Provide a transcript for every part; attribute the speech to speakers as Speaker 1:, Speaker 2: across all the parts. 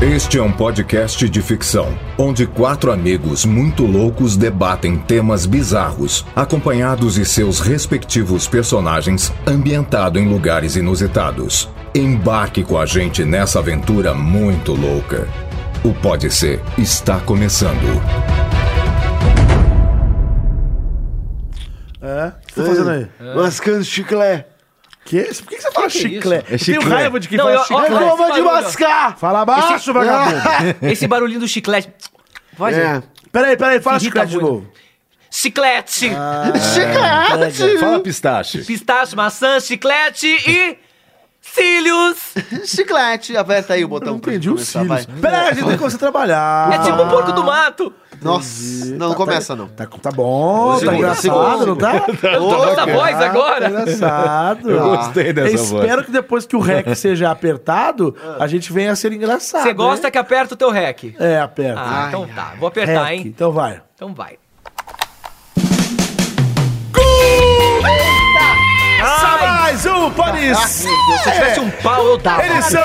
Speaker 1: Este é um podcast de ficção, onde quatro amigos muito loucos debatem temas bizarros, acompanhados de seus respectivos personagens, ambientado em lugares inusitados. Embarque com a gente nessa aventura muito louca. O Pode Ser está começando.
Speaker 2: É? O que você tá fazendo aí?
Speaker 3: Mascando chiclé.
Speaker 2: Que? Por que que você fala
Speaker 4: que é
Speaker 2: chiclé?
Speaker 4: isso?
Speaker 2: eu tenho
Speaker 5: chiclé.
Speaker 2: raiva de quem
Speaker 5: Não,
Speaker 2: fala
Speaker 5: eu-
Speaker 2: chiclé.
Speaker 5: ó, ó,
Speaker 3: Toma
Speaker 5: esse
Speaker 3: de
Speaker 5: barulho, ó.
Speaker 3: mascar!
Speaker 2: Fala baixo, vagabundo.
Speaker 5: Esse barulhinho do chiclete. Pode.
Speaker 3: É.
Speaker 2: peraí, Ah, peraí,
Speaker 5: Irrita
Speaker 2: fala chiclé de
Speaker 5: muito.
Speaker 2: novo.
Speaker 5: Chiclete,
Speaker 3: Chiclete!
Speaker 4: Fala pistache.
Speaker 5: pistache, maçã, chiclete e cílios.
Speaker 3: Chiclete! Aperta aí o botão.
Speaker 2: Não
Speaker 3: pra
Speaker 2: entendi
Speaker 3: gente
Speaker 2: os
Speaker 3: começar,
Speaker 2: cílios. né? Peraí, a gente tem que começar a trabalhar.
Speaker 5: É tipo um porco do mato.
Speaker 3: Ah. Nossa, não, não começa não.
Speaker 2: Tá, tá bom, tá
Speaker 3: Segura,
Speaker 2: engraçado,
Speaker 3: segura,
Speaker 2: não tá?
Speaker 5: Eu tô com essa
Speaker 3: ok.
Speaker 5: voz
Speaker 2: Tá
Speaker 5: agora.
Speaker 2: engraçado.
Speaker 4: Eu gostei dessa
Speaker 2: Eu
Speaker 4: voz.
Speaker 2: Espero que depois que o rec seja apertado, a gente venha a ser engraçado.
Speaker 5: Você gosta
Speaker 2: hein?
Speaker 5: que aperta o teu rec.
Speaker 2: né? É, aperta.
Speaker 5: Ah,
Speaker 3: Ai,
Speaker 5: então
Speaker 3: ai.
Speaker 5: tá. Vou apertar,
Speaker 2: Rec,
Speaker 5: hein?
Speaker 2: Então vai.
Speaker 5: Então vai.
Speaker 2: Ah,
Speaker 5: Sai!
Speaker 2: mais um Pode
Speaker 3: meu Deus,
Speaker 2: Ser!
Speaker 5: Se tivesse um pau, eu dava.
Speaker 2: Eles são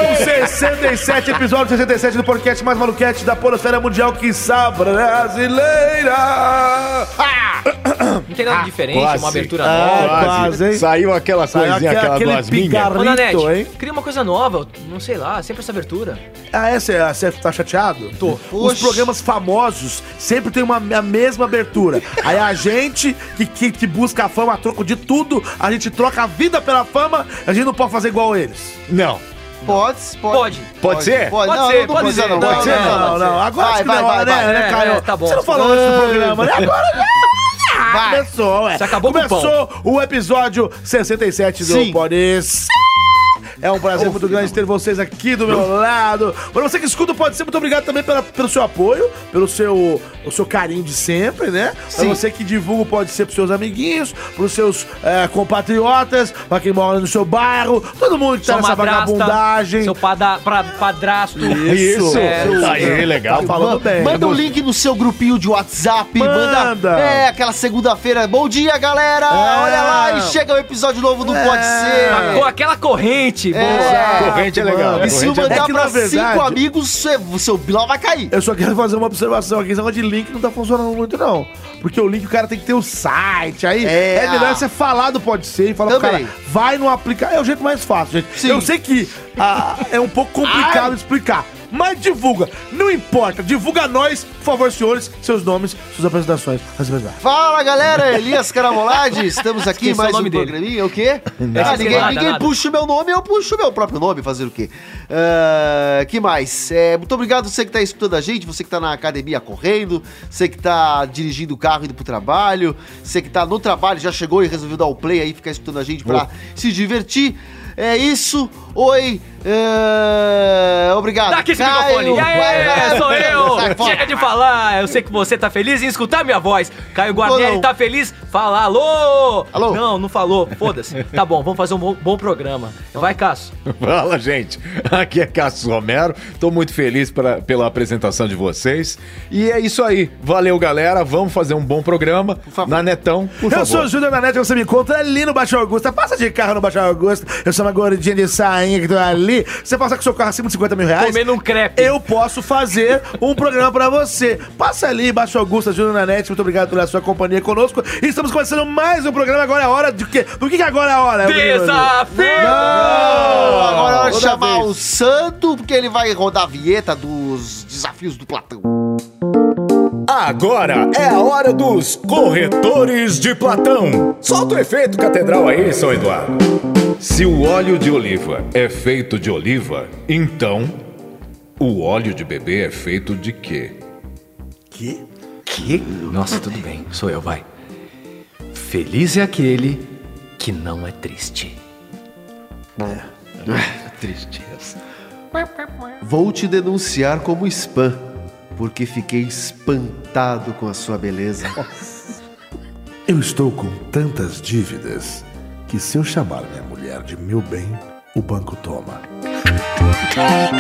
Speaker 2: 67, episódio 67 do podcast mais maluquete da Polosfera Mundial, que brasileira!
Speaker 5: Não tem nada diferente,
Speaker 4: quase.
Speaker 5: uma abertura
Speaker 2: Ah,
Speaker 5: nova.
Speaker 2: quase, hein?
Speaker 4: Saiu aquela
Speaker 2: Saiu
Speaker 4: coisinha, é aquela,
Speaker 2: aquela- aquele
Speaker 4: gosminha.
Speaker 2: pigarro.
Speaker 5: Ô, Nanete,
Speaker 2: Rito, hein?
Speaker 5: cria uma coisa nova, não sei lá, sempre essa abertura.
Speaker 2: Ah, é? Você tá chateado? Tô. Os
Speaker 3: Oxi.
Speaker 2: programas famosos sempre tem uma, a mesma abertura. Aí a gente que, que, que busca a fama a troco de tudo, a gente troca a vida pela fama, a gente não pode fazer igual eles.
Speaker 4: Não.
Speaker 3: Pode, pode.
Speaker 5: Pode.
Speaker 4: Pode ser?
Speaker 3: Pode,
Speaker 5: Pode
Speaker 3: não,
Speaker 5: ser,
Speaker 3: não
Speaker 5: pode
Speaker 3: precisa
Speaker 5: ser.
Speaker 3: não.
Speaker 5: Não,
Speaker 2: Pode ser?
Speaker 5: não,
Speaker 2: Não, não.
Speaker 5: pode ser.
Speaker 2: Agora
Speaker 3: Vai,
Speaker 2: acho que
Speaker 3: vai,
Speaker 2: não é
Speaker 3: vai,
Speaker 2: hora, né,
Speaker 3: vai,
Speaker 2: né,
Speaker 5: vai.
Speaker 2: Caio?
Speaker 5: É, tá bom.
Speaker 2: Você não falou antes do programa, né? Agora Ah,
Speaker 3: Vai.
Speaker 2: Começou, ué.
Speaker 5: Você acabou com o
Speaker 2: Começou o episódio 67 do
Speaker 3: Sim.
Speaker 2: Pode Ser. É um prazer muito grande ter vocês aqui do meu lado. Para você que escuta o Pode Ser, muito obrigado também pela- pelo seu apoio, pelo seu, o seu carinho de sempre, né? Para você que divulga o Pode Ser pros seus amiguinhos, pros seus eh, compatriotas, para quem mora no seu bairro, todo mundo que tá
Speaker 5: Sua
Speaker 2: nessa vagabundagem.
Speaker 5: seu pada, pra, padrasto.
Speaker 4: Isso.
Speaker 5: É,
Speaker 4: Isso. Aí, legal.
Speaker 2: Tá falando bem.
Speaker 3: Manda o link no seu grupinho de WhatsApp. Manda.
Speaker 2: Manda.
Speaker 3: É, aquela segunda-feira. Bom dia, galera.
Speaker 2: É.
Speaker 3: Olha lá. E chega o episódio novo do Pode
Speaker 5: Com
Speaker 3: Ser.
Speaker 5: aquela corrente, boa.
Speaker 3: É.
Speaker 4: Corrente é legal.
Speaker 2: mano.
Speaker 3: E se
Speaker 4: corrente é
Speaker 2: é
Speaker 3: mandar
Speaker 2: que, na
Speaker 3: pra
Speaker 2: verdade-
Speaker 3: cinco amigos, seu, seu Bilal vai cair.
Speaker 2: Eu só quero fazer uma observação aqui. Esse negócio de link não tá funcionando muito, não. Porque o link, o cara tem que ter o site. Aí é,
Speaker 3: É.
Speaker 2: melhor você falar do Pode Ser e falar pro
Speaker 3: Também.
Speaker 2: cara, vai no aplicativo. É o jeito mais fácil, gente.
Speaker 3: Sim.
Speaker 2: Eu sei que ah, é um pouco complicado explicar. Mas divulga, não importa, divulga nós, por favor, senhores, seus nomes, suas apresentações. As apresentações.
Speaker 3: Fala galera, Elias Caramolade, estamos aqui
Speaker 5: Esqueci
Speaker 3: mais
Speaker 5: o nome
Speaker 3: um
Speaker 5: dele.
Speaker 3: programinha, o quê? Ah,
Speaker 5: sei
Speaker 3: ninguém
Speaker 5: lá,
Speaker 3: ninguém
Speaker 5: danado.
Speaker 3: puxa o meu nome, eu puxo o meu próprio nome, fazer o quê? Ah, que mais? É, muito obrigado você que tá escutando a gente, você que tá na academia correndo, você que tá dirigindo o carro indo pro trabalho, você que tá no trabalho, já chegou e resolveu dar o play aí, ficar escutando a gente pra se divertir. É isso, oi, ah, obrigado.
Speaker 5: Dá aqui esse
Speaker 3: Caio.
Speaker 5: microfone. E
Speaker 3: Vai, vai,
Speaker 5: aí, sou
Speaker 3: vai, sai
Speaker 5: eu.
Speaker 3: fora.
Speaker 5: Chega de falar. Eu sei que você tá feliz em escutar minha voz. Caio
Speaker 3: Tô
Speaker 5: Guarnieri
Speaker 3: não.
Speaker 5: tá feliz? Fala alô.
Speaker 3: Alô?
Speaker 5: Não, não falou. Foda-se. Tá bom, vamos fazer um bom, bom programa. Vai, Cássio.
Speaker 4: Fala, gente. Aqui é Cássio Romero. Tô muito feliz pra- pela apresentação de vocês. E é isso aí. Valeu, galera. Vamos fazer um bom programa.
Speaker 3: favor.
Speaker 4: Na Netão, por
Speaker 2: Eu sou o
Speaker 4: favor.
Speaker 2: Júlio Nanete, você me encontra ali no Baixo Augusta. Passa de carro no Baixo Augusta. Eu sou uma gordinha de sainha que tô ali. Você passar com seu carro acima de 50 mil reais.
Speaker 5: Comendo um crepe.
Speaker 2: eu posso fazer um programa pra você. Passa ali, Baixo Augusta, Júnior Nanete, muito obrigado pela sua companhia conosco. E estamos começando mais um programa. Agora é hora de quê? Do que, que agora é a hora?
Speaker 5: Desafio!
Speaker 2: Não!
Speaker 3: Agora eu vou
Speaker 2: Toda
Speaker 3: chamar
Speaker 2: vez.
Speaker 3: o Santo, porque ele vai rodar a vinheta dos desafios do Platão.
Speaker 4: Agora é a hora dos corretores de Platão. Solta o efeito catedral aí, São Eduardo. Se o óleo de oliva é feito de oliva, então o óleo de bebê é feito de quê?
Speaker 2: Que?
Speaker 5: Nossa, tudo bem. Sou eu, vai. Feliz é aquele que não é triste.
Speaker 6: É.
Speaker 3: Vou te denunciar como spam, porque fiquei espantado com a sua beleza.
Speaker 7: Eu estou com tantas dívidas que se eu chamar minha mulher de meu bem, o banco toma.
Speaker 4: Aê,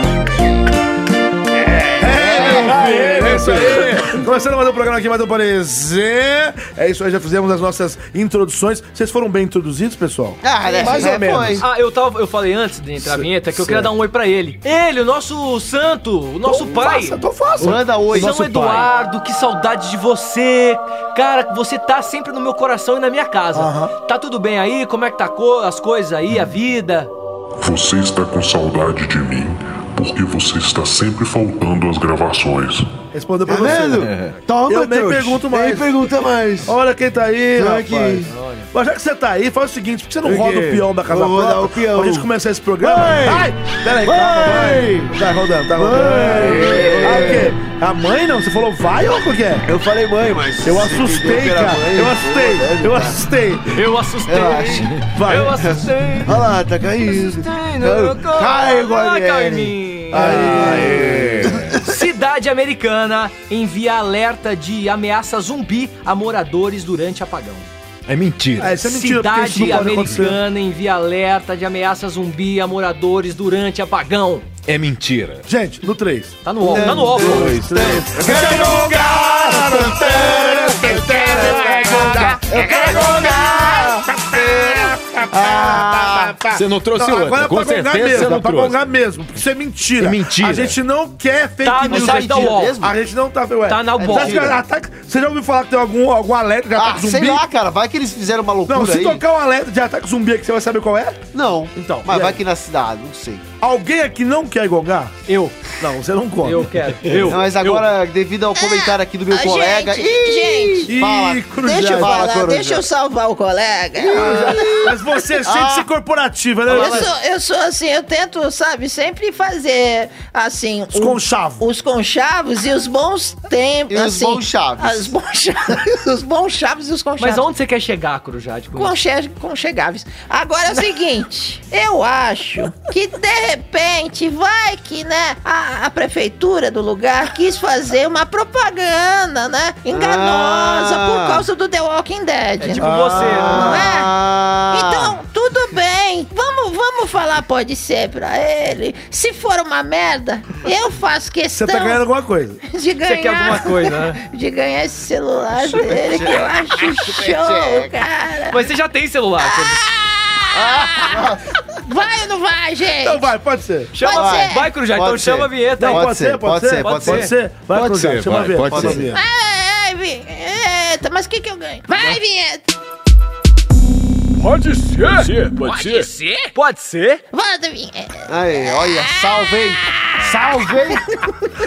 Speaker 4: meu
Speaker 2: É isso aí. Começando mais um programa aqui, mais um parecer. É isso aí, já fizemos as nossas introduções. Vocês foram bem introduzidos, pessoal?
Speaker 3: Ah, né?
Speaker 2: Mais ou
Speaker 3: é, foi.
Speaker 2: menos.
Speaker 6: Ah, eu, tava, eu falei antes de entrar a vinheta que eu queria dar um oi pra ele. Ele, o nosso santo, o nosso pai.
Speaker 2: Faça, então faça.
Speaker 3: Manda oi,
Speaker 6: São
Speaker 3: nosso pai.
Speaker 6: Eduardo, que saudade de você. Cara, você tá sempre no meu coração e na minha casa. Tá tudo bem aí? Como é que tá co- as coisas aí, a vida?
Speaker 8: Você está com saudade de mim porque você está sempre faltando às gravações.
Speaker 2: Respondeu pra
Speaker 3: Tá
Speaker 2: você.
Speaker 3: vendo? Toma,
Speaker 2: Eu nem
Speaker 3: trouxa.
Speaker 2: pergunto mais.
Speaker 3: Nem pergunta mais.
Speaker 2: Olha quem tá aí,
Speaker 3: Olha
Speaker 2: rapaz.
Speaker 3: aqui.
Speaker 2: Mas já que você tá aí, faz o seguinte, por que você não
Speaker 3: Por
Speaker 2: roda
Speaker 3: quê?
Speaker 2: o peão da casa
Speaker 3: Vou rodar
Speaker 2: própria
Speaker 3: o peão.
Speaker 2: Pra gente começar esse programa.
Speaker 3: Vai!
Speaker 2: Ai! Peraí,
Speaker 3: Vai!
Speaker 2: calma, vai. Tá rodando, tá rodando. Ah, o quê? A mãe não? Você falou vai ou o que é?
Speaker 3: Eu falei mãe, mas... né?
Speaker 2: Eu assustei, cara. Eu assustei, eu assustei.
Speaker 6: Eu assustei.
Speaker 3: Relaxa.
Speaker 2: Vai.
Speaker 6: Eu assustei.
Speaker 3: Olha lá, tá caindo.
Speaker 6: Assustei no meu coração.
Speaker 3: Cai, Guarnieri.
Speaker 6: Carminho. Cidade americana envia alerta de ameaça zumbi a moradores durante apagão.
Speaker 4: É mentira.
Speaker 2: Ah, isso é mentira, porque isso
Speaker 6: Cidade
Speaker 2: não pode acontecer.
Speaker 6: americana envia alerta de ameaça zumbi a moradores durante apagão.
Speaker 4: É mentira.
Speaker 2: Gente, no É. 3.
Speaker 6: Tá no óculos, tá no óculos.
Speaker 4: Você não trouxe
Speaker 2: Não,
Speaker 4: outra.
Speaker 2: agora é
Speaker 4: Com
Speaker 2: pra gongar
Speaker 4: certeza você
Speaker 2: mesmo, é
Speaker 4: não
Speaker 2: pra
Speaker 4: trouxe.
Speaker 2: gongar mesmo, porque isso é mentira.
Speaker 4: É mentira.
Speaker 2: A gente não quer é fake
Speaker 6: Tá no
Speaker 2: news.
Speaker 6: site da UOL.
Speaker 3: mesmo?
Speaker 2: A gente não tá... Ué,
Speaker 6: Tá na
Speaker 2: Você
Speaker 6: UOL.
Speaker 2: acha que ataque- Você já ouviu falar que tem algum, algum alerta de ataque
Speaker 3: Ah,
Speaker 2: zumbi?
Speaker 3: sei lá, cara. Vai que eles fizeram uma loucura
Speaker 2: Não, se
Speaker 3: aí.
Speaker 2: tocar um alerta de ataque zumbi aqui, você vai saber qual é?
Speaker 3: Não.
Speaker 2: Então,
Speaker 3: Mas
Speaker 2: e
Speaker 3: vai
Speaker 2: aí?
Speaker 3: que na cidade, não sei.
Speaker 2: Alguém aqui não quer gongar?
Speaker 6: Eu,
Speaker 2: Não, você não come.
Speaker 6: eu quero. Eu.
Speaker 3: Não, mas agora, devido ao comentário aqui do meu
Speaker 9: Ah,
Speaker 3: colega...
Speaker 9: gente,
Speaker 3: Ih,
Speaker 2: gente.
Speaker 3: fala.
Speaker 2: Ih, Corujade.
Speaker 3: Deixa eu
Speaker 2: Fala,
Speaker 3: falar,
Speaker 9: Olá, deixa eu
Speaker 3: Corujade.
Speaker 9: salvar o colega.
Speaker 2: Mas
Speaker 3: Ah.
Speaker 2: você sente-se corporativa, né?
Speaker 9: Eu sou, eu sou assim, eu tento, sabe, sempre fazer assim.
Speaker 2: Os conchavos.
Speaker 9: Os conchavos e os bons tempos.
Speaker 3: E os bons chaves.
Speaker 9: Os bons chaves. os bons chaves e os conchavos.
Speaker 6: Mas aonde você quer chegar, Corujade? com isso?
Speaker 9: Conche- Conchegáveis. Agora é o seguinte, eu acho que de repente vai que, né, a, a prefeitura do lugar quis fazer uma propaganda, né, enganosa
Speaker 3: Ah.
Speaker 9: por causa do The Walking Dead.
Speaker 6: É tipo você, né?
Speaker 9: Não é?
Speaker 3: Ah.
Speaker 9: Então, tudo bem. Vamos, vamos falar, pode ser, pra ele. Se for uma merda, eu faço
Speaker 2: Você
Speaker 9: questão
Speaker 2: tá ganhando alguma coisa.
Speaker 9: de ganhar.
Speaker 6: Você quer alguma coisa, né?
Speaker 9: De ganhar esse celular dele, que eu acho show, cara.
Speaker 6: Mas você já tem celular. Corujade.
Speaker 9: Vai ou não vai, gente?
Speaker 2: Então vai, pode ser.
Speaker 6: Chama,
Speaker 9: Pode
Speaker 6: vai,
Speaker 9: ser.
Speaker 6: Corujade,
Speaker 3: Pode
Speaker 6: então chama a
Speaker 3: ser.
Speaker 6: vinheta.
Speaker 2: Não,
Speaker 6: aí.
Speaker 2: pode,
Speaker 3: Pode
Speaker 2: ser,
Speaker 3: ser,
Speaker 2: pode ser, pode ser. Vai,
Speaker 4: Pode
Speaker 2: Cruzado,
Speaker 4: ser,
Speaker 2: chama a
Speaker 4: vai,
Speaker 2: ver.
Speaker 4: pode
Speaker 2: Pode
Speaker 4: ser.
Speaker 2: ver.
Speaker 10: Então
Speaker 9: Ai, vinheta, mas o que, que eu ganho? Vai, vinheta!
Speaker 4: Pode ser, pode ser.
Speaker 6: ser? Pode ser?
Speaker 9: Volta, vinheta!
Speaker 3: Aí, olha, salvei! Salvei!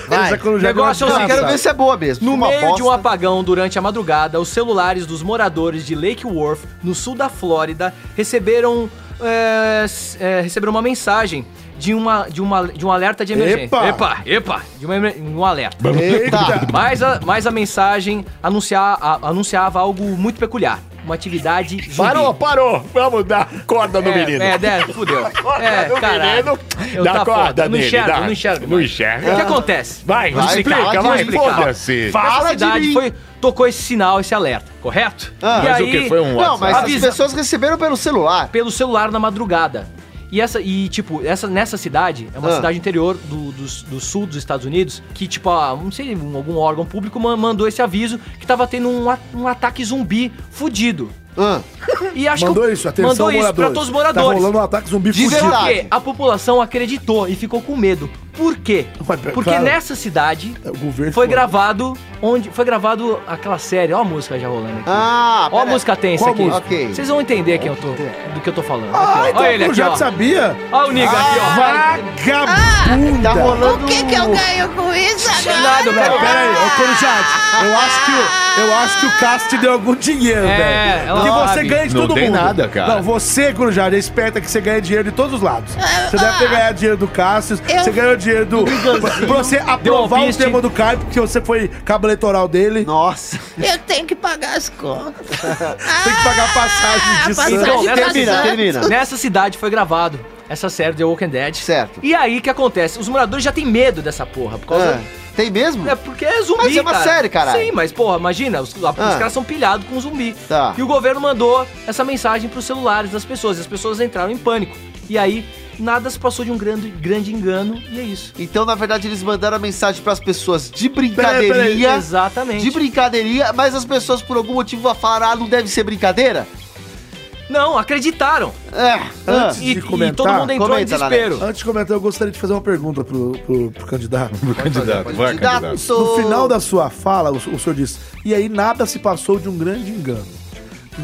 Speaker 3: Vai.
Speaker 2: Essa Corujade
Speaker 6: Negócio
Speaker 2: é uma
Speaker 6: é o
Speaker 3: Eu
Speaker 2: desgraça.
Speaker 3: quero ver se é boa mesmo.
Speaker 6: No
Speaker 3: Uma
Speaker 6: meio de um
Speaker 3: bosta.
Speaker 6: apagão durante a madrugada, os celulares dos moradores de Lake Worth, no sul da Flórida, receberam, é, s- é, receberam uma mensagem de, uma, de, uma, de um alerta de emergência.
Speaker 2: Epa!
Speaker 6: epa! epa, De uma emer- um alerta.
Speaker 3: Eita!
Speaker 6: Mas a, mas a mensagem anunciar- a- anunciava algo muito peculiar. Uma atividade zumbi.
Speaker 4: Parou, parou. Vamos dar corda no
Speaker 6: é,
Speaker 4: menino.
Speaker 6: é, é, fudeu.
Speaker 4: Corda
Speaker 6: É,
Speaker 4: no
Speaker 6: caralho.
Speaker 4: menino.
Speaker 6: Eu
Speaker 4: Dá
Speaker 6: tá foda.
Speaker 4: corda
Speaker 6: Eu não
Speaker 4: nele,
Speaker 6: enxergo,
Speaker 4: dá.
Speaker 6: eu não enxergo.
Speaker 4: Não
Speaker 6: mais. O
Speaker 4: enxerga.
Speaker 6: que acontece?
Speaker 4: Vai,
Speaker 3: Vai,
Speaker 4: explica,
Speaker 3: fala de
Speaker 4: vai,
Speaker 3: mim.
Speaker 4: foda-se.
Speaker 6: Essa
Speaker 3: Fala de
Speaker 6: cidade
Speaker 3: mim!
Speaker 6: foi, tocou esse sinal, esse alerta, correto?
Speaker 3: Ah,
Speaker 6: e
Speaker 4: Mas
Speaker 6: aí,
Speaker 4: o que? Foi um
Speaker 3: Não, mas
Speaker 4: WhatsApp?
Speaker 3: Ah, as
Speaker 6: Avisa.
Speaker 3: pessoas receberam pelo celular.
Speaker 6: pelo celular na madrugada. E, essa, e tipo, essa, nessa cidade, é uma
Speaker 3: Ah.
Speaker 6: cidade interior do, do, do sul dos Estados Unidos, que, tipo, ah, não sei, um- algum órgão público ma- mandou esse aviso que tava tendo um, a- um ataque zumbi fudido.
Speaker 3: Ah,
Speaker 6: E acho
Speaker 2: Mandou
Speaker 6: que
Speaker 2: isso, atenção,
Speaker 6: mandou isso pra
Speaker 2: moradores.
Speaker 6: todos os
Speaker 2: Tá
Speaker 6: moradores.
Speaker 2: rolando um ataque zumbi
Speaker 3: De
Speaker 2: fudido.
Speaker 3: verdade.
Speaker 6: porque a população acreditou e ficou com medo. Por quê?
Speaker 2: Mas, é
Speaker 6: Porque
Speaker 2: claro. É,
Speaker 6: nessa cidade
Speaker 2: O governo
Speaker 6: foi
Speaker 2: falou.
Speaker 6: gravado onde foi gravado aquela série, ó a música já rolando aqui.
Speaker 3: ah
Speaker 6: Ó a
Speaker 3: pera-
Speaker 6: música tensa
Speaker 2: Qual
Speaker 6: aqui.
Speaker 3: música? Ok.
Speaker 6: Vocês vão entender quem eu tô, do que eu tô falando.
Speaker 2: Ah,
Speaker 6: Aqui, ó.
Speaker 2: então
Speaker 6: Olha ele
Speaker 2: eu
Speaker 6: aqui,
Speaker 2: já
Speaker 6: ó.
Speaker 2: sabia. Ah,
Speaker 6: Olha o Niga aqui, ó.
Speaker 2: Vagabunda.
Speaker 3: Tá rolando.
Speaker 9: O que,
Speaker 6: é
Speaker 9: que eu ganho com isso
Speaker 6: Nada, eu
Speaker 9: agora?
Speaker 6: quero-
Speaker 2: Pera aí, ô Corujade, eu acho que o- eu acho que o Cássio te deu algum dinheiro,
Speaker 6: É,
Speaker 2: velho.
Speaker 6: ela
Speaker 2: Que você
Speaker 6: sabe.
Speaker 2: ganha de
Speaker 4: Não
Speaker 2: todo
Speaker 4: tem
Speaker 2: mundo.
Speaker 4: nada, cara.
Speaker 2: Não, você, Corujade, é esperta que você ganha dinheiro de todos os lados. Você deve ter ganhado dinheiro do Cássio,
Speaker 9: Eu-
Speaker 2: você ganhou dinheiro do pra você aprovar o
Speaker 6: alpiste.
Speaker 2: tema do Caio porque você foi cabo eleitoral dele.
Speaker 3: Nossa.
Speaker 9: Eu tenho que pagar as contas.
Speaker 2: Tem que pagar passagem de
Speaker 9: Ah, passagem.
Speaker 2: sangue.
Speaker 6: Então, nessa
Speaker 3: Termina,
Speaker 6: cidade-
Speaker 3: termina.
Speaker 6: Nessa cidade foi gravado essa série The Walking Dead.
Speaker 3: Certo.
Speaker 6: E aí, o que acontece? Os moradores já têm medo dessa porra, por causa...
Speaker 3: Ah, tem mesmo?
Speaker 6: É porque é zumbi,
Speaker 3: Mas é uma
Speaker 6: cara.
Speaker 3: série, caralho.
Speaker 6: Sim, mas, porra, imagina, os, a- os
Speaker 3: Ah.
Speaker 6: caras são pilhados com zumbi.
Speaker 3: Tá.
Speaker 6: E o governo mandou essa mensagem pros celulares das pessoas, e as pessoas entraram em pânico. E aí, nada se passou de um grande, grande engano e é isso.
Speaker 8: Então, na verdade, eles mandaram a mensagem pras pessoas de brincadeirinha.
Speaker 6: Exatamente.
Speaker 8: De brincadeirinha, mas as pessoas por algum motivo falaram, ah, não deve ser brincadeira?
Speaker 6: Não, acreditaram.
Speaker 8: É.
Speaker 2: Antes
Speaker 6: E,
Speaker 2: de
Speaker 6: e
Speaker 2: comentar,
Speaker 6: todo mundo entrou em
Speaker 8: comenta,
Speaker 6: desespero.
Speaker 2: Antes de comentar, eu gostaria de fazer uma pergunta pro, pro- pro candidato.
Speaker 4: Candidato, vai, candidato.
Speaker 2: No final da sua fala, o, o senhor disse: E aí nada se passou de um grande engano.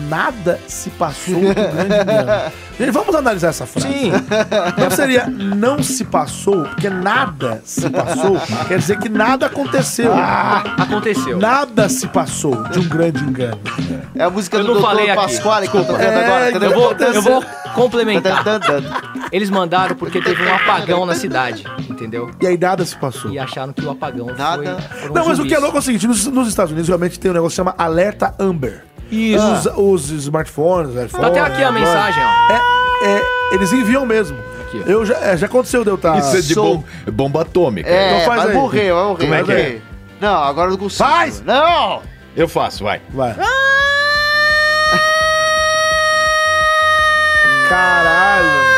Speaker 2: Nada se passou de um grande engano. Gente, vamos analisar essa frase.
Speaker 6: Sim.
Speaker 2: Então seria não se passou, porque nada se passou, quer dizer que nada aconteceu.
Speaker 6: Ah, Aconteceu.
Speaker 2: Nada se passou de um grande engano.
Speaker 8: É a música
Speaker 6: Eu
Speaker 8: do
Speaker 6: não falei
Speaker 8: Dr.
Speaker 6: aqui,
Speaker 8: Pasquale que tá tocando
Speaker 2: É,
Speaker 8: agora.
Speaker 6: Eu vou,
Speaker 3: Tá
Speaker 6: eu vou complementar.
Speaker 8: Tá
Speaker 6: Eles mandaram porque teve um apagão na cidade, entendeu?
Speaker 2: E aí nada se passou.
Speaker 6: E acharam que o apagão
Speaker 8: Nada.
Speaker 6: foi... foram
Speaker 2: Não, mas o
Speaker 6: zumbis.
Speaker 2: que é louco é o seguinte: nos, nos Estados Unidos realmente tem um negócio que chama alerta Amber.
Speaker 6: Isso.
Speaker 2: Os, os smartphones, iPhone,
Speaker 6: Tá até aqui a
Speaker 2: Android.
Speaker 6: mensagem, ó.
Speaker 2: É, é, eles enviam mesmo.
Speaker 6: Aqui, ó.
Speaker 2: Eu já, é, já aconteceu de eu estar.
Speaker 4: Isso é de
Speaker 8: sou-
Speaker 4: bom- bomba atômica.
Speaker 8: É,
Speaker 2: Então faz
Speaker 8: vai
Speaker 2: aí.
Speaker 8: morrer, vai morrer.
Speaker 4: Como é que
Speaker 8: vai morrer. Não, agora eu não consigo. Faz! Não!
Speaker 4: Eu faço, vai.
Speaker 2: Vai. Caralho.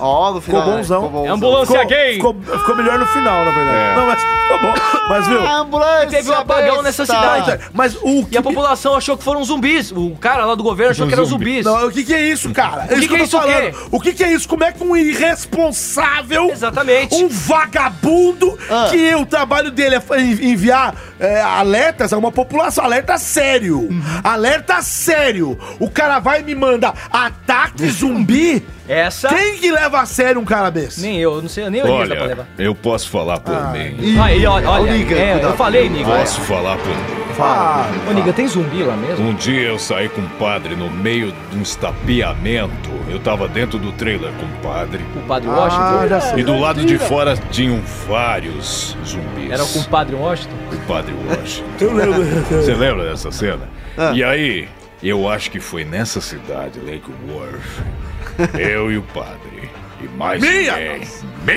Speaker 8: Ó, no final.
Speaker 2: Ficou bonzão.
Speaker 8: ficou
Speaker 6: É ambulância gay.
Speaker 2: Ficou, ficou melhor no final, na verdade.
Speaker 4: É.
Speaker 2: Não, mas ficou Tá bom. Mas viu? Tá, então,
Speaker 8: Ambulância
Speaker 6: Teve um apagão
Speaker 8: besta.
Speaker 6: nessa cidade.
Speaker 2: Mas o
Speaker 6: E
Speaker 2: que.
Speaker 6: a população achou que foram zumbis. O cara lá do governo achou que eram zumbis.
Speaker 2: Não, o que, que é isso, cara?
Speaker 6: que que é
Speaker 2: eu tô
Speaker 6: isso o quê?
Speaker 2: falando. O que, que é isso? Como é que um irresponsável.
Speaker 6: Exatamente.
Speaker 2: Um vagabundo
Speaker 8: Ah.
Speaker 2: que o trabalho dele é fa- en- enviar é, alertas a uma população. Alerta sério.
Speaker 6: Uhum.
Speaker 2: Alerta sério. O cara vai e me manda ataque zumbi?
Speaker 6: Uhum. Essa...
Speaker 2: Quem que leva a sério um cara desse?
Speaker 6: Nem eu, não sei, nem eu dá pra
Speaker 4: Olha,
Speaker 6: levar.
Speaker 4: eu posso falar por mim.
Speaker 6: Ah, ele, olha, olha,
Speaker 8: Niga,
Speaker 6: é,
Speaker 8: cuidado.
Speaker 6: eu falei, Niga.
Speaker 4: Posso falar por mim.
Speaker 2: Ah,
Speaker 6: Ô, Niga, tem zumbi lá mesmo?
Speaker 4: Um dia eu saí com o padre no meio de um estapeamento. Eu tava dentro do trailer com o padre.
Speaker 6: O padre Washington?
Speaker 2: ah, já sei.
Speaker 4: E do lado de fora tinham vários zumbis.
Speaker 6: Era com o padre Washington?
Speaker 4: o padre Washington. Eu lembro. Você lembra dessa cena? E aí, eu acho que foi nessa cidade, Lake Worth, eu e o padre, e mais
Speaker 2: Minha
Speaker 8: É.
Speaker 4: ninguém,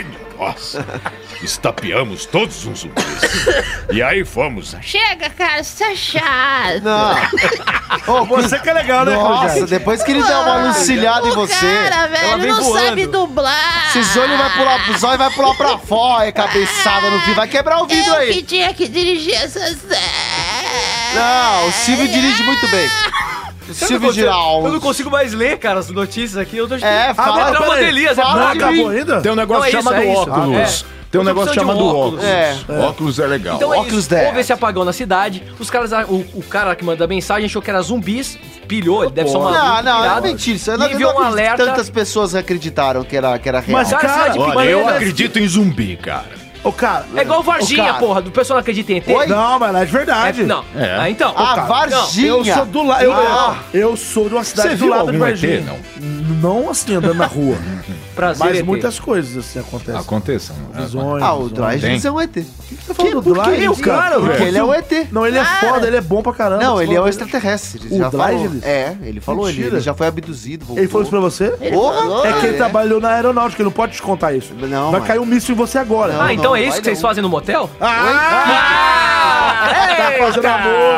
Speaker 4: minha nossa, estapeamos todos os zumbis. e aí fomos
Speaker 9: Chega, cara, você tá chato.
Speaker 8: Não. Ô,
Speaker 2: Você que é legal, né,
Speaker 8: Nossa,
Speaker 2: Claudio?
Speaker 8: depois que ele der uma lucilhada em
Speaker 9: O
Speaker 8: você,
Speaker 9: cara,
Speaker 6: ela
Speaker 9: velho,
Speaker 6: vem
Speaker 9: não
Speaker 6: voando.
Speaker 9: sabe dublar.
Speaker 8: esses olhos vai pular pro zóio e vai pular pra fora, é cabeçada no fim, vai quebrar o vidro
Speaker 9: Eu que
Speaker 8: aí.
Speaker 9: tinha que dirigir essa série.
Speaker 8: Não, o Silvio dirige muito
Speaker 6: É.
Speaker 8: bem. O
Speaker 6: Eu não
Speaker 8: Silvio
Speaker 6: consigo- Eu não
Speaker 8: Giraldo.
Speaker 6: consigo mais ler, cara, as notícias aqui. Eu tô
Speaker 8: É,
Speaker 6: Ah,
Speaker 8: fala,
Speaker 6: vai entrar uma
Speaker 8: peraí,
Speaker 6: Elias, é
Speaker 8: fala
Speaker 6: pra
Speaker 2: Não
Speaker 8: de
Speaker 6: mim.
Speaker 2: acabou ainda?
Speaker 4: Tem um negócio
Speaker 6: Não, é isso,
Speaker 4: chamado
Speaker 6: é isso.
Speaker 4: óculos.
Speaker 6: Ah, é.
Speaker 4: Tem um
Speaker 6: Eu tô
Speaker 4: negócio
Speaker 6: precisando de
Speaker 4: chamado
Speaker 6: um
Speaker 4: óculos.
Speaker 6: óculos.
Speaker 4: É. Óculos é legal.
Speaker 6: Então é
Speaker 8: Óculos
Speaker 6: isso.
Speaker 8: Dead.
Speaker 6: Houve esse apagão na cidade. Os caras, o, o cara que manda mensagem achou que era zumbis, pilhou, ele deve ser uma.
Speaker 8: Não, não, é mentira. Isso, eu não,
Speaker 6: E
Speaker 8: eu
Speaker 6: enviou
Speaker 8: não
Speaker 6: um
Speaker 8: acredito que
Speaker 6: alerta.
Speaker 8: tantas pessoas acreditaram que era, que era real.
Speaker 2: Mas,
Speaker 6: Cara, tipo,
Speaker 2: cara,
Speaker 6: cidade
Speaker 4: Olha, eu
Speaker 6: pequena-
Speaker 4: acredito em zumbi, cara.
Speaker 2: Ô, cara.
Speaker 6: É igual
Speaker 8: Ô,
Speaker 6: Varginha,
Speaker 8: cara.
Speaker 6: porra. Do pessoal não acredita em ET.
Speaker 8: Oi?
Speaker 2: Não, mas lá é de verdade.
Speaker 6: É, não.
Speaker 4: É.
Speaker 6: Ah, então.
Speaker 8: Ah,
Speaker 6: Ô, cara,
Speaker 8: Varginha.
Speaker 2: Eu sou do lado. Eu,
Speaker 8: Ah.
Speaker 2: eu sou de uma cidade
Speaker 4: Você
Speaker 2: do
Speaker 4: viu
Speaker 2: lado
Speaker 4: algum
Speaker 2: de Varginha.
Speaker 4: ET, não?
Speaker 2: Não assim, andando na rua.
Speaker 6: não, Prazer,
Speaker 2: mas
Speaker 6: ET.
Speaker 2: muitas coisas assim acontecem.
Speaker 4: Aconteça. não.
Speaker 2: Visões,
Speaker 8: Ah, o
Speaker 2: visões.
Speaker 8: Drygens
Speaker 4: Tem.
Speaker 8: é um ET.
Speaker 2: Você tá falando do
Speaker 6: por que
Speaker 2: Drygens,
Speaker 6: o cara,
Speaker 8: Porque
Speaker 2: Porque
Speaker 8: ele é um ET.
Speaker 2: Não, ele é foda, ele é bom pra caramba.
Speaker 8: Não,
Speaker 2: Você
Speaker 8: ele é um
Speaker 2: falou dele.
Speaker 8: extraterrestre.
Speaker 2: O
Speaker 8: já falou.
Speaker 2: Drygens?
Speaker 8: É, ele falou, ele,
Speaker 2: Mentira.
Speaker 8: ele já foi abduzido.
Speaker 2: Ele
Speaker 8: voltou.
Speaker 2: falou isso pra você?
Speaker 8: Porra!
Speaker 2: É que ele trabalhou na aeronáutica, ele não pode te contar isso.
Speaker 8: Não,
Speaker 2: Vai
Speaker 8: mas-
Speaker 2: cair um míssil em você agora.
Speaker 8: Não,
Speaker 6: Ah, então
Speaker 8: não,
Speaker 6: é isso
Speaker 8: vai
Speaker 6: que vocês
Speaker 8: não.
Speaker 6: fazem no motel?
Speaker 2: Tá fazendo amor.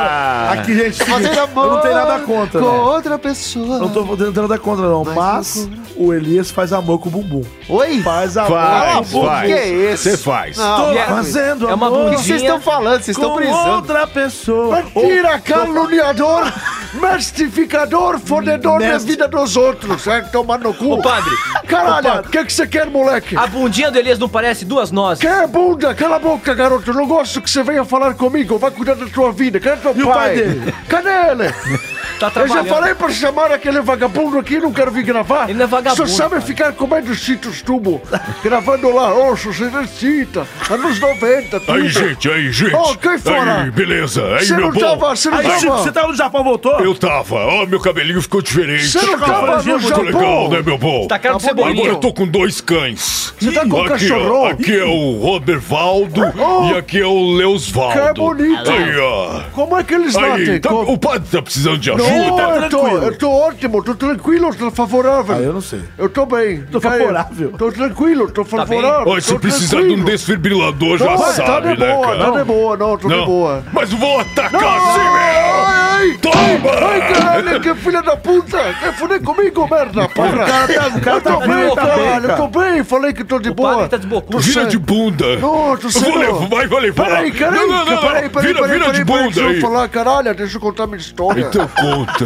Speaker 2: Aqui, gente,
Speaker 8: Tá fazendo amor
Speaker 2: eu não tenho nada contra.
Speaker 8: Com
Speaker 2: né?
Speaker 8: outra pessoa.
Speaker 2: Eu Não tô tentando nada contra, não. Mas
Speaker 8: Mas
Speaker 2: o Elias faz amor com o bumbum.
Speaker 8: Oi?
Speaker 2: Faz amor com o
Speaker 4: Faz,
Speaker 2: bumbum.
Speaker 4: faz.
Speaker 8: que é esse?
Speaker 4: Você faz.
Speaker 8: Não,
Speaker 2: Tô
Speaker 6: é-
Speaker 2: fazendo
Speaker 6: é uma
Speaker 8: o
Speaker 2: amor
Speaker 8: que vocês estão falando? Vocês estão
Speaker 2: com
Speaker 8: brisando.
Speaker 2: outra pessoa.
Speaker 8: Mentira, caluniador, mastificador, fodedor da
Speaker 2: Mestre.
Speaker 8: vida dos outros. É, tomar no cu.
Speaker 6: Ô, padre,
Speaker 8: Caralho, o que que você quer, moleque?
Speaker 6: a bundinha do Elias não parece duas nozes.
Speaker 8: Quer bunda? Cala a boca, garoto. Eu não gosto que você venha falar comigo. Vai cuidar da tua vida. Cadê teu
Speaker 2: E o
Speaker 8: pai?
Speaker 2: pai dele?
Speaker 8: Cadê ele?
Speaker 6: Tá
Speaker 8: Eu já
Speaker 6: trabalhando.
Speaker 8: falei pra chamar aquele vagabundo aqui, não quero vir gravar.
Speaker 6: Ele não é vagabundo,
Speaker 8: Só sabe
Speaker 6: cara.
Speaker 8: ficar comendo cheetos tubo. gravando lá, ô, você necessita. Anos 90, tudo.
Speaker 4: Aí, gente, aí, gente.
Speaker 8: Ô, cai fora.
Speaker 4: Aí, beleza. Aí,
Speaker 8: Você
Speaker 4: meu
Speaker 8: não
Speaker 4: bom.
Speaker 8: tava, você não
Speaker 2: Aí, Chico, você
Speaker 8: tava.
Speaker 2: tá tava no Japão, voltou?
Speaker 4: Eu tava. Ó, Ah, meu cabelinho ficou diferente.
Speaker 8: Você não
Speaker 4: cara.
Speaker 8: tava no
Speaker 4: Muito
Speaker 8: Japão.
Speaker 4: legal, né, meu bom?
Speaker 6: Tá cara de
Speaker 4: Agora eu
Speaker 6: cebolinha.
Speaker 4: tô com dois cães.
Speaker 8: Você tá com um
Speaker 4: aqui, ó,
Speaker 8: cachorrão?
Speaker 4: aqui é o Robervaldo
Speaker 8: Oh.
Speaker 4: e aqui é o Leusvaldo.
Speaker 8: Que é bonito.
Speaker 4: Aí, ó.
Speaker 8: Como é que eles latem?
Speaker 4: Aí, tá-
Speaker 8: Com-
Speaker 4: o padre tá precisando de
Speaker 8: Não,
Speaker 4: ajuda.
Speaker 8: eu tô, eu tô ótimo, tô tranquilo, tô favorável.
Speaker 2: Ah, eu não sei.
Speaker 8: Eu tô bem.
Speaker 2: Tô
Speaker 8: Cara,
Speaker 2: favorável.
Speaker 8: Tô tranquilo, tô
Speaker 2: Tá
Speaker 8: favorável.
Speaker 4: Ó, se
Speaker 8: tô
Speaker 4: precisar de um
Speaker 8: tranquilo.
Speaker 4: desfibrilador, já
Speaker 8: Não,
Speaker 4: sabe,
Speaker 8: tá de
Speaker 4: né,
Speaker 8: boa,
Speaker 4: cara?
Speaker 8: tá de boa, não, tô de boa.
Speaker 4: Mas vou atacar assim,
Speaker 8: Ai! Ai,
Speaker 10: Toma!
Speaker 8: caralho, que filha da puta! Quer fuder comigo, merda, porra!
Speaker 2: tá- o cara
Speaker 8: eu tô
Speaker 2: tá
Speaker 8: bem,
Speaker 2: bem, tá
Speaker 8: caralho,
Speaker 2: bem,
Speaker 8: eu tô bem, falei que tô de
Speaker 6: O padre
Speaker 8: boa.
Speaker 6: tá desbocado.
Speaker 10: Vira de bunda!
Speaker 8: Não, tu
Speaker 10: Eu
Speaker 8: sei
Speaker 10: vou
Speaker 8: não.
Speaker 10: levar, vai, vou levar!
Speaker 8: Peraí, peraí,
Speaker 10: Não, não, não, não.
Speaker 8: peraí, peraí,
Speaker 10: Vira,
Speaker 8: peraí,
Speaker 10: vira
Speaker 8: peraí, peraí,
Speaker 10: de bunda
Speaker 8: deixa eu
Speaker 10: aí!
Speaker 8: falar, caralho, deixa eu contar minha história.
Speaker 10: Então conta,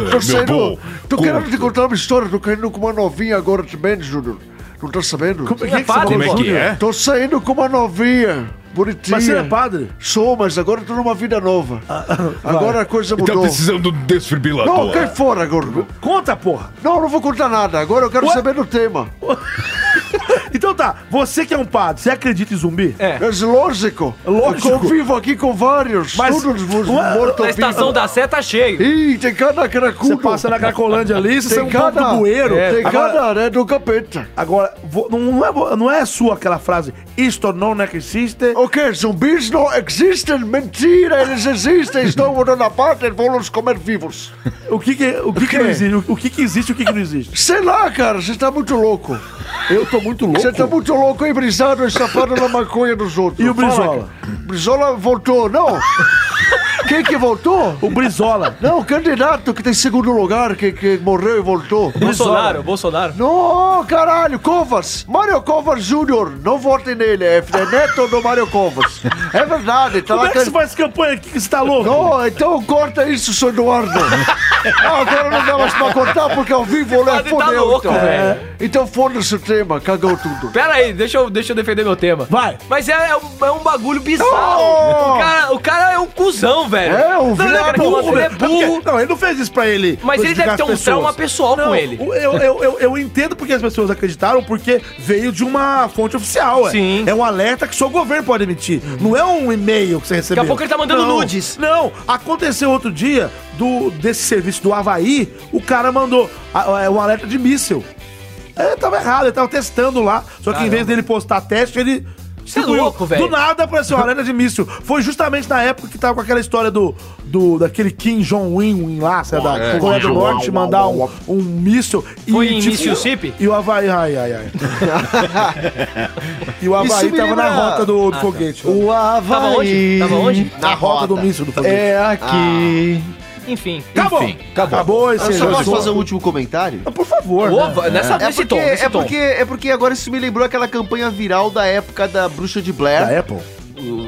Speaker 8: Tô
Speaker 10: meu
Speaker 8: saindo,
Speaker 10: bom!
Speaker 8: tô
Speaker 10: Conta.
Speaker 8: querendo te contar uma história, tô caindo com uma novinha agora também, Júnior. Não tá sabendo?
Speaker 2: Como é que
Speaker 6: padre,
Speaker 10: Como é que é?
Speaker 8: Tô saindo com uma novinha, bonitinha.
Speaker 2: Mas você é padre? Ah,
Speaker 8: Sou, mas agora tô numa vida nova. Agora a coisa
Speaker 10: Tá
Speaker 8: mudou.
Speaker 10: precisando de um desfibrilador.
Speaker 8: Não, cai fora, gordo.
Speaker 2: Conta, porra.
Speaker 8: Não, não vou contar nada. Agora eu quero
Speaker 2: Ué?
Speaker 8: saber do tema.
Speaker 2: Então tá, você que é um padre, você acredita em zumbi? É.
Speaker 8: Mas lógico.
Speaker 2: Lógico.
Speaker 8: Eu convivo aqui com vários.
Speaker 2: Mas-
Speaker 8: todos
Speaker 2: Ué,
Speaker 8: mortos
Speaker 6: Na estação da Sé tá cheio.
Speaker 8: Ih, tem cada cracudo.
Speaker 2: Você passa na Cracolândia ali, você é um
Speaker 8: tem
Speaker 2: pouco
Speaker 8: cada...
Speaker 2: do bueiro.
Speaker 8: É. Tem
Speaker 2: Agora,
Speaker 8: cada né, do capeta.
Speaker 2: agora vo- não, não é, vo- não é sua aquela frase, isto não um, né, existe.
Speaker 8: O que? Zumbis não existem? Mentira, eles existem. Estão morando na pátria e vão nos comer vivos.
Speaker 2: O que que, o que, que não existe? O, o que que existe e o que que não existe?
Speaker 8: Sei lá, cara, você tá muito louco.
Speaker 2: Eu tô muito louco.
Speaker 8: Você tá muito louco e brisado e chapado na maconha dos outros.
Speaker 2: E o Brizola?
Speaker 8: Fala, cara. Brizola voltou, não? Quem que voltou?
Speaker 2: O Brizola.
Speaker 8: Não, o candidato que tem segundo lugar, que, que morreu e voltou.
Speaker 6: Bolsonaro, Bolsonaro.
Speaker 8: Não, caralho, Covas! Mário Covas Júnior, não votem nele, é é neto do Mário Covas. É verdade, tá
Speaker 2: Como
Speaker 8: lá...
Speaker 2: é que você
Speaker 8: can-
Speaker 2: faz campanha aqui que você tá louco?
Speaker 8: Não, então corta isso, seu Eduardo. Ah, agora não dá mais pra cortar porque ao vivo, né?
Speaker 6: padre tá
Speaker 8: Fodeu,
Speaker 6: louco,
Speaker 8: então.
Speaker 6: velho.
Speaker 8: Então foda-se o tema, cagou tudo.
Speaker 6: Pera aí, deixa eu, deixa eu defender meu tema.
Speaker 2: Vai.
Speaker 6: Mas é, é um, é um bagulho bizarro.
Speaker 8: Oh!
Speaker 6: O, cara, o cara é um cuzão, velho.
Speaker 8: É, um
Speaker 6: Não,
Speaker 8: filho
Speaker 6: não,
Speaker 8: da
Speaker 6: cara, que
Speaker 8: puta.
Speaker 6: Ele é
Speaker 2: É porque-
Speaker 6: burro.
Speaker 2: Não, ele não fez isso pra ele.
Speaker 6: Mas ele deve
Speaker 2: prejudicar
Speaker 6: ter um
Speaker 2: as pessoas.
Speaker 6: trauma pessoal
Speaker 2: Não,
Speaker 6: com ele.
Speaker 2: o- Eu, eu, eu, eu entendo porque as pessoas acreditaram, porque veio de uma fonte oficial. ué.
Speaker 6: Sim. Uhum.
Speaker 2: É um alerta que só o governo pode emitir. Não é um e-mail que você recebeu.
Speaker 6: pouco ele tá mandando
Speaker 2: Não.
Speaker 6: nudes.
Speaker 2: Não, aconteceu outro dia do, desse serviço do Havaí, o cara mandou a- é um alerta de míssil. É, tava errado, ele tava testando lá. Só que em vez dele postar teste, ele.
Speaker 6: é
Speaker 2: distribuiu.
Speaker 6: louco, velho.
Speaker 2: Do nada apareceu uma alerta de míssil. Foi justamente na época que tava com aquela história do, do daquele Kim Jong-un lá, sei lá, da Coreia Tá, do Norte, mandar um, um míssil. e, tipo,
Speaker 6: Foi em Mississippi?
Speaker 2: E o Havaí, ai, ai, ai. e o Havaí
Speaker 8: Isso me
Speaker 2: tava na
Speaker 8: lembra-
Speaker 2: rota do, do foguete.
Speaker 8: O Havaí...
Speaker 6: Ah, tá. Tava onde? Tava onde?
Speaker 2: na rota do míssil do foguete. Ah.
Speaker 8: É aqui.
Speaker 6: Enfim.
Speaker 2: acabou. acabou. Acabou esse
Speaker 8: Eu só posso
Speaker 2: assunto.
Speaker 8: fazer um último comentário?
Speaker 2: Por favor. né?
Speaker 6: Ovo, nessa,
Speaker 8: É
Speaker 6: nesse
Speaker 8: porque,
Speaker 6: tom, nesse
Speaker 8: é,
Speaker 6: tom.
Speaker 8: porque, é porque agora isso me lembrou aquela campanha viral da época da Bruxa de Blair.
Speaker 2: Da Apple.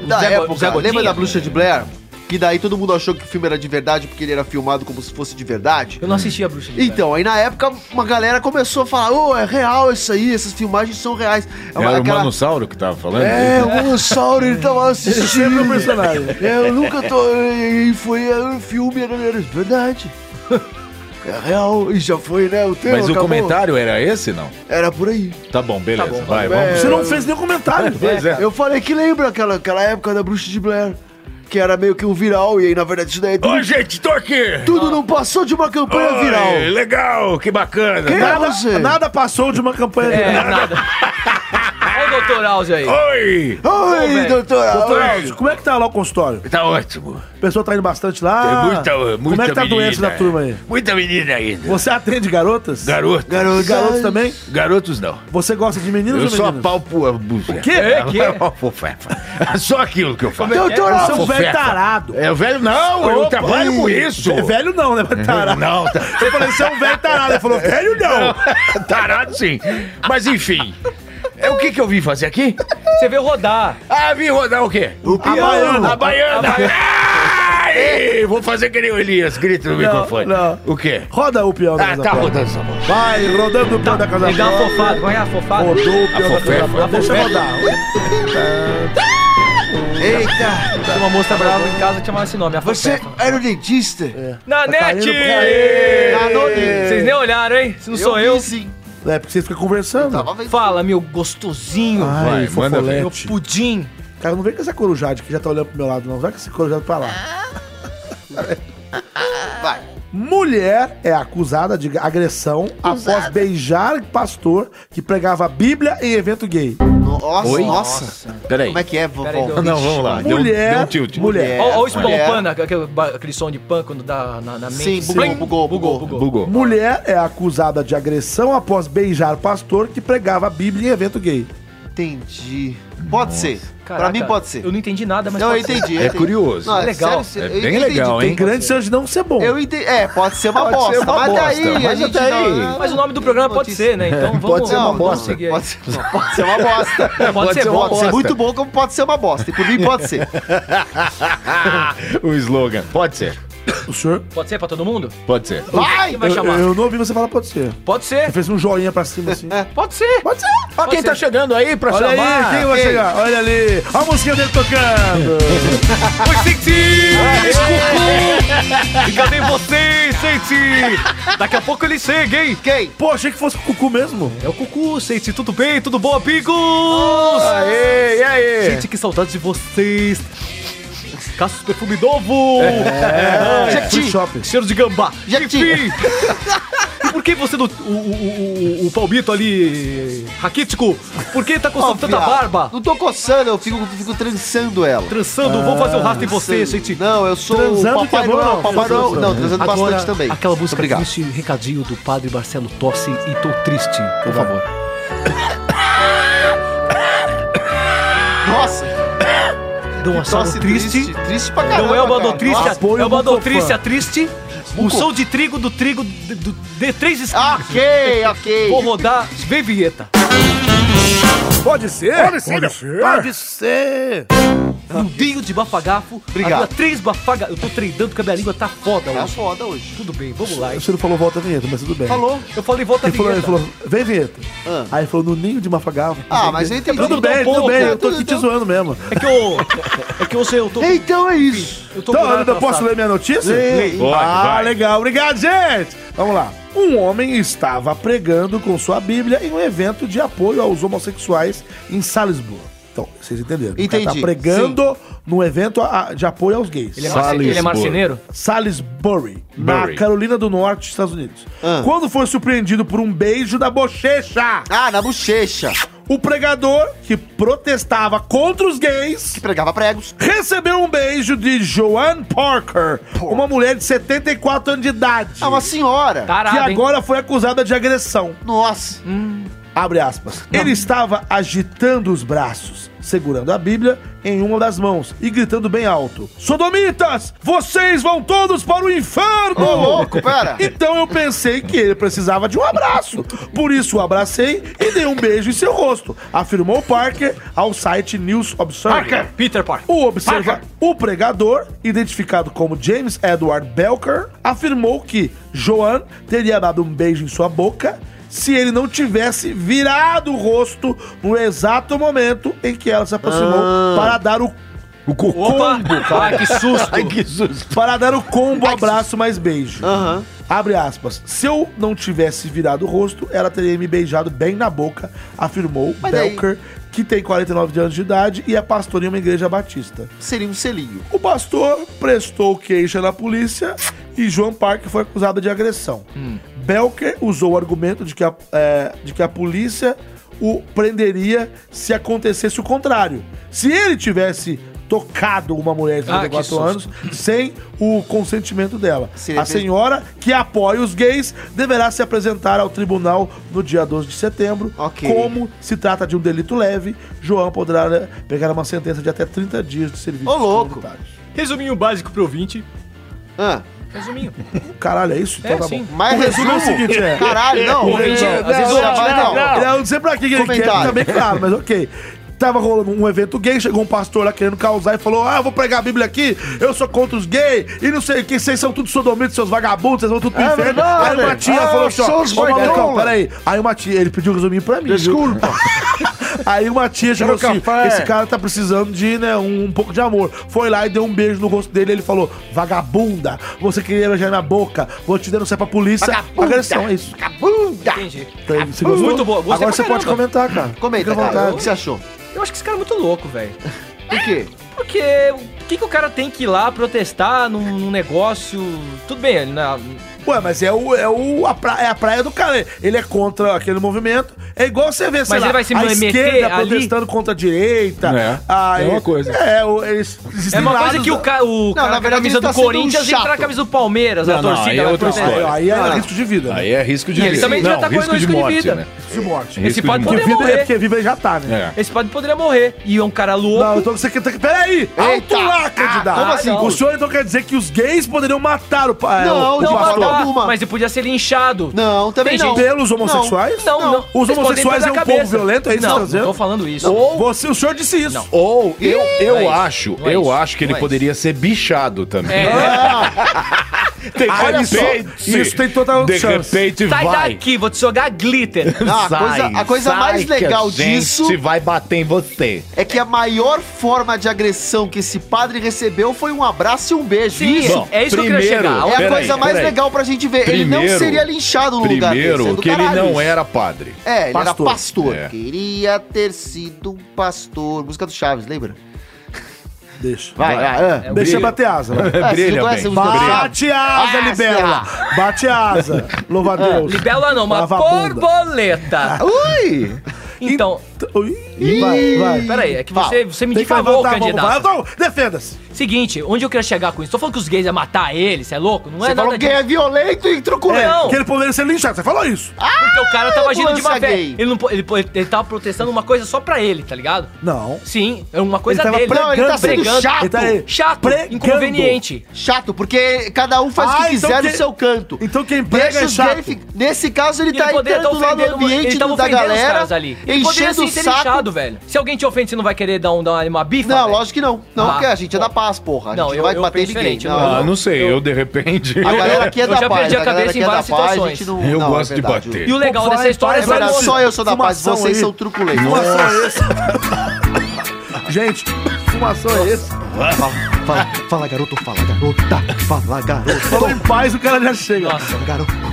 Speaker 8: Da
Speaker 6: Zé Go-
Speaker 8: época,
Speaker 6: Zé Gotinha?
Speaker 8: lembra da Bruxa de Blair? Que daí todo mundo achou que o filme era de verdade porque ele era filmado como se fosse de verdade.
Speaker 6: Eu não assisti a Bruxa de
Speaker 8: Então, aí na época uma galera começou a falar: ô, é real isso aí, essas filmagens são reais. É uma-
Speaker 10: Era o
Speaker 8: aquela-
Speaker 10: Manossauro que tava falando?
Speaker 8: É, o Manossauro, ele tava assistindo.
Speaker 2: Sempre um personagem.
Speaker 8: É, eu nunca tô. E foi é, um filme, era, era de verdade. É real, e já foi, né? O tempo
Speaker 10: Mas o comentário era esse, não?
Speaker 8: Era por aí.
Speaker 10: Tá bom, beleza. vai,
Speaker 8: É,
Speaker 10: vamos.
Speaker 2: Você não fez nenhum comentário.
Speaker 10: Pois é.
Speaker 8: Eu falei que lembra aquela, aquela época da Bruxa de Blair, que era meio que um viral, e aí na verdade isso daí tudo,
Speaker 10: Ô, gente, tô aqui!
Speaker 8: tudo não passou de uma campanha
Speaker 10: Oi,
Speaker 8: viral.
Speaker 10: Legal, que bacana.
Speaker 8: Quem é você?
Speaker 2: Nada, nada passou de uma campanha
Speaker 6: É,
Speaker 2: de
Speaker 6: nada. Olha o doutor Alze aí.
Speaker 10: Oi!
Speaker 8: Oi,
Speaker 6: velho.
Speaker 8: doutora.
Speaker 2: Doutor
Speaker 8: Oi.
Speaker 2: Alves, como é que tá lá o consultório?
Speaker 10: Tá ótimo.
Speaker 2: O pessoal tá indo bastante lá.
Speaker 10: Tem muita, Ah, muita
Speaker 2: como é que tá a
Speaker 10: menina.
Speaker 2: doença da turma aí?
Speaker 10: Muita menina ainda.
Speaker 2: Você atende garotas?
Speaker 10: Garoto.
Speaker 8: Garoto.
Speaker 2: Garotos também?
Speaker 10: Garotos não.
Speaker 2: Você gosta de meninos
Speaker 10: Eu
Speaker 2: ou
Speaker 10: sou a
Speaker 2: meninas?
Speaker 10: pálpula bufa. O
Speaker 2: quê?
Speaker 10: É,
Speaker 6: quê?
Speaker 10: é uma fofefa. Só aquilo que eu faço.
Speaker 8: Doutor
Speaker 2: Você é
Speaker 8: Alves.
Speaker 2: um velho
Speaker 10: Fofefa.
Speaker 2: tarado.
Speaker 10: É velho, não, eu
Speaker 2: Opa,
Speaker 10: trabalho com
Speaker 2: ih,
Speaker 10: isso.
Speaker 2: É velho não, né? Mas tarado.
Speaker 10: Não, tá-
Speaker 2: Eu falei, você é um velho tarado. Ele falou, velho não.
Speaker 10: Tarado sim. Mas enfim. É o que que eu vim fazer aqui?
Speaker 6: Você veio rodar.
Speaker 10: Ah, vim rodar o quê?
Speaker 8: O piano.
Speaker 10: A baiana. Ai, vou fazer que nem o Elias, grita no microfone.
Speaker 2: não.
Speaker 10: O quê?
Speaker 2: Roda o peão da
Speaker 10: Ah,
Speaker 2: casa
Speaker 10: tá
Speaker 2: Branca.
Speaker 10: rodando essa bola. Tá,
Speaker 2: Vai, rodando o peão da casa
Speaker 6: Me dá uma
Speaker 2: Branca.
Speaker 6: fofada. Como é que é a fofada?
Speaker 2: Rodou o peão da
Speaker 10: fofoca.
Speaker 2: casa Branca. Deixa rodar. Tá,
Speaker 8: Eita,
Speaker 6: Tinha uma moça brava em casa que chamava esse nome, a
Speaker 8: você
Speaker 6: fofefa.
Speaker 8: era o dentista?
Speaker 4: É.
Speaker 6: Na
Speaker 4: Tá
Speaker 6: net!
Speaker 2: caindo pro-
Speaker 6: Vocês nem olharam, hein? Se não sou
Speaker 8: vi,
Speaker 6: eu,
Speaker 8: Sim.
Speaker 2: É porque você fica conversando.
Speaker 8: Tava vendo.
Speaker 6: fala, meu gostosinho.
Speaker 2: Ai,
Speaker 10: Vai, manda ver.
Speaker 6: meu
Speaker 2: fofolete.
Speaker 6: pudim.
Speaker 2: Cara, não vem com essa corujade que já tá olhando pro meu lado, não. Vai com essa corujade pra lá.
Speaker 8: Vai.
Speaker 2: Mulher é acusada de agressão após beijar pastor que pregava a Bíblia em evento gay.
Speaker 8: Nossa,
Speaker 10: Oi?
Speaker 8: nossa.
Speaker 10: Peraí.
Speaker 8: Como é que é, vovó?
Speaker 6: Pera aí,
Speaker 10: Não, vamos lá. Deu,
Speaker 2: Mulher.
Speaker 10: deu um tilt.
Speaker 2: Mulher.
Speaker 6: Olha o spam
Speaker 8: mulher.
Speaker 6: pan, aquele, ba- aquele som de pan quando dá na, na mente. assim.
Speaker 8: Sim,
Speaker 6: Blim.
Speaker 8: bugou, bugou, bugou.
Speaker 10: Bugou.
Speaker 2: Mulher é acusada de agressão após beijar pastor que pregava a Bíblia em evento gay.
Speaker 3: Entendi. Pode ser. pra
Speaker 6: Caraca,
Speaker 3: mim pode ser.
Speaker 6: Eu não entendi nada, mas
Speaker 3: Não, eu
Speaker 6: pode ser.
Speaker 3: entendi. eu
Speaker 4: É
Speaker 3: entendi.
Speaker 4: curioso.
Speaker 3: Não,
Speaker 6: Legal.
Speaker 4: É
Speaker 3: sério, eu
Speaker 4: bem
Speaker 3: entendi,
Speaker 4: legal,
Speaker 3: tem
Speaker 4: hein?
Speaker 2: Grande chance de não ser bom.
Speaker 3: Eu entendi. É, pode ser uma
Speaker 4: Pode ser uma
Speaker 3: bosta. mas
Speaker 4: bosta,
Speaker 3: daí
Speaker 4: mas
Speaker 3: a gente
Speaker 4: até aí.
Speaker 3: não-
Speaker 6: Mas o nome do programa pode
Speaker 3: Notícia.
Speaker 6: ser, né? Então vamos.
Speaker 4: pode ser uma
Speaker 6: vamos
Speaker 4: bosta.
Speaker 6: seguir aí.
Speaker 3: Pode ser, não, pode ser uma bosta.
Speaker 6: Pode, ser,
Speaker 4: ser
Speaker 6: bom.
Speaker 4: uma
Speaker 3: É, Pode ser
Speaker 4: bosta.
Speaker 3: muito bom, como pode ser uma bosta. E por mim pode ser.
Speaker 4: o slogan. Pode ser.
Speaker 2: O senhor?
Speaker 6: Pode ser pra todo mundo?
Speaker 4: Pode ser.
Speaker 6: Vai! Quem vai
Speaker 2: Eu,
Speaker 6: chamar?
Speaker 2: eu não ouvi você falar pode ser.
Speaker 6: Pode ser,
Speaker 2: Ele fez um joinha pra cima assim.
Speaker 6: pode ser.
Speaker 2: Pode ser.
Speaker 4: Ó, quem
Speaker 6: ser.
Speaker 4: tá chegando aí pra
Speaker 2: Olha
Speaker 4: chamar.
Speaker 2: aí, quem vai chegar? Olha ali. Olha a musiquinha dele tocando.
Speaker 4: Oi,
Speaker 6: É.
Speaker 4: Senti! Cadê vocês, Senti? Daqui a pouco ele chega, hein?
Speaker 3: Quem?
Speaker 2: Pô, achei que fosse o Cucu mesmo.
Speaker 4: É o Cucu, Senti, tudo bem? Tudo bom, amigos? Aê, e aí?
Speaker 6: Gente, que saudade de vocês. Caços perfume novo.
Speaker 4: É.
Speaker 6: É,
Speaker 2: Free shopping.
Speaker 6: Cheiro de gambá.
Speaker 3: Jequiti.
Speaker 6: Enfim. E por que você do. O, o, o, o palmito ali. Raquítico? Por que tá com
Speaker 3: Ó,
Speaker 6: tanta
Speaker 3: viado,
Speaker 6: barba?
Speaker 3: Não tô coçando, eu fico, fico trançando ela.
Speaker 6: Trançando, vou fazer um rastro em você, gente.
Speaker 3: Ah, Não, eu sou
Speaker 2: Transando
Speaker 3: o Papai
Speaker 2: que é bom,
Speaker 3: Noel.
Speaker 2: não.
Speaker 3: Papai Noel. Não, transando bastante também.
Speaker 6: Aquela música
Speaker 3: Obrigado.
Speaker 6: triste, um recadinho do padre Marcelo Tosse e tô triste, por favor.
Speaker 3: Nossa,
Speaker 6: Dão uma
Speaker 3: tosse
Speaker 6: sala Então, triste.
Speaker 3: triste. Triste pra caramba.
Speaker 6: Não é o Bandotriste,
Speaker 3: cara. Nossa.
Speaker 6: é o Bandotriste
Speaker 2: Bucofan.
Speaker 6: a triste. O som de trigo do trigo de, do- de três esquinas.
Speaker 3: Ok, ok.
Speaker 6: Vou rodar, vem vinheta.
Speaker 2: Pode ser? Pode ser. Pode ser.
Speaker 6: Mundinho de bafagafo.
Speaker 3: Obrigado.
Speaker 6: Agora três bafagafos. Eu tô treinando porque a minha língua tá foda
Speaker 3: Tá
Speaker 6: hoje.
Speaker 3: foda hoje.
Speaker 6: Tudo bem, vamos lá. hein?
Speaker 2: Você não falou volta a vinheta, mas tudo bem.
Speaker 3: Falou.
Speaker 6: Eu falei, volta a
Speaker 2: Ele falou, ele
Speaker 6: vinheta.
Speaker 2: falou, vem vinheta.
Speaker 3: Ah.
Speaker 2: Aí ele falou, no ninho de mafagava.
Speaker 3: Ah, mas eu entendi.
Speaker 2: Tudo bem,
Speaker 6: Mudou um
Speaker 2: tudo bem,
Speaker 6: pouco.
Speaker 2: eu tô aqui te zoando mesmo.
Speaker 6: É que eu. É que eu sei, eu tô.
Speaker 3: Então é isso.
Speaker 6: Eu tô
Speaker 2: Então,
Speaker 8: Tá,
Speaker 6: com
Speaker 2: eu
Speaker 6: nada
Speaker 2: não posso
Speaker 6: atrasado.
Speaker 2: ler minha notícia?
Speaker 4: Pode,
Speaker 2: ah,
Speaker 4: vai.
Speaker 2: legal. Obrigado, gente. Vamos lá. Um homem estava pregando com sua Bíblia em um evento de apoio aos homossexuais em Salisburgo. Então, vocês entenderam. O cara tá
Speaker 3: Entendi,
Speaker 2: pregando num evento a- de apoio aos gays.
Speaker 6: Ele é, marce- ele é marceneiro?
Speaker 2: Salisbury, na
Speaker 4: Bury.
Speaker 2: Carolina do Norte, Estados Unidos.
Speaker 3: Ah.
Speaker 2: Quando foi surpreendido por um beijo da bochecha,
Speaker 3: Ah, na bochecha.
Speaker 2: o pregador, que protestava contra os gays,
Speaker 3: Que pregava pregos.
Speaker 2: recebeu um beijo de Joanne Parker, uma mulher de 74 anos de idade,
Speaker 3: Ah, uma senhora.
Speaker 2: que
Speaker 6: Tarado, hein?
Speaker 2: agora foi acusada de agressão.
Speaker 3: Nossa.
Speaker 6: Hum.
Speaker 2: Abre aspas. Ele estava agitando os braços, segurando a Bíblia em uma das mãos e gritando bem alto: Sodomitas, vocês vão todos para o inferno!
Speaker 3: Ô, louco, pera.
Speaker 2: Então eu pensei que ele precisava de um abraço. Por isso o abracei e dei um beijo em seu rosto, afirmou Parker ao site News Observer.
Speaker 6: Parker! Peter Parker.
Speaker 2: O, observa o pregador, identificado como James Edward Belker, afirmou que Joan teria dado um beijo em sua boca se ele não tivesse virado o rosto no exato momento em que ela se aproximou
Speaker 6: Ah.
Speaker 2: para dar o o co-
Speaker 6: Opa!
Speaker 2: combo,
Speaker 6: Ah, que susto!
Speaker 2: para dar o combo abraço mais beijo.
Speaker 3: Aham.
Speaker 2: Abre aspas. Se eu não tivesse virado o rosto, ela teria me beijado bem na boca, afirmou
Speaker 3: Mas daí-
Speaker 2: Belker, que tem 49 anos de idade e é pastor em uma igreja batista.
Speaker 3: Seria um selinho.
Speaker 2: O pastor prestou queixa na polícia e Joan Parker foi acusado de agressão. Belker usou o argumento de que, a, é, de que a polícia o prenderia se acontecesse o contrário. Se ele tivesse tocado uma mulher de
Speaker 6: Ah, que
Speaker 2: 34
Speaker 6: susto.
Speaker 2: anos sem o consentimento dela.
Speaker 3: Seria
Speaker 2: a senhora que apoia os gays deverá se apresentar ao tribunal no dia 12 de setembro
Speaker 3: Ok.
Speaker 2: como se trata de um delito leve, João poderá né, pegar uma sentença de até 30 dias de serviço.
Speaker 3: Ô, louco.
Speaker 2: comunitário.
Speaker 6: Hum, Resuminho básico pro ouvinte.
Speaker 3: Ah,
Speaker 6: Resuminho.
Speaker 2: Caralho, é isso?
Speaker 6: É,
Speaker 2: tá
Speaker 6: sim.
Speaker 3: mas resumo
Speaker 2: é o seguinte, é.
Speaker 3: Caralho, não.
Speaker 6: O ouvinte,
Speaker 3: Não,
Speaker 6: às vezes,
Speaker 3: não,
Speaker 6: o ouvinte-
Speaker 3: não, não.
Speaker 2: Eu não sei pra que que ele quer,
Speaker 3: Comentário.
Speaker 2: tá bem claro, mas ok. Tava rolando um evento gay, chegou um pastor lá querendo causar e falou: Ah, eu vou pregar a Bíblia aqui, eu sou contra os gays, e não sei o que, vocês são tudo sodomitas, seus vagabundos, vocês vão tudo pro inferno.
Speaker 3: É verdade.
Speaker 2: Aí uma tia
Speaker 3: Ah,
Speaker 2: falou assim:
Speaker 3: são
Speaker 2: ó,
Speaker 3: os
Speaker 2: ô, malucão,
Speaker 3: vagabundo.
Speaker 2: peraí. Aí uma tia, ele pediu um resuminho pra mim. viu?
Speaker 3: Desculpa.
Speaker 2: Aí uma tia chegou
Speaker 3: Quero
Speaker 2: assim:
Speaker 3: café.
Speaker 2: esse cara tá precisando de né, um, um pouco de amor. Foi lá e deu um beijo no rosto dele. Ele falou: Vagabunda, você queria beijar na boca, vou te denunciar pra polícia.
Speaker 3: Vagabunda.
Speaker 2: Agressão, é isso.
Speaker 3: Vagabunda.
Speaker 6: Entendi.
Speaker 2: Tá, você gostou?
Speaker 6: Muito boa, gostei
Speaker 2: Agora
Speaker 6: pra
Speaker 2: você pode
Speaker 6: caramba.
Speaker 2: comentar, cara.
Speaker 3: Comenta,
Speaker 2: Fica à
Speaker 3: cara. O
Speaker 2: vontade.
Speaker 3: que você achou?
Speaker 6: Eu acho que esse cara é muito louco, velho.
Speaker 3: Por quê?
Speaker 6: Porque que, que o cara tem que ir lá protestar num, num negócio? Tudo bem, ele não é-
Speaker 2: Ué, mas é, o, é, o, a pra- é a praia do cara. Ele é contra aquele movimento. É igual você vê,
Speaker 6: Mas
Speaker 2: sei lá,
Speaker 6: ele vai se
Speaker 2: a
Speaker 6: meter
Speaker 2: esquerda
Speaker 6: ali?
Speaker 2: protestando contra a direita.
Speaker 4: É,
Speaker 2: a-
Speaker 4: é uma coisa.
Speaker 2: É, o- eles... eles
Speaker 6: É uma coisa
Speaker 2: nada-
Speaker 6: que o, ca, o cara
Speaker 3: na
Speaker 6: com a
Speaker 3: verdade,
Speaker 6: camisa
Speaker 3: ele tá
Speaker 6: do
Speaker 3: sendo um
Speaker 6: Corinthians e
Speaker 3: chato.
Speaker 6: pra camisa do Palmeiras,
Speaker 4: Não,
Speaker 6: a
Speaker 4: não,
Speaker 6: torcida
Speaker 4: aí é
Speaker 6: vai
Speaker 4: outra
Speaker 6: protestar.
Speaker 4: história.
Speaker 2: Aí é
Speaker 3: Ah.
Speaker 2: risco de vida. né?
Speaker 4: Aí é risco de
Speaker 6: E ele
Speaker 4: vida.
Speaker 6: também já tá
Speaker 4: Não,
Speaker 6: correndo
Speaker 4: risco de
Speaker 6: risco de
Speaker 4: morte,
Speaker 6: vida.
Speaker 4: né?
Speaker 2: Isso morte.
Speaker 4: Risco de morte.
Speaker 6: pode
Speaker 2: Porque
Speaker 6: poder
Speaker 2: vida
Speaker 6: morrer.
Speaker 2: é porque viva ele já tá, né?
Speaker 4: É.
Speaker 6: Esse padre poderia morrer. E é um cara louco.
Speaker 2: Não, então você quer. tem que- Peraí! Alto lá, candidato!
Speaker 6: como assim?
Speaker 2: O senhor então quer dizer que os gays poderiam matar o
Speaker 4: é,
Speaker 2: pai?
Speaker 3: Não,
Speaker 2: o,
Speaker 3: é tipo de
Speaker 6: Não,
Speaker 3: forma
Speaker 2: pastor?
Speaker 6: matar,
Speaker 3: alguma.
Speaker 6: mas ele podia ser linchado.
Speaker 3: Não, também
Speaker 6: Tem
Speaker 3: não.
Speaker 6: gente-
Speaker 2: Pelos homossexuais?
Speaker 6: Não, não.
Speaker 2: Os
Speaker 6: Vocês podem
Speaker 2: homossexuais
Speaker 6: perder
Speaker 2: é um
Speaker 6: a
Speaker 2: povo
Speaker 6: cabeça.
Speaker 2: violento, é isso que
Speaker 6: não,
Speaker 2: você tá dizendo?
Speaker 6: Não, tô falando isso.
Speaker 2: Você, o senhor disse isso.
Speaker 4: Ou eu, eu
Speaker 6: não é isso,
Speaker 4: acho,
Speaker 6: não é
Speaker 4: eu
Speaker 6: isso,
Speaker 4: acho que ele
Speaker 6: não é
Speaker 4: poderia ser bichado também. Né?
Speaker 6: É.
Speaker 4: De
Speaker 2: Olha só, isso tem total
Speaker 4: De
Speaker 2: chance.
Speaker 4: repente
Speaker 6: Sai
Speaker 4: vai.
Speaker 6: daqui, vou te jogar glitter.
Speaker 3: Ah, a coisa- a coisa mais
Speaker 4: que a
Speaker 3: legal
Speaker 4: gente
Speaker 3: disso-
Speaker 4: vai bater em você.
Speaker 3: É que a maior forma de agressão que esse padre recebeu foi um abraço e um beijo.
Speaker 6: Sim,
Speaker 3: Isso
Speaker 6: Bom, é isso que eu queria
Speaker 4: primeiro-
Speaker 6: chegar.
Speaker 3: é a
Speaker 4: peraí,
Speaker 3: coisa mais
Speaker 4: peraí.
Speaker 3: legal pra gente ver. ele não
Speaker 4: Primeiro-
Speaker 3: seria linchado no lugar desse.
Speaker 4: Primeiro,
Speaker 3: é do
Speaker 4: que ele
Speaker 3: caralho
Speaker 4: não
Speaker 3: isso.
Speaker 4: era padre.
Speaker 3: É, ele
Speaker 2: Pastor.
Speaker 3: era pastor.
Speaker 4: É.
Speaker 3: Queria ter sido um pastor. Música do Chaves, lembra?
Speaker 2: Deixa.
Speaker 3: Vai, vai. ah.
Speaker 6: É o
Speaker 2: Deixa
Speaker 4: brilho.
Speaker 2: bater asa. vai.
Speaker 3: Ah, vocês não
Speaker 4: Brilha
Speaker 3: conhecem a
Speaker 4: bem.
Speaker 3: música do Chaves?
Speaker 2: Bate asa,
Speaker 3: Ah,
Speaker 2: libela! Bate asa! Louva a Deus!
Speaker 6: Libela Ah, não, uma
Speaker 2: Lava a bunda.
Speaker 6: borboleta.
Speaker 3: Ui!
Speaker 6: Então,
Speaker 2: Ui, Vai, vai.
Speaker 6: peraí, é que
Speaker 3: Fala.
Speaker 6: você, você me
Speaker 2: Tem que levantar
Speaker 6: difamou,
Speaker 2: a mão, vai.
Speaker 6: candidato.
Speaker 2: Então, defenda-se!
Speaker 6: Seguinte, onde eu queria chegar com isso? Tô falando que os gays iam matar ele, você é louco? Não é
Speaker 3: Você falou
Speaker 6: nada É.
Speaker 3: que é violento e truculento.
Speaker 6: Não.
Speaker 2: Que ele poderia ser linchado, você falou isso!
Speaker 6: Porque o cara tava agindo de
Speaker 3: ambulância
Speaker 6: uma
Speaker 3: Ah, gay.
Speaker 6: vez. Ele, não, po- ele, po- ele tava protestando uma coisa só pra ele, tá ligado?
Speaker 2: Não.
Speaker 6: Sim, é uma coisa
Speaker 2: Ele tava
Speaker 6: dele.
Speaker 3: Não, ele tá sendo
Speaker 6: Pregando.
Speaker 3: chato.
Speaker 2: Ele tá aí.
Speaker 6: Chato,
Speaker 2: Pregando.
Speaker 6: inconveniente.
Speaker 3: Chato, porque cada um faz o
Speaker 2: Ah,
Speaker 3: que
Speaker 2: então
Speaker 3: quiser no
Speaker 2: que-
Speaker 3: seu canto.
Speaker 2: Então quem
Speaker 3: Deixa
Speaker 2: prega é
Speaker 3: os gays
Speaker 2: chato.
Speaker 3: fi- Nesse caso, ele, tá
Speaker 6: poderia
Speaker 3: entrando
Speaker 6: tá
Speaker 3: lá no
Speaker 6: ofendendo-
Speaker 3: ambiente
Speaker 6: ele tá
Speaker 3: da
Speaker 6: ofendendo os
Speaker 3: galera,
Speaker 6: caras ali. Ele poderia
Speaker 3: enchendo
Speaker 6: sim
Speaker 3: o
Speaker 6: ser
Speaker 3: saco.
Speaker 6: linchado, velho. Se alguém te ofende, você não vai querer dar, um, dar uma bifa?
Speaker 3: Não,
Speaker 6: velho?
Speaker 3: lógico que não. Não,
Speaker 6: Ah,
Speaker 3: porque a gente é da paz, porra. A gente
Speaker 6: não,
Speaker 3: não,
Speaker 6: eu-
Speaker 3: vai
Speaker 6: eu
Speaker 3: bater
Speaker 6: penso
Speaker 3: ninguém.
Speaker 6: diferente,
Speaker 3: Não,
Speaker 6: não.
Speaker 4: Ah,
Speaker 3: não.
Speaker 4: não sei, eu, de repente.
Speaker 3: A galera aqui é
Speaker 6: eu
Speaker 3: da
Speaker 6: já
Speaker 3: paz.
Speaker 6: perdi a
Speaker 3: galera
Speaker 6: cabeça
Speaker 3: aqui
Speaker 6: em
Speaker 3: é da
Speaker 6: várias
Speaker 3: paz,
Speaker 6: situações.
Speaker 3: gente não-
Speaker 4: Eu
Speaker 3: não, é
Speaker 4: gosto de
Speaker 3: verdade.
Speaker 4: bater.
Speaker 6: E o legal
Speaker 2: Vai,
Speaker 6: dessa história
Speaker 2: vai,
Speaker 6: é
Speaker 3: É verdade,
Speaker 2: Fumação
Speaker 3: só eu sou da paz,
Speaker 2: aí.
Speaker 3: vocês são truculentos.
Speaker 2: Fumação é esse? Gente, fumação é esse?
Speaker 3: Fala, fala, fala, garoto, fala, garota, fala, garoto,
Speaker 2: Falou em paz, o cara já chega.
Speaker 6: Nossa.
Speaker 3: garoto.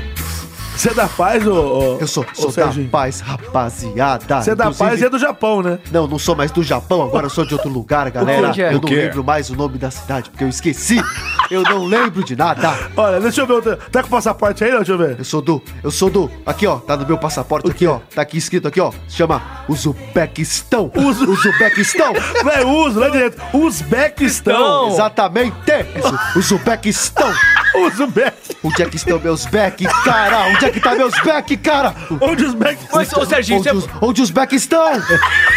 Speaker 2: Você é da paz, ô. ô-
Speaker 3: Eu sou,
Speaker 2: ô,
Speaker 3: sou da
Speaker 2: Serginho?
Speaker 3: paz, rapaziada.
Speaker 2: Você é da
Speaker 3: Inclusive-
Speaker 2: paz e é do Japão, né?
Speaker 3: Não, não sou mais do Japão, agora eu sou de outro lugar, galera.
Speaker 6: Onde é?
Speaker 3: Eu
Speaker 4: O
Speaker 3: não
Speaker 4: quê?
Speaker 3: lembro mais o nome da cidade, porque eu esqueci. Eu não lembro de nada.
Speaker 2: Olha, deixa eu ver. outra- Tá com o passaporte aí, não? Deixa eu ver.
Speaker 3: Eu sou do, eu sou do. Aqui, ó, tá no meu passaporte aqui, ó. Tá aqui escrito aqui, ó. Se chama Uzbequistão. Uzu... Uzbequistão.
Speaker 2: Não é uso, não é direito. Uzbequistão.
Speaker 3: Exatamente. Uzu- Uzbequistão.
Speaker 2: Uzbek.
Speaker 3: Onde é que estão meus back, cara? Onde é que tá meus back, cara?
Speaker 2: Onde os Beck.
Speaker 6: Mas, ô Serginho,
Speaker 3: Onde
Speaker 6: você...
Speaker 3: os, onde os back estão?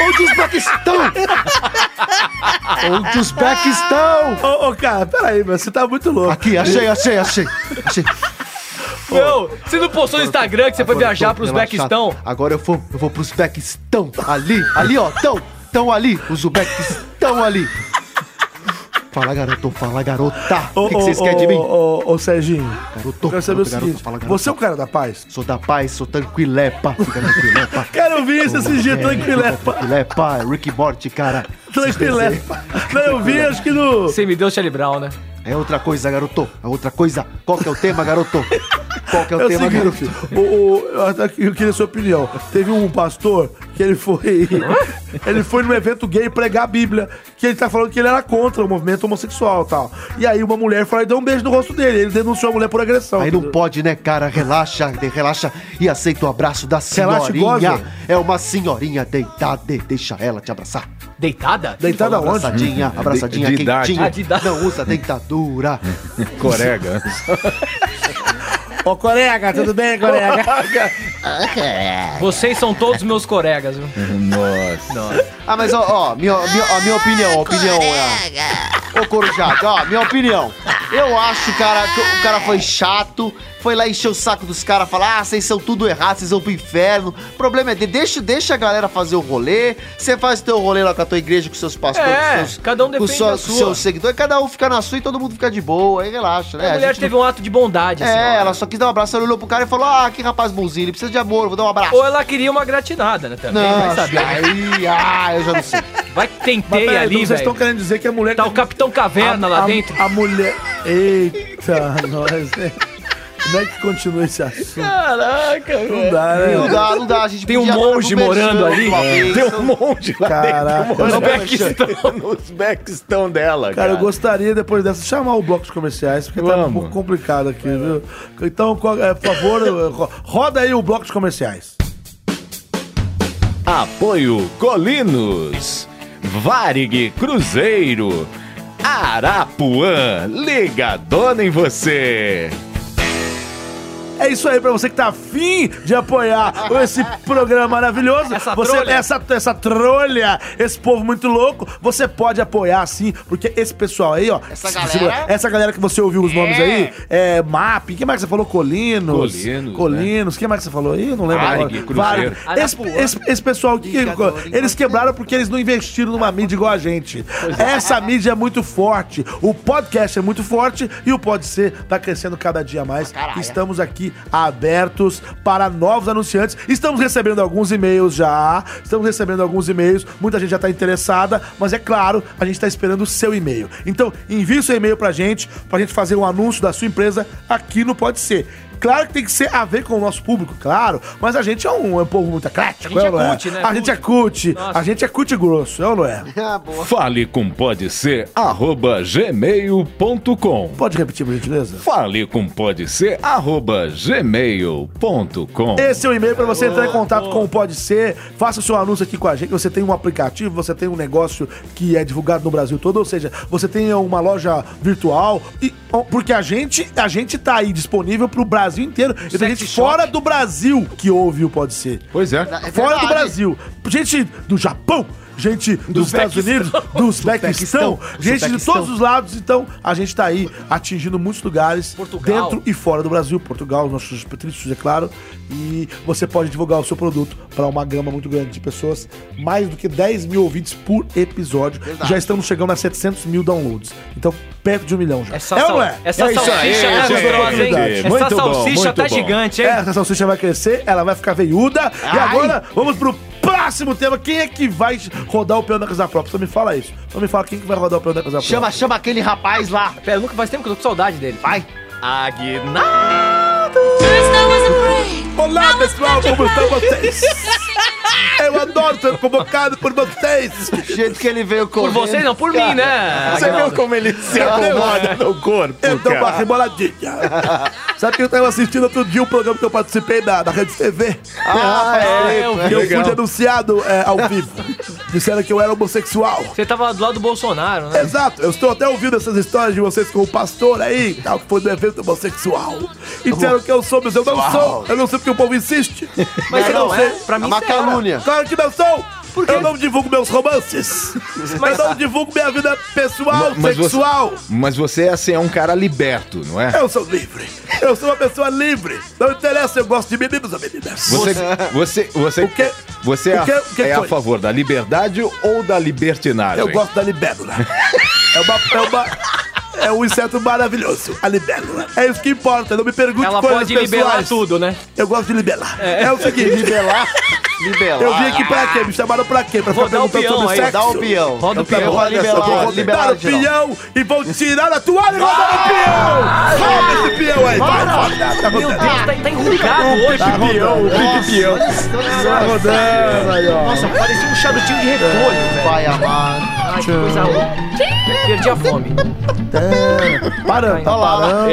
Speaker 3: Onde os back estão? Onde os back estão?
Speaker 2: Ô, ô, cara, peraí, meu. Você tá muito louco.
Speaker 3: Aqui, achei, achei, achei. achei.
Speaker 6: Não, você não postou no Instagram que você foi
Speaker 3: Agora eu
Speaker 6: viajar
Speaker 3: tô
Speaker 6: pros
Speaker 3: relaxado.
Speaker 6: Bequistão?
Speaker 3: Agora eu vou, eu vou pros Bequistão. Ali, ali, ó. Tão, tão ali. Os Bequistão ali. Fala, garoto. Fala, garota. O que que vocês querem de mim?
Speaker 2: Ô, ô, ô, Serginho.
Speaker 3: Garoto,
Speaker 2: Eu quero saber o
Speaker 3: garoto, garoto,
Speaker 2: seguinte.
Speaker 3: fala, garoto.
Speaker 2: Você é um cara da paz?
Speaker 3: Sou da paz, sou tranquilepa. Fica tranquilepa. É,
Speaker 2: Cara, eu vi isso esse dia, tranquilepa.
Speaker 3: Tranquilepa, é Rick Morty, cara.
Speaker 2: Tranquilepa. Não, eu vi, acho que no.
Speaker 6: Você me deu Charlie Brown, né?
Speaker 3: É outra coisa, garoto. É outra coisa. Qual que é o tema, garoto? Qual que é o
Speaker 2: É o
Speaker 3: tema,
Speaker 2: seguinte,
Speaker 3: garoto?
Speaker 2: o, o- eu, até que- eu queria sua opinião. Teve um pastor que ele foi. ele foi num evento gay pregar a Bíblia. Que ele tá falando que ele era contra o movimento homossexual e tal. E aí uma mulher foi lá e deu um beijo no rosto dele. Ele denunciou a mulher por agressão.
Speaker 3: Aí não pode, né, cara? Relaxa, de- relaxa e aceita o abraço da
Speaker 2: Relaxa e
Speaker 3: senhorinha.
Speaker 2: goza.
Speaker 3: é uma senhorinha deitada, e deixa ela te abraçar.
Speaker 6: Deitada?
Speaker 2: Deitada
Speaker 3: Falou
Speaker 2: onde?
Speaker 3: Abraçadinha, abraçadinha,
Speaker 4: de idade.
Speaker 3: quentinha.
Speaker 6: Ah, de idade.
Speaker 3: Não usa dentadura.
Speaker 4: Corega.
Speaker 2: Ô, colega, tudo bem, colega?
Speaker 6: Vocês são todos meus colegas, viu?
Speaker 4: Nossa.
Speaker 3: Ah, mas ó, ó, minha, minha- a minha opinião, a opinião, ó. Ô, Corujado, ó, minha opinião. Eu acho, cara, que o cara foi chato, foi lá encher o saco dos caras, falar, ah, vocês são tudo errado, vocês vão pro inferno. O problema é, de, deixa, deixa a galera fazer o rolê, você faz o teu rolê lá com a tua igreja, com seus pastores,
Speaker 6: É,
Speaker 3: com seus,
Speaker 6: cada um
Speaker 3: com
Speaker 6: defende
Speaker 3: sua-
Speaker 6: a
Speaker 3: com
Speaker 6: sua.
Speaker 3: seus seguidores, cada um fica na sua e todo mundo fica de boa, aí relaxa, né?
Speaker 6: a mulher teve um ato de bondade, assim.
Speaker 3: É,
Speaker 6: ó.
Speaker 3: ela só quis dar um abraço, ela olhou pro cara e falou, ah, que rapaz bonzinho, ele precisa de amor, vou dar um abraço.
Speaker 6: Ou ela queria uma gratinada, né? Também, vai
Speaker 3: Não,
Speaker 6: saber.
Speaker 3: aí, ah, eu já não sei.
Speaker 6: Vai que tentei
Speaker 2: Peraí, então
Speaker 6: ali,
Speaker 2: vocês estão
Speaker 6: velho.
Speaker 2: querendo dizer que a mulher.
Speaker 6: Tá o Capitão Caverna
Speaker 2: a,
Speaker 6: lá
Speaker 2: a-
Speaker 6: dentro.
Speaker 2: A mulher. Eita, nós. Como é que continua esse assunto?
Speaker 6: Caraca,
Speaker 2: Não dá,
Speaker 3: Não
Speaker 2: né?
Speaker 3: dá, não dá, a gente
Speaker 5: Tem um
Speaker 3: podia agora
Speaker 5: monge
Speaker 3: pro
Speaker 5: morando
Speaker 3: Bertão,
Speaker 5: ali.
Speaker 3: uma vez.
Speaker 4: Tem um monte lá
Speaker 2: Caraca,
Speaker 4: dentro.
Speaker 2: velho.
Speaker 4: Os backs estão dela,
Speaker 2: Cara,
Speaker 4: cara.
Speaker 2: eu gostaria depois dessa chamar o bloco de comerciais, porque tá um
Speaker 4: Vamos.
Speaker 2: pouco complicado aqui, viu? Então, co- é, por favor, ro- roda aí o bloco de comerciais.
Speaker 4: Apoio Colinos, Varig Cruzeiro, Arapuã, ligadona em você.
Speaker 2: É isso aí, pra você que tá afim de apoiar esse programa maravilhoso.
Speaker 6: Essa
Speaker 2: você,
Speaker 6: trolha.
Speaker 2: Essa, essa trolha, esse povo muito louco, você pode apoiar sim, porque esse pessoal aí, ó.
Speaker 3: Essa
Speaker 2: se-
Speaker 3: galera?
Speaker 2: segura- essa galera que você ouviu os nomes aí, é MAP, quem mais que você falou? Colinos.
Speaker 4: Colinos,
Speaker 2: Colinos, quem mais que você falou aí? Não lembro
Speaker 4: Varig,
Speaker 2: agora.
Speaker 4: Cruzeiro.
Speaker 2: Varig. Esse, esse- esse pessoal, que, eles quebraram porque eles não investiram numa mídia igual a gente. Essa mídia é muito forte, o podcast é muito forte e o Pode Ser tá crescendo cada dia mais.
Speaker 3: Caralho.
Speaker 2: Estamos aqui abertos para novos anunciantes. Estamos recebendo alguns e-mails já. Estamos recebendo alguns e-mails. Muita gente já está interessada, mas é claro, a gente está esperando o seu e-mail. Então, envie o seu e-mail para gente, para gente fazer um anúncio da sua empresa aqui no Pode Ser. Claro que tem que ser a ver com o nosso público, claro, mas a gente é um, é um povo muito eclético,
Speaker 6: A gente
Speaker 2: é ou não
Speaker 6: é
Speaker 2: é?
Speaker 6: cult, né?
Speaker 2: A gente é cult, a gente é cult grosso, é ou não é?
Speaker 3: Ah, boa.
Speaker 4: Fale com pode ser arroba gmail.com.
Speaker 2: Pode repetir, por gentileza?
Speaker 4: Fale com pode ser arroba gmail.com.
Speaker 2: Esse é o e-mail para você entrar em contato com o Pode Ser. Faça o seu anúncio aqui com a gente. Você tem um aplicativo, você tem um negócio que é divulgado no Brasil todo, ou seja, você tem uma loja virtual. E, ó, porque a gente, a gente tá aí disponível pro Brasil inteiro. E tem
Speaker 6: sex
Speaker 2: gente
Speaker 6: shop.
Speaker 2: fora do Brasil que ouve o Pode Ser.
Speaker 4: Pois é.
Speaker 3: É
Speaker 2: fora
Speaker 3: verdade.
Speaker 2: do Brasil. Gente do Japão. Gente dos Estados Unidos, dos Uzbequistão, gente de todos os lados, então a gente tá aí atingindo muitos lugares
Speaker 6: Portugal.
Speaker 2: dentro e fora do Brasil, Portugal, os nossos patrícios, é claro. E você pode divulgar o seu produto para uma gama muito grande de pessoas, mais do que 10 mil ouvintes por episódio. Já estamos chegando a 700 mil downloads. Então, perto de um milhão já.
Speaker 6: Essa,
Speaker 2: é ou
Speaker 6: sal-
Speaker 2: não é?
Speaker 6: essa
Speaker 4: É isso
Speaker 6: salsicha
Speaker 4: aí,
Speaker 6: tá
Speaker 4: gente.
Speaker 6: gostosa, hein?
Speaker 4: Verdade.
Speaker 6: Essa
Speaker 4: Muito bom,
Speaker 6: salsicha
Speaker 4: muito bom.
Speaker 6: tá gigante, hein?
Speaker 2: Essa salsicha vai crescer, ela vai ficar veiuda. E
Speaker 3: Ai.
Speaker 2: agora, vamos pro próximo tema. Quem é que vai rodar o peão da casa própria? Só me fala isso. Só me fala quem que vai rodar o peão da casa própria.
Speaker 3: Chama, chama aquele rapaz lá.
Speaker 6: Pera, nunca faz tempo que eu tô com saudade dele.
Speaker 3: Vai.
Speaker 6: Aguinaldo!
Speaker 2: Olá, pessoal, como
Speaker 10: Então
Speaker 2: estão vocês? Eu adoro ser convocado por vocês.
Speaker 3: Do jeito que ele veio
Speaker 6: Por
Speaker 3: correndo.
Speaker 6: vocês não, por mim, né?
Speaker 4: Você viu como ele se acomoda no corpo,
Speaker 2: Eu dou uma
Speaker 4: cara?
Speaker 2: reboladinha. Sabe que eu tava assistindo outro dia um programa que eu participei da, da Rede TV?
Speaker 3: Ah, é.
Speaker 6: eu vi.
Speaker 2: E eu fui
Speaker 4: legal.
Speaker 2: denunciado é, ao vivo. Disseram que eu era homossexual.
Speaker 6: Você tava do lado do Bolsonaro, né?
Speaker 2: Exato, eu estou até ouvindo essas histórias de vocês com o pastor aí, e tal, que foi do evento homossexual. E disseram que eu sou, mas eu não sou. Eu não sei porque o povo insiste.
Speaker 6: Mas você
Speaker 2: eu não,
Speaker 6: não
Speaker 2: sei.
Speaker 6: é? Pra
Speaker 3: É
Speaker 6: mim,
Speaker 3: uma
Speaker 6: você era.
Speaker 3: calúnia.
Speaker 2: Claro que não sou. Eu não divulgo meus romances.
Speaker 6: Mas-
Speaker 2: Eu não divulgo minha vida pessoal,
Speaker 4: Mas você-
Speaker 2: sexual.
Speaker 4: Mas você assim, é um cara liberto, não é?
Speaker 2: Eu sou livre. Eu sou uma pessoa livre. Não interessa, eu gosto de meninos ou meninas.
Speaker 4: Você, você, você,
Speaker 2: O quê?
Speaker 4: você é,
Speaker 2: O quê?
Speaker 4: a-
Speaker 2: O quê
Speaker 4: é a
Speaker 2: foi?
Speaker 4: favor da liberdade ou da libertinagem?
Speaker 2: Eu gosto da libélula. É uma. É uma... É um inseto maravilhoso, a libélula. É isso que importa, não me pergunte
Speaker 6: Ela
Speaker 2: coisas
Speaker 6: pode liberar
Speaker 2: pessoais.
Speaker 6: tudo, né?
Speaker 2: Eu gosto de libelar. É, o seguinte,
Speaker 3: Libelar. Libelar.
Speaker 2: eu vim aqui pra quê? Me chamaram pra quê? Pra
Speaker 6: Vou dar o peão aí,
Speaker 2: sexo?
Speaker 3: Dá o peão.
Speaker 6: Roda o
Speaker 3: Eu quero
Speaker 6: peão,
Speaker 3: rodar
Speaker 6: vai
Speaker 3: essa
Speaker 6: liberar,
Speaker 3: porra.
Speaker 2: Vou
Speaker 3: Liberar
Speaker 2: dar o
Speaker 3: geral.
Speaker 2: peão e vou tirar a toalha e rodar o peão! Roda esse peão aí, vai, roda! Tá
Speaker 6: Meu Deus, tá,
Speaker 2: rodando.
Speaker 6: tá enrugado hoje.
Speaker 2: Tá rodando.
Speaker 3: Nossa, olha isso, olha isso.
Speaker 2: Tá rodando. É.
Speaker 6: Nossa, parecia um charutinho de repolho, velho.
Speaker 3: Vai amar.
Speaker 6: Ai, que coisa ruim. Perdi a fome.
Speaker 2: Parando, tá parando, tá parando,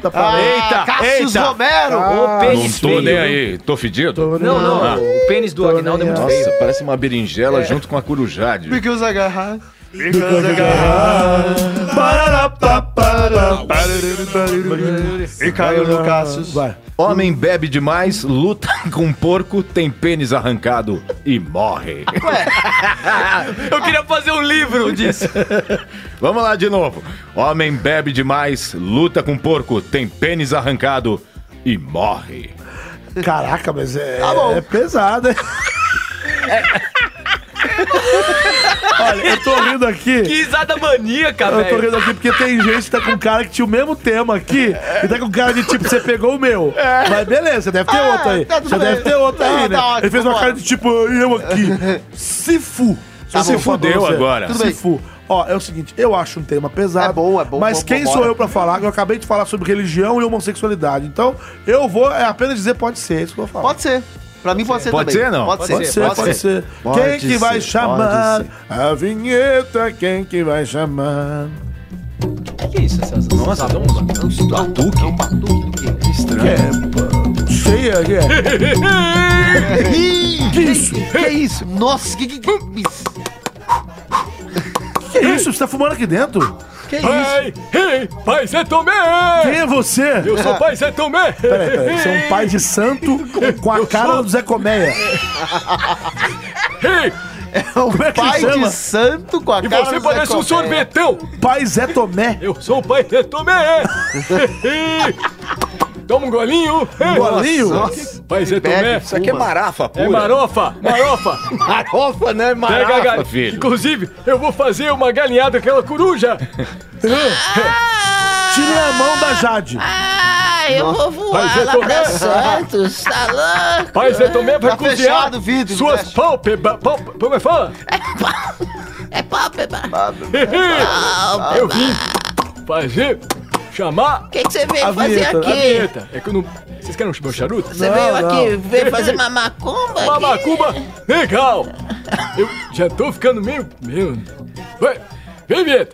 Speaker 2: tá parando.
Speaker 4: Eita,
Speaker 3: Cassius
Speaker 4: eita.
Speaker 3: Romero.
Speaker 2: Ah,
Speaker 6: o
Speaker 4: Não
Speaker 6: pênis
Speaker 4: tô
Speaker 6: feio.
Speaker 4: nem aí, tô fedido.
Speaker 6: Não, não,
Speaker 4: Ah.
Speaker 6: o pênis do Agnaldo é muito feio. É.
Speaker 4: Nossa, parece uma berinjela junto com a corujade.
Speaker 3: Because I got high. E caiu no Cassius.
Speaker 2: Vai.
Speaker 4: Homem bebe demais, luta com um porco, tem pênis arrancado e morre.
Speaker 6: Eu queria fazer um é livro disso.
Speaker 4: Vamos lá de novo. Homem bebe demais, luta com um porco, tem pênis arrancado e morre.
Speaker 2: Caraca, mas é,
Speaker 3: Tá
Speaker 2: é pesado, hein? Olha, eu tô rindo aqui.
Speaker 6: Que risada maníaca,
Speaker 2: Eu tô
Speaker 6: velho.
Speaker 2: rindo aqui porque tem gente que tá com um cara que tinha o mesmo tema aqui e tá com cara de tipo, você pegou o meu. Mas beleza, deve ter outro aí.
Speaker 3: É. tá tudo
Speaker 2: Você
Speaker 3: bem.
Speaker 2: deve ter outro
Speaker 3: Tá,
Speaker 2: aí, né?
Speaker 3: tá ótimo,
Speaker 2: Ele fez uma
Speaker 3: vambora.
Speaker 2: cara de tipo, eu aqui. Se fu.
Speaker 4: Você se
Speaker 2: fudeu
Speaker 4: fudeu agora.
Speaker 3: Tudo
Speaker 2: Se
Speaker 3: bem.
Speaker 2: fu. Ó, é o seguinte, eu acho um tema pesado.
Speaker 3: É bom, é bom,
Speaker 2: Mas
Speaker 3: bom,
Speaker 2: quem
Speaker 3: vambora.
Speaker 2: sou eu pra falar? Eu acabei de falar sobre religião e homossexualidade. Então, eu vou é, apenas dizer pode ser, é isso que eu vou falar.
Speaker 3: Pode ser. Pra mim pode ser
Speaker 4: Pode
Speaker 3: também.
Speaker 4: ser, não?
Speaker 3: Pode,
Speaker 2: Pode
Speaker 3: ser, pode, ser.
Speaker 2: Pode quem que
Speaker 3: ser,
Speaker 2: vai
Speaker 3: pode
Speaker 2: chamar
Speaker 3: ser.
Speaker 2: a vinheta? Quem que vai chamar?
Speaker 6: O que é isso? Essas, Nossa, essas ondas?
Speaker 3: Batuque? É um batuque do quê?
Speaker 2: É, Cheia, é. que isso?
Speaker 3: Que é isso? Nossa, que que... que...
Speaker 2: Que isso? Você tá fumando aqui dentro?
Speaker 6: Que é isso?
Speaker 10: ei, pai Zé Tomé!
Speaker 2: Quem é você?
Speaker 10: Eu sou pai Zé Tomé!
Speaker 2: Peraí, peraí. Você é um pai de santo com a cara do Zé Colmeia.
Speaker 3: É um
Speaker 2: é que
Speaker 3: pai
Speaker 2: chama?
Speaker 3: de santo com a
Speaker 10: E
Speaker 3: cara
Speaker 10: você
Speaker 3: do Zé
Speaker 10: parece um
Speaker 3: Colmeia.
Speaker 10: sorvetão!
Speaker 2: Pai Zé Tomé.
Speaker 10: Eu sou o pai Zé Tomé! Toma um golinho!
Speaker 2: Bolinho?
Speaker 3: Nossa.
Speaker 10: Pai Zé Tomé!
Speaker 3: Bebe,
Speaker 4: Isso aqui é
Speaker 3: fuma.
Speaker 4: marafa, pô.
Speaker 10: É marofa, marofa!
Speaker 4: Marofa, né?
Speaker 10: Pega a galinha.
Speaker 4: filho.
Speaker 10: Inclusive, eu vou fazer uma galinhada com aquela coruja.
Speaker 2: Tirei a mão da Jade.
Speaker 9: Ah, eu vou
Speaker 10: Mas
Speaker 9: voar
Speaker 10: eu
Speaker 9: lá
Speaker 10: tô
Speaker 9: pra
Speaker 10: vendo.
Speaker 9: Santos, tá louco?
Speaker 10: Pai Zé Tomé vai
Speaker 3: Tá
Speaker 10: cozinhar
Speaker 3: fechado o vídeo,
Speaker 10: suas
Speaker 3: fecha.
Speaker 10: pálpebras. Pálpebra, como é que fala?
Speaker 9: É pálpebra. né?
Speaker 10: eu vim fazer, chamar
Speaker 9: O que que você veio
Speaker 2: A
Speaker 9: fazer
Speaker 2: vinheta,
Speaker 10: a
Speaker 9: aqui?
Speaker 10: vinheta. É que eu não... Vocês querem um meu charuto?
Speaker 9: Você
Speaker 2: Não,
Speaker 9: veio
Speaker 2: não.
Speaker 9: aqui, veio fazer uma macumba? aqui?
Speaker 10: Babacuba, legal. Eu já tô ficando meio... meio... Vai, vem, Vieta.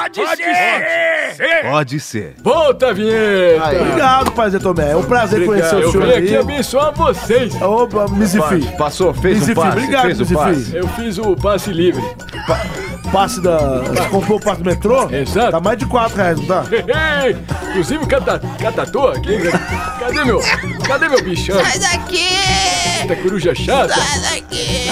Speaker 10: Pode, ser.
Speaker 4: Pode ser.
Speaker 10: Volta, Vinheta!
Speaker 3: Aí, ó.
Speaker 2: Obrigado, Pai Zé Tomé. É um prazer conhecer o
Speaker 10: Eu
Speaker 2: senhor
Speaker 10: vim aqui
Speaker 2: aí.
Speaker 10: abençoar vocês!
Speaker 2: Opa, Mizifi.
Speaker 4: Passou, fez
Speaker 2: Mizifi,
Speaker 4: o passe.
Speaker 2: obrigado,
Speaker 4: fez o
Speaker 2: Mizifi.
Speaker 4: passe.
Speaker 10: Eu fiz o passe livre.
Speaker 2: Passe da. Você comprou o passe do metrô?
Speaker 10: Exato.
Speaker 2: Tá mais de 4 reais, não tá?
Speaker 10: Ei, Inclusive o cata, catatoa aqui. né? Cadê meu? Cadê meu bichão?
Speaker 9: Sai daqui!
Speaker 10: Da coruja chata?
Speaker 9: Sai daqui!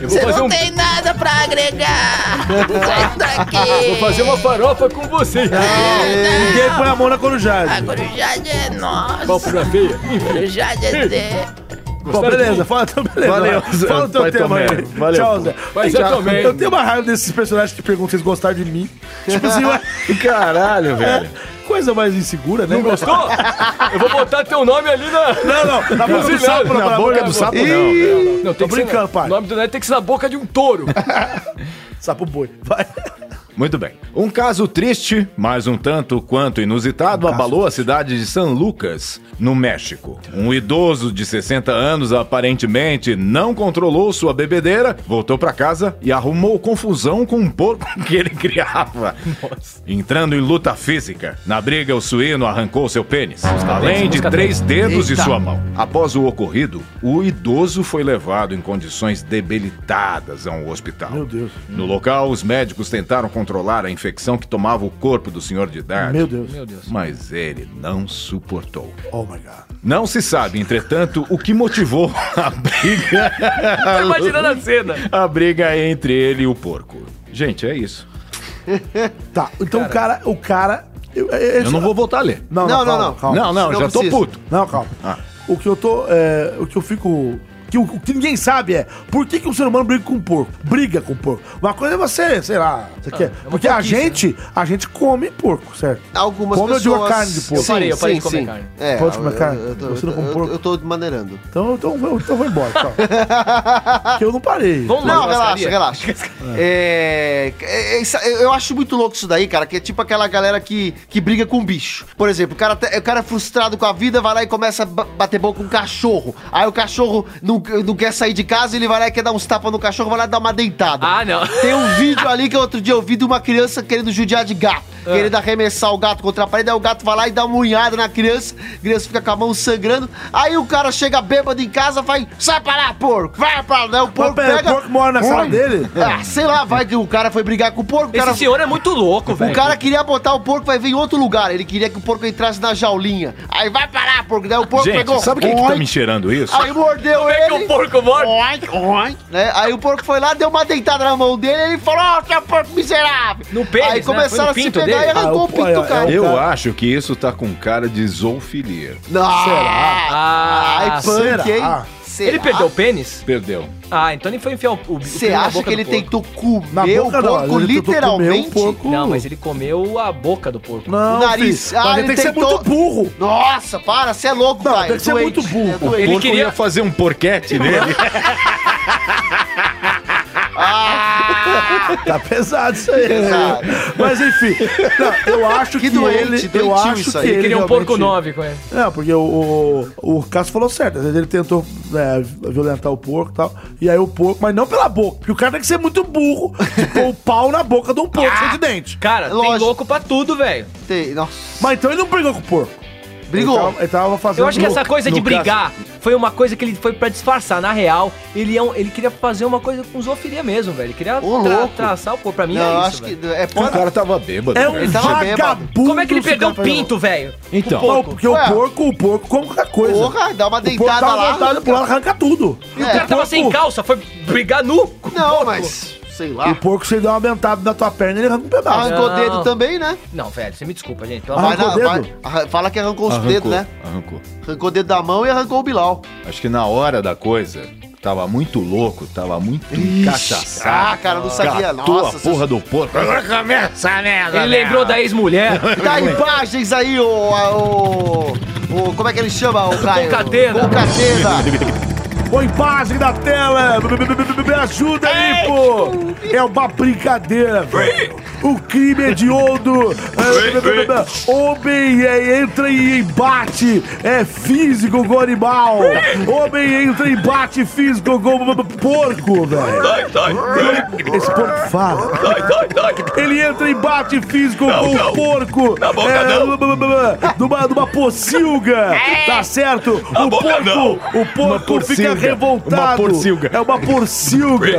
Speaker 10: Eu vou
Speaker 9: Você
Speaker 10: fazer
Speaker 9: não
Speaker 10: um-
Speaker 9: tem nada pra agregar! Sai daqui!
Speaker 10: Vou fazer uma farofa com vocês.
Speaker 2: Ninguém põe a mão na corujade.
Speaker 9: A corujade é nossa!
Speaker 10: Pálpebra feia.
Speaker 9: A
Speaker 10: Enfim,
Speaker 9: corujade é de...
Speaker 2: Bom, beleza,
Speaker 10: um.
Speaker 2: fala teu beleza.
Speaker 4: Valeu,
Speaker 2: vai.
Speaker 4: Zé.
Speaker 2: Fala o teu
Speaker 4: Vai,
Speaker 2: tema
Speaker 4: Tomé.
Speaker 2: aí.
Speaker 4: Valeu.
Speaker 2: Tchau, Zé.
Speaker 10: Mas eu também.
Speaker 2: Eu tenho uma raiva desses personagens que perguntam se eles gostaram de mim. Tipo assim, ué, É,
Speaker 4: Caralho, velho.
Speaker 2: coisa mais insegura, né?
Speaker 10: não gostou? Eu vou botar teu nome ali na.
Speaker 2: Não,
Speaker 3: tá
Speaker 2: não. Na boca do
Speaker 10: Buzinando.
Speaker 2: sapo,
Speaker 10: Na
Speaker 2: pelo amor
Speaker 6: é
Speaker 4: boca
Speaker 2: de
Speaker 4: do
Speaker 2: Deus.
Speaker 4: sapo,
Speaker 2: Ih,
Speaker 4: não.
Speaker 10: Não,
Speaker 2: Tô
Speaker 10: tem que ser-
Speaker 2: brincando, pai.
Speaker 10: O nome do neto tem que ser na boca de um touro.
Speaker 2: Sapo boi. Vai.
Speaker 4: Muito bem. Um caso triste, mas um tanto quanto inusitado, abalou a cidade de San Lucas, no México. Um idoso de 60 anos aparentemente não controlou sua bebedeira, voltou para casa e arrumou confusão com um porco que ele criava. Entrando em luta física, na briga o suíno arrancou seu pênis, além de três dedos de sua mão. Após o ocorrido, o idoso foi levado em condições debilitadas a um hospital.
Speaker 2: Meu Deus.
Speaker 4: No local, os médicos tentaram controlar a infecção que tomava o corpo do senhor de idade.
Speaker 2: Meu Deus.
Speaker 4: Mas ele não suportou.
Speaker 2: Oh my God.
Speaker 4: Não se sabe, entretanto, o que motivou a briga,
Speaker 10: Tô imaginando a cena.
Speaker 4: a briga entre ele e o porco. Gente, é isso.
Speaker 2: Tá, então o cara. O cara. Eu, é,
Speaker 4: Eu não vou voltar a ler.
Speaker 2: Não,
Speaker 3: Não,
Speaker 2: não,
Speaker 3: não, não.
Speaker 2: calma, calma.
Speaker 4: não, não,
Speaker 3: não
Speaker 4: já
Speaker 3: precisa.
Speaker 4: tô puto.
Speaker 2: Não, calma.
Speaker 4: Ah,
Speaker 2: O que eu tô. é, o que eu fico. Que, o, o que ninguém sabe é por que, que o ser humano briga com um porco? Briga com um porco. Uma coisa é você, sei lá, você quer.
Speaker 6: é uma
Speaker 2: Porque a
Speaker 6: porquice,
Speaker 2: gente, a gente come porco, certo?
Speaker 3: Algumas
Speaker 2: Como eu digo
Speaker 3: pessoas...
Speaker 2: a carne de porco.
Speaker 3: Sim,
Speaker 2: Eu
Speaker 6: parei, eu parei de comer
Speaker 3: sim, sim.
Speaker 6: carne.
Speaker 3: É,
Speaker 2: Pode comer
Speaker 3: eu-
Speaker 2: carne?
Speaker 3: Eu, tô-
Speaker 2: Você não
Speaker 3: eu-
Speaker 2: come
Speaker 3: eu-
Speaker 2: porco?
Speaker 3: eu tô maneirando.
Speaker 2: Então, então, vou- então vou embora. Tchau. que eu não parei.
Speaker 6: Vamos lá,
Speaker 3: Não, relaxa,
Speaker 6: churrascaria.
Speaker 3: relaxa. É, é, é, isso- eu- eu acho muito louco isso daí, cara, que é tipo aquela galera que, que briga com bicho. Por exemplo, o cara, te- o cara é frustrado com a vida, vai lá e começa a ba- bater boca com um cachorro. Aí o cachorro não, não quer sair de casa, ele vai lá e quer dar uns tapas no cachorro, vai lá e dar uma deitada.
Speaker 6: Ah, não.
Speaker 3: Tem um vídeo ali que outro dia eu vi de uma criança querendo judiar de gato.
Speaker 6: Ah.
Speaker 3: Querendo arremessar o gato contra a parede, aí o gato vai lá e dá uma unhada na criança, a criança fica com a mão sangrando, aí o cara chega bêbado em casa, vai, sai pra lá, porco, vai pra lá, o porco
Speaker 2: pera,
Speaker 3: pega...
Speaker 2: o porco mora na sala
Speaker 3: Ui.
Speaker 2: dele?
Speaker 3: Ah, sei lá, vai que o cara foi brigar com o porco, o
Speaker 6: Esse
Speaker 3: cara...
Speaker 6: senhor é muito louco, velho.
Speaker 3: O cara queria botar o porco, vai vir em outro lugar. Ele queria que o porco entrasse na jaulinha. Aí vai parar, porco. Daí o porco pegou.
Speaker 4: Gente, sabe quem que tá
Speaker 3: oink,
Speaker 4: me cheirando isso?
Speaker 3: Aí mordeu ele.
Speaker 10: É que o porco morre.
Speaker 3: Oink, oink, né? Aí o porco foi lá, deu uma deitada na mão dele ele falou: Ó, seu porco miserável!
Speaker 6: No pênis,
Speaker 3: Aí
Speaker 6: né? Foi
Speaker 3: começaram
Speaker 6: no
Speaker 3: a se
Speaker 6: pinto
Speaker 3: pegar
Speaker 6: dele?
Speaker 3: e arrancou
Speaker 2: Ah,
Speaker 3: o
Speaker 2: o-
Speaker 3: pinto, do cara.
Speaker 2: é, é,
Speaker 4: Eu
Speaker 2: Tá.
Speaker 4: acho que isso tá com cara de zoofilia.
Speaker 3: Não! Será?
Speaker 6: Ah,
Speaker 3: Ai,
Speaker 2: será?
Speaker 3: punk, hein?
Speaker 2: Ah.
Speaker 3: Será?
Speaker 6: ele perdeu o pênis?
Speaker 4: Perdeu.
Speaker 6: Ah, então ele foi enfiar o, o
Speaker 3: Você acha que ele tentou comer
Speaker 2: Na
Speaker 3: o
Speaker 2: boca não,
Speaker 3: porco,
Speaker 2: ele tentou comer o
Speaker 3: literalmente?
Speaker 2: porco.
Speaker 6: Não, mas ele comeu a boca do porco.
Speaker 2: Não,
Speaker 3: O nariz.
Speaker 2: filho,
Speaker 3: Ah,
Speaker 2: mas
Speaker 3: ele
Speaker 2: ele tem que ser
Speaker 3: tentou-
Speaker 2: muito burro.
Speaker 3: Nossa, para, você é louco,
Speaker 2: Não,
Speaker 3: pai.
Speaker 2: tem que ser muito burro.
Speaker 4: um
Speaker 3: É doente.
Speaker 4: Porco
Speaker 6: queria-
Speaker 4: ia fazer um porquete nele.
Speaker 2: Tá pesado isso aí.
Speaker 3: Ah. Pesado.
Speaker 2: Mas enfim, não, eu acho
Speaker 3: Que
Speaker 2: que,
Speaker 3: doente,
Speaker 2: ele. Eu
Speaker 3: doentio
Speaker 2: acho
Speaker 3: isso
Speaker 2: que
Speaker 3: aí.
Speaker 2: ele
Speaker 6: Queria um
Speaker 2: realmente-
Speaker 6: porco nove, com ele.
Speaker 2: Não, porque o, o, o Cássio falou certo. Às vezes ele tentou é, violentar o porco e tal. E aí o porco, mas não pela boca. Porque o cara tem que ser muito burro de pôr o pau na boca de um porco
Speaker 3: Ah,
Speaker 2: cheio de dente.
Speaker 6: Cara, tem
Speaker 3: Lógico.
Speaker 6: louco pra tudo, velho.
Speaker 3: Tem- Nossa.
Speaker 2: Mas então ele não brigou com o porco.
Speaker 3: Brigou.
Speaker 2: Ele tava, ele tava fazendo.
Speaker 6: Eu acho que
Speaker 2: no-
Speaker 6: essa coisa de
Speaker 2: no Cássio.
Speaker 6: brigar foi uma coisa que ele foi pra disfarçar. Na real, ele, é um- ele queria fazer uma coisa com zoofilia mesmo, velho. Ele queria
Speaker 3: Ô,
Speaker 6: tra-
Speaker 3: louco.
Speaker 6: traçar o porco. Pra mim
Speaker 3: Não, eu
Speaker 6: é
Speaker 3: acho
Speaker 6: isso, velho.
Speaker 3: que. É
Speaker 4: O
Speaker 3: pode.
Speaker 4: cara tava bêbado.
Speaker 2: É
Speaker 4: É
Speaker 2: um
Speaker 3: Ele tava bêbado.
Speaker 2: vagabundo. tá
Speaker 6: Como é que ele
Speaker 2: esse
Speaker 6: perdeu o
Speaker 2: cara fazendo-
Speaker 6: pinto, velho?
Speaker 4: Então.
Speaker 6: O
Speaker 2: Não,
Speaker 6: porco.
Speaker 2: porque
Speaker 3: Ué.
Speaker 2: o porco, o porco come qualquer coisa.
Speaker 3: Porra, dá uma
Speaker 2: o porco tá
Speaker 3: deitada lá.
Speaker 2: dá uma vontade pro lado, arranca tudo.
Speaker 3: É.
Speaker 6: O cara tava sem
Speaker 2: um porco-
Speaker 6: calça, foi brigar nu. com o
Speaker 3: Não,
Speaker 6: porco.
Speaker 3: mas. Sei lá.
Speaker 2: O porco, se ele der uma bentada na tua perna, ele arranca um pedaço.
Speaker 3: Arrancou o
Speaker 6: Não.
Speaker 3: dedo também, né?
Speaker 6: Não, velho, você me desculpa, gente. Pelo amor
Speaker 3: Vai
Speaker 2: Arrancou
Speaker 3: na,
Speaker 2: o dedo?
Speaker 3: vai- arran- fala que arrancou os dedos,
Speaker 4: Arrancou,
Speaker 3: né?
Speaker 4: arrancou.
Speaker 3: Arrancou o dedo da mão e arrancou o Bilal.
Speaker 4: Acho que na hora da coisa, tava muito louco, tava muito cachaçado.
Speaker 3: Ah, cara, não sabia.
Speaker 4: Catou a
Speaker 3: Nossa,
Speaker 4: porra do porco. Agora começa a merda.
Speaker 6: Ele lembrou da ex-mulher.
Speaker 3: Dá imagens aí, ô. ô, ô, como é que ele chama, o Caio?
Speaker 6: Concatena.
Speaker 3: Concatena.
Speaker 2: Põe imagem na tela! Me, me- me- me- me ajuda aí, pô! É uma brincadeira, velho! O crime hediondo! É, me- me- me- me- Homem é, entra em embate é, físico com animal! Homem entra em embate físico com b- b- porco, velho! Esse porco fala! Ele entra em embate físico com o porco! É, Na boca não! Numa, numa pocilga! Tá certo? o porco! O porco fica
Speaker 4: porcilga.
Speaker 2: revoltado!
Speaker 4: Uma porcilga.
Speaker 2: É uma porcilga!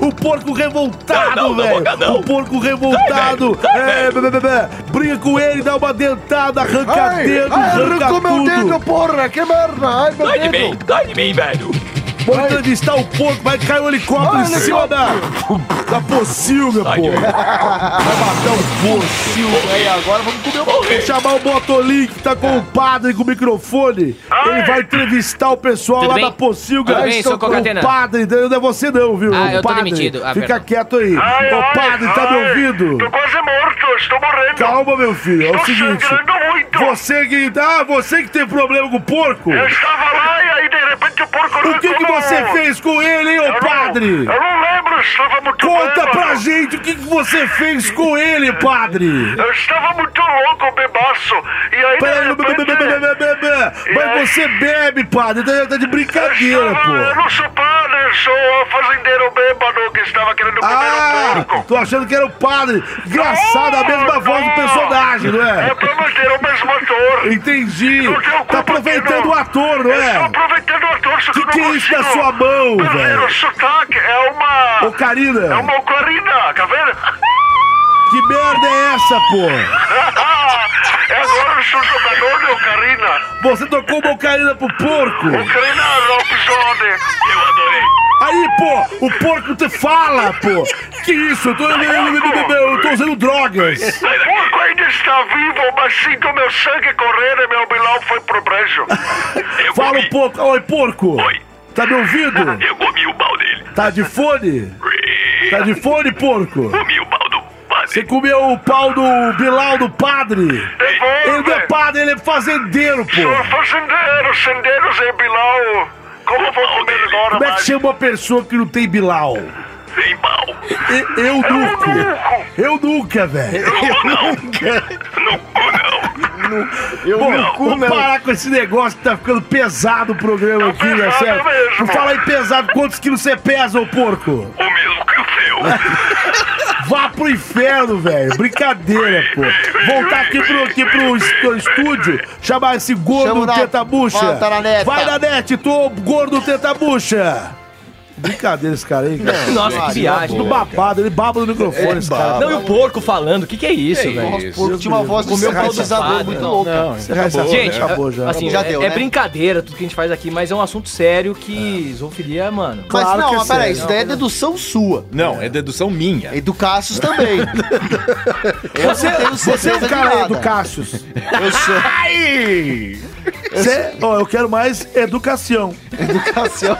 Speaker 2: o porco revoltado, velho! O porco revoltado! É, bê, bê, bê, bê. Briga com ele, dá uma dentada, arranca dedo, arranca tudo!
Speaker 3: porra! Que merda! Ai, meu dedo!
Speaker 2: Vou entrevistar o porco, vai cair o helicóptero em cima da, da pocilga, pô! Vai matar o porco!
Speaker 3: Silvio, aí é agora vamos comer o
Speaker 2: Vou chamar o Botolin que tá com o padre com o microfone. Ele vai entrevistar o pessoal
Speaker 6: Tudo
Speaker 2: lá
Speaker 6: bem?
Speaker 2: da Pocilga.
Speaker 6: Tudo bem,
Speaker 2: Estou
Speaker 6: seu
Speaker 2: com
Speaker 6: Cocatena?
Speaker 2: O padre, não é você não, viu?
Speaker 6: Ah,
Speaker 2: o
Speaker 6: eu tô
Speaker 2: padre.
Speaker 6: demitido. Ah,
Speaker 2: Fica
Speaker 6: perdão.
Speaker 2: quieto aí. o padre, tá me ouvindo?
Speaker 8: Tô quase é morto, estou morrendo.
Speaker 2: Calma, meu filho. É o seguinte.
Speaker 8: sangrando muito.
Speaker 2: Você que. Ah, você que tem problema com o porco?
Speaker 8: Eu estava lá e aí de repente o porco...
Speaker 2: O que, que você fez com ele, hein, ô padre?
Speaker 8: Eu não lembro, estava muito
Speaker 2: Conta
Speaker 8: bêbado.
Speaker 2: pra gente o que, que você fez com ele, padre!
Speaker 8: Eu estava muito louco, bebaço. E aí de
Speaker 2: Peraí, be- be- be- be-
Speaker 8: repente...
Speaker 2: be- be- be- Mas você bebe, padre, tá, tá de
Speaker 8: Eu
Speaker 2: brincadeira,
Speaker 8: estava- eu
Speaker 2: pô.
Speaker 8: não sou padre, eu sou o fazendeiro bêbado que estava querendo comer
Speaker 2: Ah,
Speaker 8: o porco.
Speaker 2: tô achando que era o padre. Engraçado, a mesma voz do personagem, não
Speaker 8: É
Speaker 2: é?
Speaker 8: pra manter o mesmo ator.
Speaker 2: Entendi.
Speaker 8: Não tem
Speaker 2: Tá
Speaker 8: culpa,
Speaker 2: aproveitando
Speaker 8: Pedro.
Speaker 2: o ator, não
Speaker 8: Eu estou
Speaker 2: é?
Speaker 8: aproveitando o ator, só que,
Speaker 2: Que
Speaker 8: eu não
Speaker 2: que é isso na
Speaker 8: consigo.
Speaker 2: sua mão,
Speaker 8: Pera,
Speaker 2: velho?
Speaker 8: O sotaque é uma... É
Speaker 2: Ô, Karina,
Speaker 8: uma ocarina, tá vendo?
Speaker 2: que merda é essa, pô?
Speaker 8: É agora eu sou jogador de ocarina.
Speaker 2: Você tocou uma ocarina pro porco?
Speaker 8: Ocarina Robson. Eu adorei.
Speaker 2: Aí, pô, o porco te fala, pô. Que isso? Eu tô, eu, eu- eu- eu- eu tô usando drogas.
Speaker 8: O porco ainda está vivo, mas sinto meu sangue correr e meu bilão foi pro brejo. Eu
Speaker 2: Fala um pouco. Oi, porco.
Speaker 8: Oi.
Speaker 2: Tá me ouvindo?
Speaker 8: Eu comi o pau dele.
Speaker 2: Tá de fone? Tá de fone, porco?
Speaker 8: Comi o pau do
Speaker 2: Você
Speaker 8: padre.
Speaker 2: comeu o pau do Bilal do padre? Ele não é padre, ele é fazendeiro,
Speaker 8: Sou
Speaker 2: pô.
Speaker 8: fazendeiro, sendeiro Zé Bilal. Como eu vou comer agora,
Speaker 2: Como é que
Speaker 8: mas
Speaker 2: chama uma pessoa que não tem Bilal?
Speaker 8: sem pau?
Speaker 2: E- Eu nunca. Eu nunca, velho.
Speaker 8: No cu não.
Speaker 2: Pô, vamos parar com esse negócio que tá ficando pesado o programa aqui, né,
Speaker 8: pesado
Speaker 2: certo?
Speaker 8: mesmo.
Speaker 2: Não fala aí pesado, quantos quilos você pesa, ô porco?
Speaker 8: O mesmo que o seu.
Speaker 2: Vá pro inferno, velho. Brincadeira, pô. Voltar aqui pro, aqui pro es- estúdio, chamar esse gordo
Speaker 3: Chama na-
Speaker 2: teta bucha.
Speaker 3: volta na neta.
Speaker 2: Vai na net, tô gordo teta bucha. Brincadeira esse cara aí, cara.
Speaker 6: Nossa, que viagem.
Speaker 2: Do babado, ele baba no microfone,
Speaker 3: É,
Speaker 2: esse cara.
Speaker 6: Não, e o porco falando. O que, que é isso,
Speaker 4: Que
Speaker 6: velho?
Speaker 3: porco. Tinha uma voz de
Speaker 6: Comeu pau
Speaker 3: sintetizador
Speaker 6: safado,
Speaker 3: muito
Speaker 6: não.
Speaker 3: louca.
Speaker 2: Acabou,
Speaker 6: Gente,
Speaker 2: né? acabou já.
Speaker 6: Assim,
Speaker 3: Já
Speaker 6: é,
Speaker 3: deu,
Speaker 6: é
Speaker 3: né?
Speaker 6: brincadeira tudo que a gente faz aqui, mas é um assunto sério que zoofilia, mano.
Speaker 3: Mas
Speaker 2: Claro
Speaker 3: não,
Speaker 2: que
Speaker 3: mas
Speaker 2: é
Speaker 3: peraí,
Speaker 2: sério.
Speaker 3: isso daí é dedução sua.
Speaker 4: Não, é dedução minha.
Speaker 3: E do Cassius também. Eu
Speaker 2: Você,
Speaker 3: não tenho
Speaker 2: você é
Speaker 3: certeza de
Speaker 2: o cara aí
Speaker 3: nada.
Speaker 2: do Cassius.
Speaker 3: Eu sou
Speaker 2: Você, ó, eu quero mais educação.
Speaker 3: educação.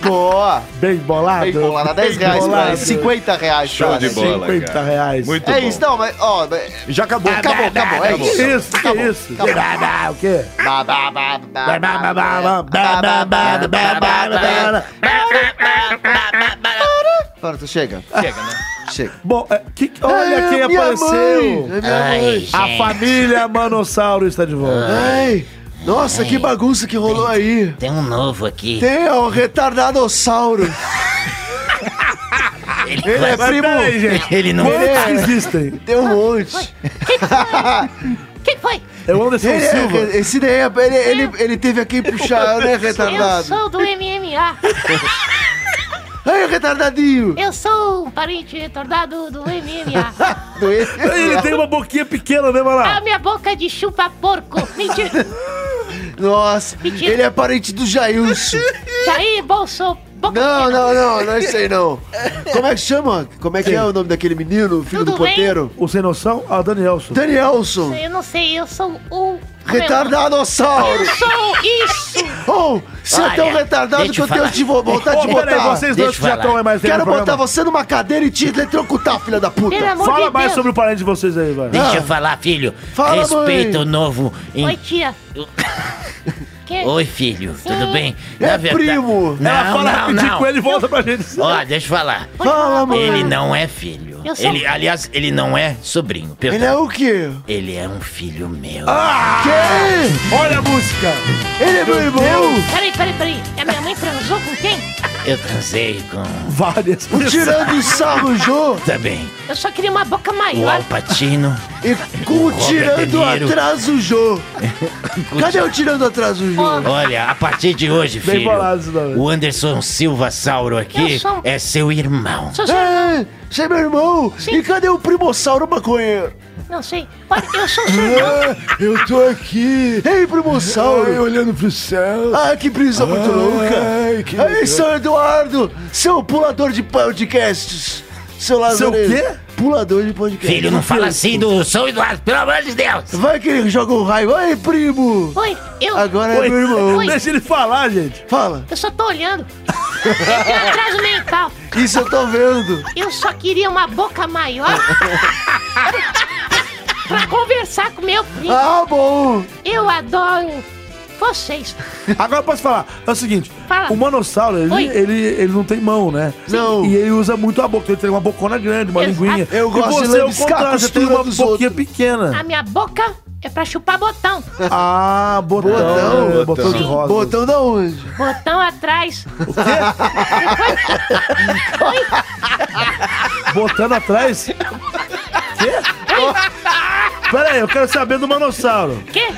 Speaker 3: Boa.
Speaker 2: Bem bolado.
Speaker 3: Bem bolada, 10 reais,
Speaker 2: bolado.
Speaker 3: mano. 50 reais,
Speaker 4: Show
Speaker 3: cara.
Speaker 4: de bola,
Speaker 2: 50
Speaker 4: cara.
Speaker 2: reais.
Speaker 4: Muito
Speaker 3: É
Speaker 4: bom.
Speaker 3: isso, não, mas, ó, mas-
Speaker 4: Já acabou.
Speaker 10: Ah,
Speaker 3: acabou, acabou, é
Speaker 2: Que
Speaker 3: isso.
Speaker 2: isso, que
Speaker 3: Acabou,
Speaker 2: isso?
Speaker 3: acabou.
Speaker 2: Dá, dá, O quê?
Speaker 3: Ba, ba, ba, ba, ba, ba, ba, ba, ba, ba, ba, ba, ba, ba, ba, ba, ba,
Speaker 9: Ba, ba, ba, ba, ba,
Speaker 8: Roberto, chega.
Speaker 6: Chega, né?
Speaker 8: Chega.
Speaker 2: Bom, é, que, que- olha
Speaker 8: É,
Speaker 2: quem
Speaker 8: minha
Speaker 2: apareceu.
Speaker 8: mãe, é minha
Speaker 10: Ai,
Speaker 8: mãe. É,
Speaker 10: gente.
Speaker 2: A família Manossauro está de volta.
Speaker 8: Ai, nossa, que bagunça que rolou aí.
Speaker 10: Tem um novo aqui.
Speaker 8: Tem ó, o retardadossauro. Ele é
Speaker 2: Mas
Speaker 8: primo. é.
Speaker 2: peraí, gente.
Speaker 10: Ele não
Speaker 2: Quantos existem?
Speaker 8: Tem um monte.
Speaker 10: Quem foi?
Speaker 2: É o Anderson
Speaker 8: Ele
Speaker 2: Silva. É
Speaker 8: é, esse daí, é- ele, ele, ele teve a quem puxar, né,
Speaker 11: Eu
Speaker 8: retardado?
Speaker 11: sou do MMA.
Speaker 8: Ai, retardadinho.
Speaker 11: Eu sou um parente retardado do MMA.
Speaker 8: é
Speaker 2: Ele tem uma boquinha pequena, né,
Speaker 11: A
Speaker 2: Maná?
Speaker 11: minha boca de chupa porco. Mentira.
Speaker 8: Nossa,
Speaker 11: Mentira.
Speaker 8: ele é parente do Jailson.
Speaker 11: Jair Bolso. Boca
Speaker 8: Não,
Speaker 11: pequena.
Speaker 8: não, não, não é isso aí não. Como é que chama? Como é que é o nome daquele menino, filho
Speaker 11: Tudo
Speaker 8: do porteiro?
Speaker 2: O sem noção? Ah, o Danielson.
Speaker 8: Danielson.
Speaker 11: Eu não sei, eu sou um.
Speaker 8: Retardadossauro.
Speaker 11: Eu sou isso.
Speaker 8: Oh, você é
Speaker 10: Olha,
Speaker 8: tão retardado
Speaker 10: deixa
Speaker 8: que eu
Speaker 10: eu
Speaker 8: tenho
Speaker 10: falar.
Speaker 8: de vo- vontade
Speaker 2: Ô,
Speaker 8: de
Speaker 2: peraí,
Speaker 8: botar.
Speaker 2: vocês
Speaker 10: Deixa
Speaker 2: dois
Speaker 10: eu
Speaker 2: que já
Speaker 10: falar.
Speaker 2: estão aí mais tempo
Speaker 8: Quero
Speaker 2: no
Speaker 8: botar
Speaker 2: programa.
Speaker 8: você numa cadeira e te eletrocutar, filha da puta.
Speaker 11: Pelo amor
Speaker 2: Fala
Speaker 11: de
Speaker 2: mais
Speaker 11: Deus.
Speaker 2: sobre o parente de vocês aí, vai.
Speaker 10: Deixa
Speaker 8: Ah.
Speaker 10: eu falar, filho.
Speaker 8: Fala, mãe.
Speaker 10: Respeita o novo. em-
Speaker 11: Oi, tia. Que-
Speaker 10: Oi, filho, tudo
Speaker 11: Sim.
Speaker 10: bem?
Speaker 8: É primo.
Speaker 10: Não,
Speaker 2: Ela fala
Speaker 10: não,
Speaker 2: rapidinho
Speaker 10: não.
Speaker 2: com ele e volta pra gente.
Speaker 10: Ó, deixa eu falar.
Speaker 11: Pode falar,
Speaker 8: Fala,
Speaker 11: pode
Speaker 10: Ele
Speaker 11: falar.
Speaker 10: não é filho.
Speaker 11: Eu sou-
Speaker 10: Ele, aliás, ele não é sobrinho,
Speaker 8: Ele é
Speaker 10: perdão.
Speaker 8: o quê? Ah,
Speaker 10: Ele é, um filho meu.
Speaker 8: Quê?
Speaker 2: Olha a música.
Speaker 8: Ele é meu irmão?
Speaker 11: Peraí, peraí, peraí. A minha mãe transou com quem?
Speaker 10: Eu transei com.
Speaker 2: Várias.
Speaker 8: Tirando sarro, Jô.
Speaker 10: Também.
Speaker 11: Eu só queria uma boca
Speaker 10: O
Speaker 11: maior.
Speaker 10: Alpatino.
Speaker 8: E com o
Speaker 10: Robert
Speaker 8: tirando
Speaker 10: De Niro.
Speaker 8: atrás o Jô. Ah, Cadê o tirando atrás o Jô?
Speaker 10: Olha, a partir de hoje,
Speaker 2: Bem
Speaker 10: filho.
Speaker 2: bolado isso também.
Speaker 10: O Anderson Silva Sauro aqui
Speaker 11: Eu sou- um
Speaker 10: é seu irmão.
Speaker 11: Sou seu-
Speaker 8: É, você é meu irmão.
Speaker 11: Sim.
Speaker 8: E cadê o primossauro maconheiro?
Speaker 11: Não sei. Olha, eu sou seu irmão.
Speaker 8: Ah, eu tô aqui. Ei, primossauro. olhando pro céu. Ah, que brisa muito louca. Aí, São Eduardo, seu pulador de podcasts. Seu lazareiro.
Speaker 2: quê?
Speaker 8: Pulador de
Speaker 11: um
Speaker 8: podcasts.
Speaker 10: Filho, não fala assim do São Eduardo, pelo amor de Deus.
Speaker 8: Vai que ele joga um raio. Aí, primo.
Speaker 11: Oi, eu.
Speaker 8: Agora é
Speaker 2: Oi.
Speaker 8: meu irmão.
Speaker 11: Oi.
Speaker 2: Deixa ele falar, gente.
Speaker 8: Fala.
Speaker 11: Eu só tô olhando. Eu tenho atraso mental.
Speaker 8: Isso eu tô vendo.
Speaker 11: Eu só queria uma boca maior. pra conversar com meu primo.
Speaker 8: Ah, bom.
Speaker 11: Eu adoro vocês.
Speaker 2: Agora eu posso falar. É o seguinte.
Speaker 11: Fala.
Speaker 2: O manossauro, ele,
Speaker 11: Oi.
Speaker 2: ele, ele não tem mão, né?
Speaker 8: Não. Ah,
Speaker 2: E ele usa muito a boca. Ele tem uma bocona grande, uma
Speaker 11: Exato.
Speaker 2: linguinha.
Speaker 8: Eu
Speaker 2: e
Speaker 8: gosto de
Speaker 2: você, ao
Speaker 8: lambiscar a
Speaker 2: contrário, você tem
Speaker 8: costura
Speaker 2: uma
Speaker 8: dos
Speaker 2: boquinha
Speaker 8: outros.
Speaker 2: pequena.
Speaker 8: Ah.
Speaker 11: A minha boca é pra chupar botão.
Speaker 2: Ah, botão.
Speaker 8: Botão.
Speaker 2: né? Botão, de
Speaker 11: Sim.
Speaker 2: rosa.
Speaker 8: Botão da onde?
Speaker 11: Botão atrás.
Speaker 2: Botando atrás? Quê? Pera aí, eu quero saber do manossauro.
Speaker 11: Que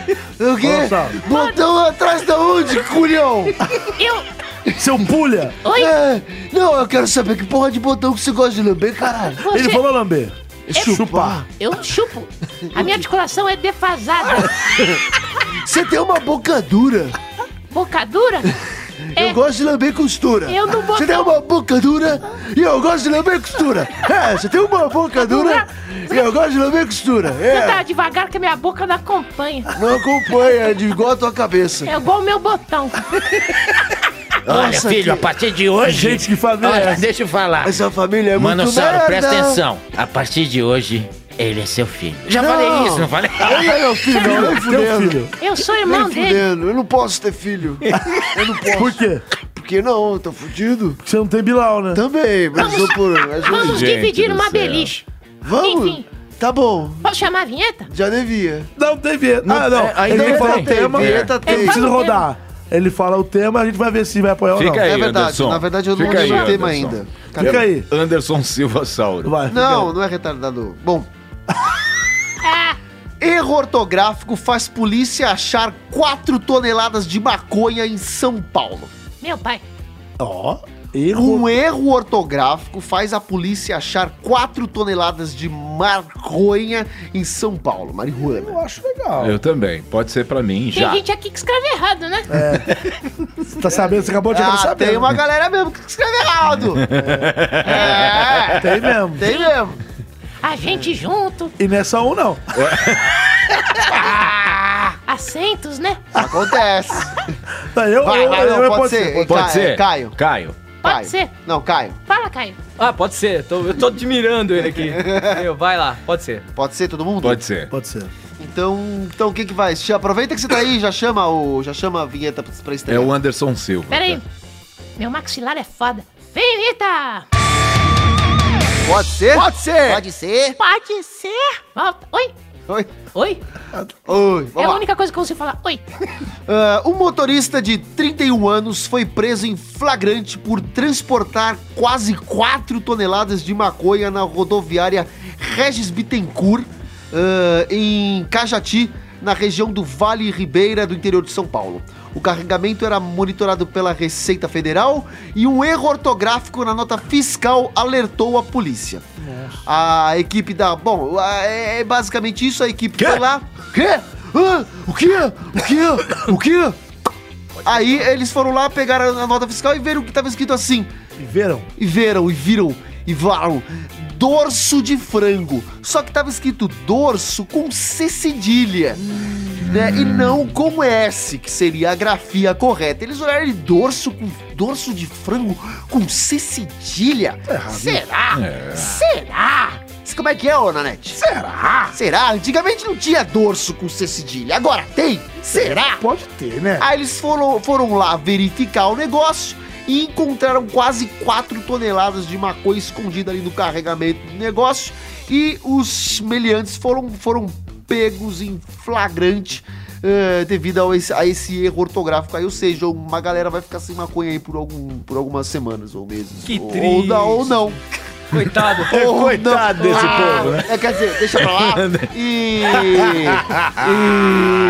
Speaker 8: O quê?
Speaker 2: Manossauro.
Speaker 8: Botão atrás da onde, culhão?
Speaker 11: eu.
Speaker 2: Seu pulha.
Speaker 11: Oi,
Speaker 8: É, não, eu quero saber que porra de botão que você gosta de lamber, caralho. É
Speaker 11: você.
Speaker 2: Ele falou lamber.
Speaker 8: Chupar.
Speaker 11: Eu chupo. A minha articulação é defasada.
Speaker 8: Você tem uma boca dura.
Speaker 11: Boca dura? É.
Speaker 8: Eu gosto de lamber costura.
Speaker 11: Eu não boto-
Speaker 8: Você tem uma boca dura e eu gosto de lamber costura. É, você tem uma boca dura e eu gosto de lamber costura.
Speaker 11: Eu tava
Speaker 8: É,
Speaker 11: tá devagar que a minha boca não acompanha.
Speaker 8: não acompanha, é de igual a tua cabeça.
Speaker 11: É igual o meu botão.
Speaker 10: Olha,
Speaker 8: Nossa,
Speaker 10: filho,
Speaker 8: que-
Speaker 10: a partir de hoje.
Speaker 2: Gente, que família é
Speaker 10: Olha,
Speaker 2: essa?
Speaker 10: deixa eu falar.
Speaker 8: Essa família é muito
Speaker 10: Manossauro,
Speaker 8: merda.
Speaker 10: presta atenção. A partir de hoje, ele é seu filho. Já
Speaker 8: Não.
Speaker 10: falei isso, não falei?
Speaker 8: Ele é meu filho, não, nem
Speaker 2: Seu
Speaker 8: fudendo.
Speaker 2: filho.
Speaker 11: Eu sou
Speaker 8: Nem
Speaker 11: irmão dele.
Speaker 8: fudendo, eu não posso ter filho. Eu não posso.
Speaker 2: Por quê?
Speaker 8: Porque não, eu tô fudido.
Speaker 2: Você não tem bilau, né?
Speaker 8: Também, mas eu por. mas eu-
Speaker 11: Vamos
Speaker 4: Gente
Speaker 11: dividir
Speaker 4: do
Speaker 11: uma
Speaker 4: céu.
Speaker 11: beliche.
Speaker 8: Vamos?
Speaker 11: Enfim.
Speaker 8: Tá bom,
Speaker 11: Posso chamar a vinheta?
Speaker 8: já devia.
Speaker 2: Não tem vinheta. Ah, não.
Speaker 8: é, ainda
Speaker 2: ele
Speaker 8: não
Speaker 2: fala
Speaker 8: tem,
Speaker 2: o tema.
Speaker 8: vinheta
Speaker 2: É.
Speaker 8: tem.
Speaker 2: Ele precisa
Speaker 11: Fala o
Speaker 2: rodar. Ele fala o tema, a gente vai ver se vai apoiar ou
Speaker 4: Fica
Speaker 2: não.
Speaker 4: aí,
Speaker 8: é verdade,
Speaker 4: Anderson.
Speaker 8: na verdade eu não
Speaker 4: Fica
Speaker 8: sei
Speaker 4: aí,
Speaker 8: o tema
Speaker 4: Anderson.
Speaker 8: ainda.
Speaker 2: Fica aí.
Speaker 4: Anderson Silva Sauro.
Speaker 2: Vai. fica
Speaker 8: Não,
Speaker 2: aí.
Speaker 8: não é retardado. Bom. Erro ortográfico faz polícia achar 4 toneladas de maconha em São Paulo.
Speaker 11: Meu pai.
Speaker 2: Ó. Erro.
Speaker 8: Um erro ortográfico faz a polícia achar 4 toneladas de maconha em São Paulo, marihuana.
Speaker 2: Eu acho legal.
Speaker 4: Eu também. Pode ser pra mim,
Speaker 11: Tem
Speaker 4: já.
Speaker 11: gente aqui que escreve errado, né?
Speaker 8: É.
Speaker 2: Tá sabendo? Você acabou de chegar
Speaker 8: Ah,
Speaker 2: sabendo.
Speaker 8: tem uma galera mesmo que escreve errado. É,
Speaker 2: Tem mesmo.
Speaker 8: tem mesmo.
Speaker 11: A gente junto,
Speaker 2: E não é só um, não.
Speaker 11: assentos, né?
Speaker 8: Acontece.
Speaker 2: Tá, Eu,
Speaker 8: Vai,
Speaker 2: eu,
Speaker 8: vai,
Speaker 2: eu,
Speaker 8: não,
Speaker 2: eu
Speaker 8: pode
Speaker 2: posso
Speaker 8: ser.
Speaker 4: Pode
Speaker 8: Ca-
Speaker 4: ser?
Speaker 8: Caio.
Speaker 4: Caio.
Speaker 11: Pode
Speaker 8: Caio.
Speaker 11: ser.
Speaker 8: Não, Caio.
Speaker 11: Fala, Caio.
Speaker 6: Ah, pode ser. Tô- eu tô admirando ele aqui. Meu, vai lá, pode ser.
Speaker 8: Pode ser todo mundo?
Speaker 4: Pode ser.
Speaker 2: Pode ser.
Speaker 8: Então, então o que que vai? Tia, Aproveita que você tá aí, já chama o, já chama a vinheta pra- pra
Speaker 4: É
Speaker 8: estrear.
Speaker 9: Tá.
Speaker 4: o Anderson Silva.
Speaker 11: Pera aí. Meu maxilar é foda. Vinheta!
Speaker 3: Pode ser?
Speaker 9: Pode ser. Pode ser.
Speaker 11: Pode ser? Ah, Oi? Oi?
Speaker 3: Oi. Oi,
Speaker 11: É a
Speaker 3: vamos lá.
Speaker 11: única coisa que eu consigo falar. Oi.
Speaker 3: Ah, um motorista de 31 anos foi preso em flagrante por transportar quase 4 toneladas de maconha na rodoviária Regis Bittencourt, ah, em Cajati, na região do Vale Ribeira, do interior de São Paulo. O carregamento era monitorado pela Receita Federal e um erro ortográfico na nota fiscal alertou a polícia. A equipe da. Bom, a- é é basicamente isso, a equipe foi lá. Quê? Hã? o quê? O quê? O quê? Aí eles foram lá, pegaram a nota fiscal e viram que tava escrito assim.
Speaker 2: E verão.
Speaker 3: E viram, e viram, e varam. Dorso de frango. Só que tava escrito dorso com C cedilha. Né? E não com S, que seria a grafia correta. Eles olharam de dorso com dorso de frango com C cedilha. Será?
Speaker 4: É.
Speaker 3: Será? Como é que é, ô Nanete? Será? Será? Antigamente não tinha dorso com C cedilha, agora tem? Será?
Speaker 2: Pode ter, né?
Speaker 3: Aí eles foram, foram lá verificar o negócio e encontraram quase 4 toneladas de maconha escondida ali no carregamento do negócio. E os meliantes foram, foram pegos em flagrante eh, devido ao esse- a esse, erro ortográfico aí. Ou seja, uma galera vai ficar sem maconha aí por, algum, por algumas semanas ou meses.
Speaker 6: Que
Speaker 3: ou, ou
Speaker 6: triste.
Speaker 3: não, ou não.
Speaker 6: Coitado.
Speaker 3: Ou
Speaker 7: Coitado desse povo,
Speaker 3: né? Quer dizer, deixa pra lá. E.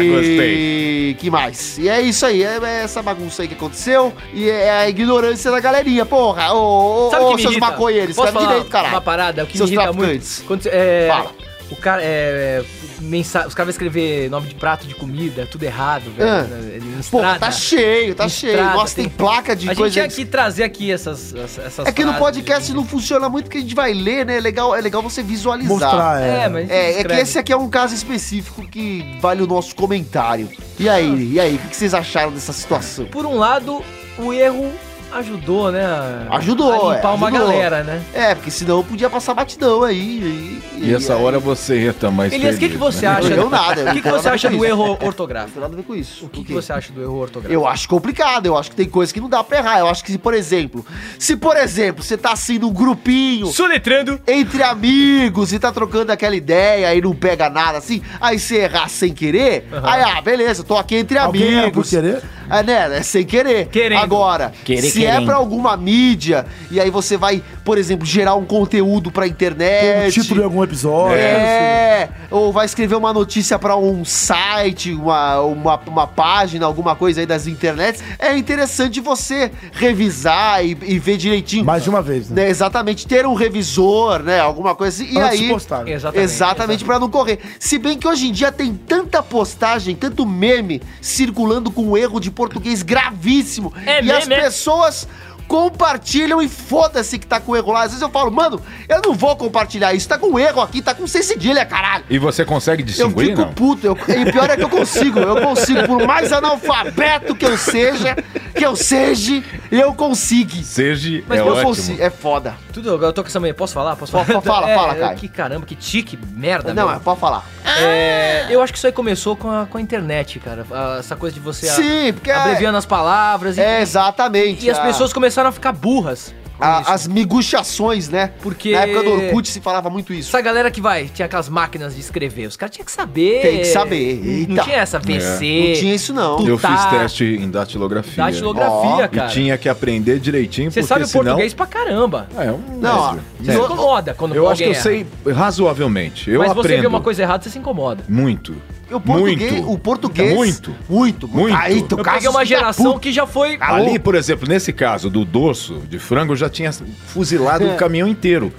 Speaker 3: e...
Speaker 4: gostei.
Speaker 3: Que mais? E é isso aí, é é essa bagunça aí que aconteceu. E é a ignorância da galerinha, porra. Ô, ô,
Speaker 6: Sabe o
Speaker 3: ô,
Speaker 6: que me
Speaker 3: seus
Speaker 6: irrita?
Speaker 3: maconheiros,
Speaker 6: Posso
Speaker 3: sabe
Speaker 6: falar
Speaker 3: direito, caralho.
Speaker 6: Uma parada, o que
Speaker 3: Seus
Speaker 6: me irrita
Speaker 3: traficantes.
Speaker 6: muito. Quando, é,
Speaker 3: Fala.
Speaker 6: O cara é. mensa- os caras vão escrever nome de prato de comida, é tudo errado, velho.
Speaker 3: Ah.
Speaker 6: né, em
Speaker 3: Pô,
Speaker 6: estrada.
Speaker 3: tá cheio, tá
Speaker 6: Em
Speaker 3: cheio.
Speaker 6: estrada,
Speaker 3: Nossa, tem,
Speaker 6: tem-
Speaker 3: placa de
Speaker 6: A gente
Speaker 3: coisa.
Speaker 6: tinha que trazer aqui essas. essas
Speaker 3: É que no
Speaker 6: frases
Speaker 3: podcast
Speaker 6: de-
Speaker 3: não funciona muito, porque a gente vai ler, né? É legal, é legal você visualizar.
Speaker 2: Mostrar, é.
Speaker 6: É, mas.
Speaker 3: É, é que
Speaker 6: escreve.
Speaker 3: esse aqui é um caso específico que vale o nosso comentário. E aí, e aí, o que que vocês acharam dessa situação?
Speaker 6: Por um lado, o erro ajudou, né? a-
Speaker 3: Ajudou,
Speaker 6: A limpar
Speaker 3: é,
Speaker 6: uma
Speaker 3: ajudou.
Speaker 6: galera, né?
Speaker 3: É, porque senão eu podia passar batidão aí. E,
Speaker 4: E essa
Speaker 3: aí-
Speaker 4: hora você ia estar mais
Speaker 6: Elias, o que, que
Speaker 4: feliz,
Speaker 6: você
Speaker 4: né?
Speaker 6: acha?
Speaker 3: Eu nada,
Speaker 6: O
Speaker 3: eu
Speaker 6: que, que
Speaker 3: não tenho
Speaker 6: você
Speaker 3: nada
Speaker 6: acha
Speaker 3: com
Speaker 6: do
Speaker 3: isso.
Speaker 6: erro
Speaker 3: Não
Speaker 6: ortográfico?
Speaker 3: tem nada a ver com isso.
Speaker 6: O que, que
Speaker 3: quê?
Speaker 6: você acha do erro ortográfico?
Speaker 3: Eu acho complicado, eu acho que tem coisa que não dá pra errar. Eu acho que, se, por exemplo, se por exemplo, você tá assim num grupinho
Speaker 6: Soletrando.
Speaker 3: entre amigos e tá trocando aquela ideia e não pega nada assim, aí você errar sem querer, aí, ah, beleza, tô aqui entre
Speaker 2: Alguém erra por
Speaker 3: amigos.
Speaker 2: querer?
Speaker 3: É, né? É sem querer.
Speaker 6: Querendo.
Speaker 3: Agora,
Speaker 5: Querer,
Speaker 3: se é
Speaker 5: querendo.
Speaker 3: pra alguma mídia, e aí você vai, por exemplo, gerar um conteúdo pra internet.
Speaker 2: o título de algum episódio.
Speaker 3: É, ou vai escrever uma notícia pra um site, uma, uma, uma página, alguma coisa aí das internets. É interessante você revisar e, e ver direitinho.
Speaker 2: Mais de uma vez, né?
Speaker 3: Né, exatamente, ter um revisor, né? Alguma coisa assim. E
Speaker 2: Antes de
Speaker 3: aí.
Speaker 2: postar, né?
Speaker 6: Exatamente.
Speaker 3: Exatamente, pra não correr. Se bem que hoje em dia tem tanta postagem, tanto meme circulando com um erro de português gravíssimo.
Speaker 6: É
Speaker 3: e
Speaker 6: meme,
Speaker 3: as
Speaker 6: é?
Speaker 3: pessoas compartilham e foda-se que tá com erro lá. Às vezes eu falo, mano, eu não vou compartilhar isso. Tá com erro aqui, tá com sem cedilha, caralho.
Speaker 4: E você consegue
Speaker 3: Eu
Speaker 4: distinguir,
Speaker 3: fico
Speaker 4: não?
Speaker 3: puto, eu, e pior é que eu consigo, eu consigo, por mais analfabeto que eu seja, que eu seja, eu consigo.
Speaker 4: Seja,
Speaker 3: Mas
Speaker 4: é
Speaker 3: eu
Speaker 4: ótimo.
Speaker 3: consigo, é foda.
Speaker 6: Tudo, eu tô com essa manhã. Posso falar? Posso falar?
Speaker 3: Fa- fa- fala,
Speaker 6: É,
Speaker 3: fala,
Speaker 6: é,
Speaker 3: Caio.
Speaker 6: Que caramba, que tique, merda,
Speaker 3: Não,
Speaker 6: meu.
Speaker 3: é, pode falar.
Speaker 6: É, eu acho que isso aí começou com a, com a internet, cara. Ah, Essa coisa de você a-
Speaker 3: Sim, porque é,
Speaker 6: abreviando as palavras e,
Speaker 3: é exatamente.
Speaker 6: e as
Speaker 3: a-
Speaker 6: pessoas começaram a ficar burras. com
Speaker 3: a-
Speaker 6: isso.
Speaker 3: as miguxações, né?
Speaker 6: Porque-
Speaker 3: na época do Orkut se falava muito isso.
Speaker 6: Essa galera que vai, tinha aquelas máquinas de escrever. Os caras tinham que saber.
Speaker 3: Tem que saber,
Speaker 6: Não-
Speaker 3: eita.
Speaker 6: Não tinha essa
Speaker 8: É.
Speaker 6: VC.
Speaker 3: Não tinha isso não.
Speaker 4: É. Eu fiz
Speaker 6: Tá.
Speaker 4: teste em datilografia.
Speaker 6: Datilografia,
Speaker 4: Ó,
Speaker 6: cara.
Speaker 4: E tinha que aprender direitinho,
Speaker 6: Você
Speaker 4: porque
Speaker 6: sabe o
Speaker 4: senão...
Speaker 6: português pra caramba.
Speaker 4: Ah, é um
Speaker 3: Não, ó,
Speaker 4: médio.
Speaker 6: Você se incomoda quando
Speaker 4: Eu acho que eu
Speaker 6: alguém erra.
Speaker 4: sei razoavelmente. Eu
Speaker 6: Mas
Speaker 4: aprendo.
Speaker 6: você vê uma coisa errada, você se incomoda.
Speaker 4: Muito.
Speaker 3: O português,
Speaker 4: Muito.
Speaker 3: o português
Speaker 4: Muito.
Speaker 3: muito,
Speaker 4: Muito.
Speaker 3: Aí, tu
Speaker 6: Eu
Speaker 3: caso
Speaker 6: peguei uma
Speaker 3: filho da
Speaker 6: geração
Speaker 3: puta.
Speaker 6: que já foi...
Speaker 4: Ali, por exemplo, nesse caso do dorso de frango, eu já tinha fuzilado o caminhão inteiro.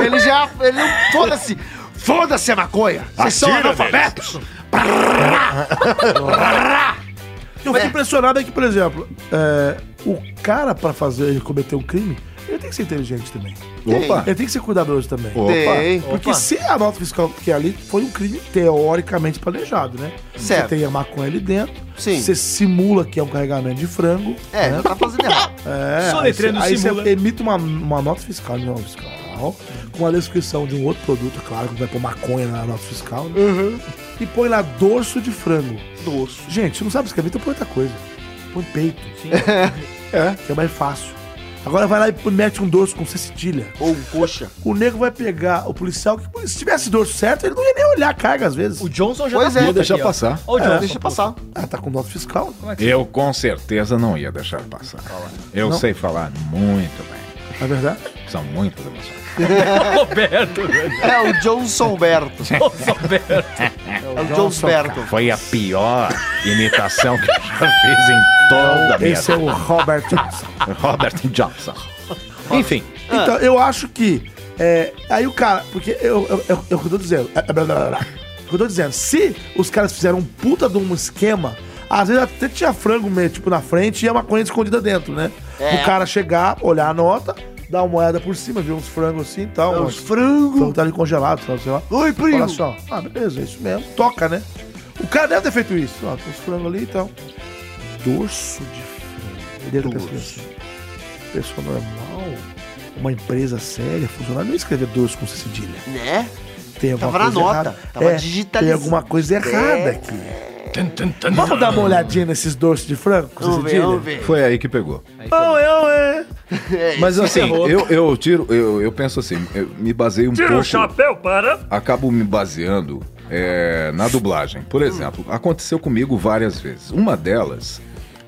Speaker 3: ele já, ele não- foda-se, foda-se a maconha. Vocês são
Speaker 4: Atira neles.
Speaker 3: analfabetos.
Speaker 2: Eu fico impressionado é que, por exemplo, é, o cara, pra fazer ele cometer um crime, ele tem que ser inteligente também.
Speaker 4: Opa.
Speaker 2: Ele tem que ser cuidadoso também.
Speaker 4: Opa.
Speaker 3: Tem.
Speaker 2: Porque se a nota fiscal que é ali foi um crime teoricamente planejado, né?
Speaker 3: Certo.
Speaker 2: Você tem a maconha ali dentro,
Speaker 3: Sim.
Speaker 2: você simula que é um carregamento de frango. né?
Speaker 3: É, não tá fazendo errado.
Speaker 2: É,
Speaker 6: Só
Speaker 2: aí
Speaker 6: letrando
Speaker 2: você- aí
Speaker 6: simula.
Speaker 2: você emite uma, uma nota fiscal de nota fiscal, com a descrição de um outro produto, claro, que vai pôr maconha na nota fiscal, né?
Speaker 6: Uhum.
Speaker 2: E põe lá dorso de frango.
Speaker 3: Doce.
Speaker 2: Gente, se não sabe escrever, então põe outra coisa. Põe peito. É. Que é mais fácil. Agora vai lá e mete um dorso com cestilha.
Speaker 3: Ou
Speaker 6: um
Speaker 3: coxa.
Speaker 2: O nego vai pegar o policial que, se tivesse dorso certo, ele não ia nem olhar a carga às vezes.
Speaker 6: O Johnson já
Speaker 3: Pois é.
Speaker 6: puto
Speaker 4: Deixa
Speaker 6: aqui, ó.
Speaker 4: passar.
Speaker 6: Ó o Johnson.
Speaker 3: Deixa
Speaker 6: puto.
Speaker 3: passar.
Speaker 2: Ah, tá com nota fiscal?
Speaker 3: é
Speaker 4: Eu com certeza não ia deixar passar. Eu sei falar muito bem.
Speaker 2: É verdade?
Speaker 4: São muitas emoções.
Speaker 6: Roberto, velho.
Speaker 3: É o Johnson Berto.
Speaker 6: Roberto.
Speaker 3: É o Johnson Berto.
Speaker 4: Foi a pior imitação que eu já fiz em toda a minha
Speaker 2: Esse é
Speaker 4: vida.
Speaker 2: o Robert Johnson.
Speaker 4: Robert Johnson. Enfim,
Speaker 3: Ah.
Speaker 2: Então, eu acho que. é, aí o cara. Porque eu, eu, eu, eu tô dizendo. é, blá, blá, blá, blá. Eu tô dizendo, se os caras fizeram um puta de um esquema, às vezes até tinha frango meio, tipo, na frente e a maconha escondida dentro, né?
Speaker 3: É.
Speaker 2: O cara chegar, olhar a nota, dar uma moeda por cima, ver uns frangos assim e tal.
Speaker 3: Os
Speaker 2: uns-
Speaker 3: frangos.
Speaker 2: então tá ali congelado, sei lá, sei lá.
Speaker 3: É Oi, primo.
Speaker 2: Fala assim, ó. Ah, beleza, é isso mesmo. Toca, né? O cara deve ter feito isso. Ó, tem uns frangos ali então. e tal. Dorso de frango. Ele deve ter pensado assim, Pessoa normal, uma empresa séria, funcionário, não ia escrever dorso com cedilha.
Speaker 3: Né?
Speaker 2: Tem alguma
Speaker 3: Tava na
Speaker 2: coisa
Speaker 3: nota,
Speaker 2: errada.
Speaker 3: tava
Speaker 2: é, Tem
Speaker 3: digitalizado. É.
Speaker 2: alguma coisa errada aqui. Vamos dar uma olhadinha nesses dorsos de frango com
Speaker 3: Vamos ver,
Speaker 2: cedilha?
Speaker 3: vamos ver.
Speaker 4: foi aí que pegou.
Speaker 2: Não, eu, é.
Speaker 4: Mas
Speaker 3: é
Speaker 4: assim, eu, eu tiro, eu, eu penso assim, eu me baseio um pouco.
Speaker 7: para.
Speaker 4: acabo me baseando é, na dublagem.
Speaker 6: Hum.
Speaker 4: Por exemplo, aconteceu comigo várias vezes. Uma delas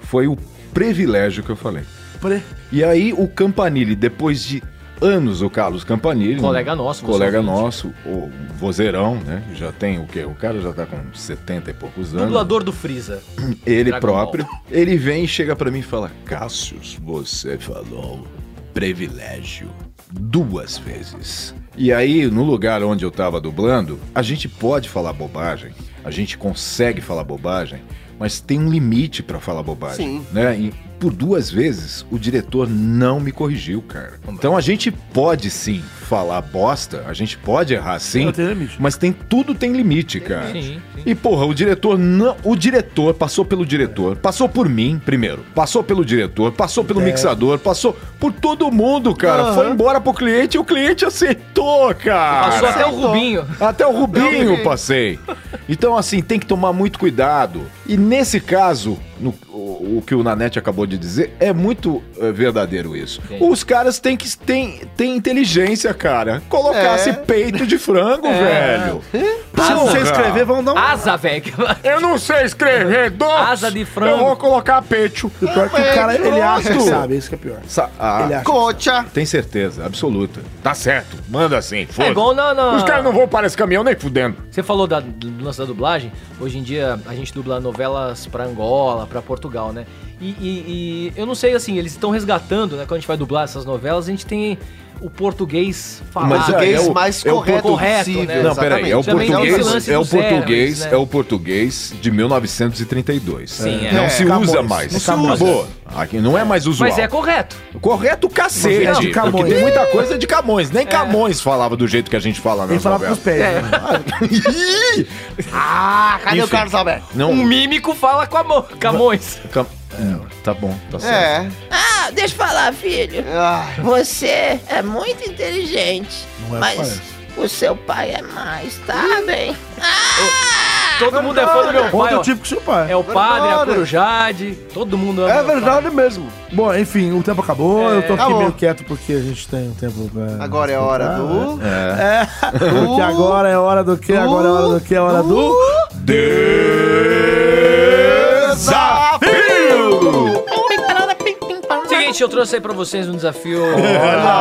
Speaker 4: foi o privilégio que eu falei.
Speaker 2: Pre-
Speaker 4: E aí o Campanile, depois de anos o Carlos Campanile,
Speaker 6: Colega
Speaker 4: um
Speaker 6: nosso,
Speaker 4: colega
Speaker 6: nosso
Speaker 4: nosso, o vozeirão, né? Já tem o quê? O cara já tá com 70 e poucos anos.
Speaker 6: Dublador do Freeza.
Speaker 4: Ele
Speaker 6: Dragon
Speaker 4: próprio. Ele vem e chega pra mim e fala: Cassius, você falou privilégio duas vezes. E aí, no lugar onde eu tava dublando, a gente pode falar bobagem, a gente consegue falar bobagem, mas tem um limite pra falar bobagem.
Speaker 3: Sim.
Speaker 4: Né? E por duas vezes, o diretor não me corrigiu, cara. Então a gente pode sim falar bosta, a gente pode errar sim,
Speaker 2: Não tem limite.
Speaker 4: mas tem tudo tem limite, cara.
Speaker 6: Sim, sim.
Speaker 4: E porra, o diretor não, o diretor passou pelo diretor, passou por mim primeiro, passou pelo diretor, passou pelo mixador, passou por todo mundo, cara. Foi embora pro cliente e o cliente aceitou, cara.
Speaker 6: Passou até o Rubinho.
Speaker 4: Até o Rubinho
Speaker 3: Não, não.
Speaker 4: passei. Então, assim, tem que tomar muito cuidado. E nesse caso, no- o, o que o Nanete acabou de dizer, é muito é, verdadeiro isso.
Speaker 6: Entendi.
Speaker 4: Os caras têm que têm, têm inteligência, cara. Colocasse
Speaker 3: É.
Speaker 4: peito de frango, velho.
Speaker 2: Se
Speaker 4: Porra.
Speaker 2: você escrever, vão dar um.
Speaker 6: Asa, velho.
Speaker 4: Eu não sei escrever, doce.
Speaker 6: Asa de frango.
Speaker 4: Eu vou colocar peito.
Speaker 2: O pior é que o cara, ele acha que
Speaker 4: Pronto.
Speaker 2: sabe, isso que é pior.
Speaker 4: Sa- ah,
Speaker 2: Ele acha.
Speaker 3: Cocha.
Speaker 4: tem certeza, absoluta. Tá certo, manda assim,
Speaker 6: É igual na... na-
Speaker 4: Os caras não vão para esse caminhão nem fudendo.
Speaker 6: Você falou da, do lance da dublagem. Hoje em dia a gente dubla novelas pra Angola, pra Portugal, né? E, e- e eu não sei, assim, eles estão resgatando, né? Quando a gente vai dublar essas novelas, a gente tem o português falado.
Speaker 4: Mas é,
Speaker 3: Português
Speaker 4: o-
Speaker 3: mais
Speaker 4: é o
Speaker 3: correto,
Speaker 6: correto,
Speaker 3: possível.
Speaker 6: né?
Speaker 4: não, peraí, é o
Speaker 6: Também tem esse
Speaker 4: português,
Speaker 6: lance
Speaker 4: é o
Speaker 6: dos héroes,
Speaker 4: português,
Speaker 6: né?
Speaker 4: é o português de 1932.
Speaker 6: Sim, é.
Speaker 4: Não
Speaker 6: É,
Speaker 4: se
Speaker 2: Camões.
Speaker 4: usa mais.
Speaker 2: Não se usa.
Speaker 4: Acabou. Aqui não é mais usual.
Speaker 6: Mas é correto.
Speaker 4: correto o cacete.
Speaker 2: Mas é de Camões.
Speaker 4: Porque tem muita coisa de Camões.
Speaker 6: É.
Speaker 4: Nem Camões falava do jeito que a gente fala na
Speaker 2: Ele falava com os pés. né?
Speaker 4: É.
Speaker 3: Ah, cadê o
Speaker 4: Enfim.
Speaker 3: Carlos Alberto?
Speaker 4: Não,
Speaker 6: Um mímico fala com a mão. Camões.
Speaker 4: Cam- Hum, tá bom, tá certo.
Speaker 3: É.
Speaker 9: Ah, deixa eu falar, filho.
Speaker 3: Ah,
Speaker 9: Você é muito inteligente.
Speaker 2: Não é,
Speaker 9: mas
Speaker 2: parece.
Speaker 9: o seu pai é mais, tá bem?
Speaker 6: Todo mundo é fã do meu pai,
Speaker 2: Outro
Speaker 6: ó.
Speaker 2: tipo que seu pai.
Speaker 6: É o padre, é a
Speaker 3: Verdade.
Speaker 6: Corujade, todo mundo
Speaker 3: é
Speaker 6: meu pai.
Speaker 3: verdade mesmo.
Speaker 2: Bom, enfim, o tempo acabou. eu tô aqui
Speaker 3: É. acabou.
Speaker 2: meio quieto porque a gente tem um tempo. pra-
Speaker 3: Agora é a hora do...
Speaker 2: É. Porque agora é hora do que? Agora é hora do que? É hora do.
Speaker 4: Desafio!
Speaker 6: Seguinte, eu trouxe aí pra vocês um desafio. Olha!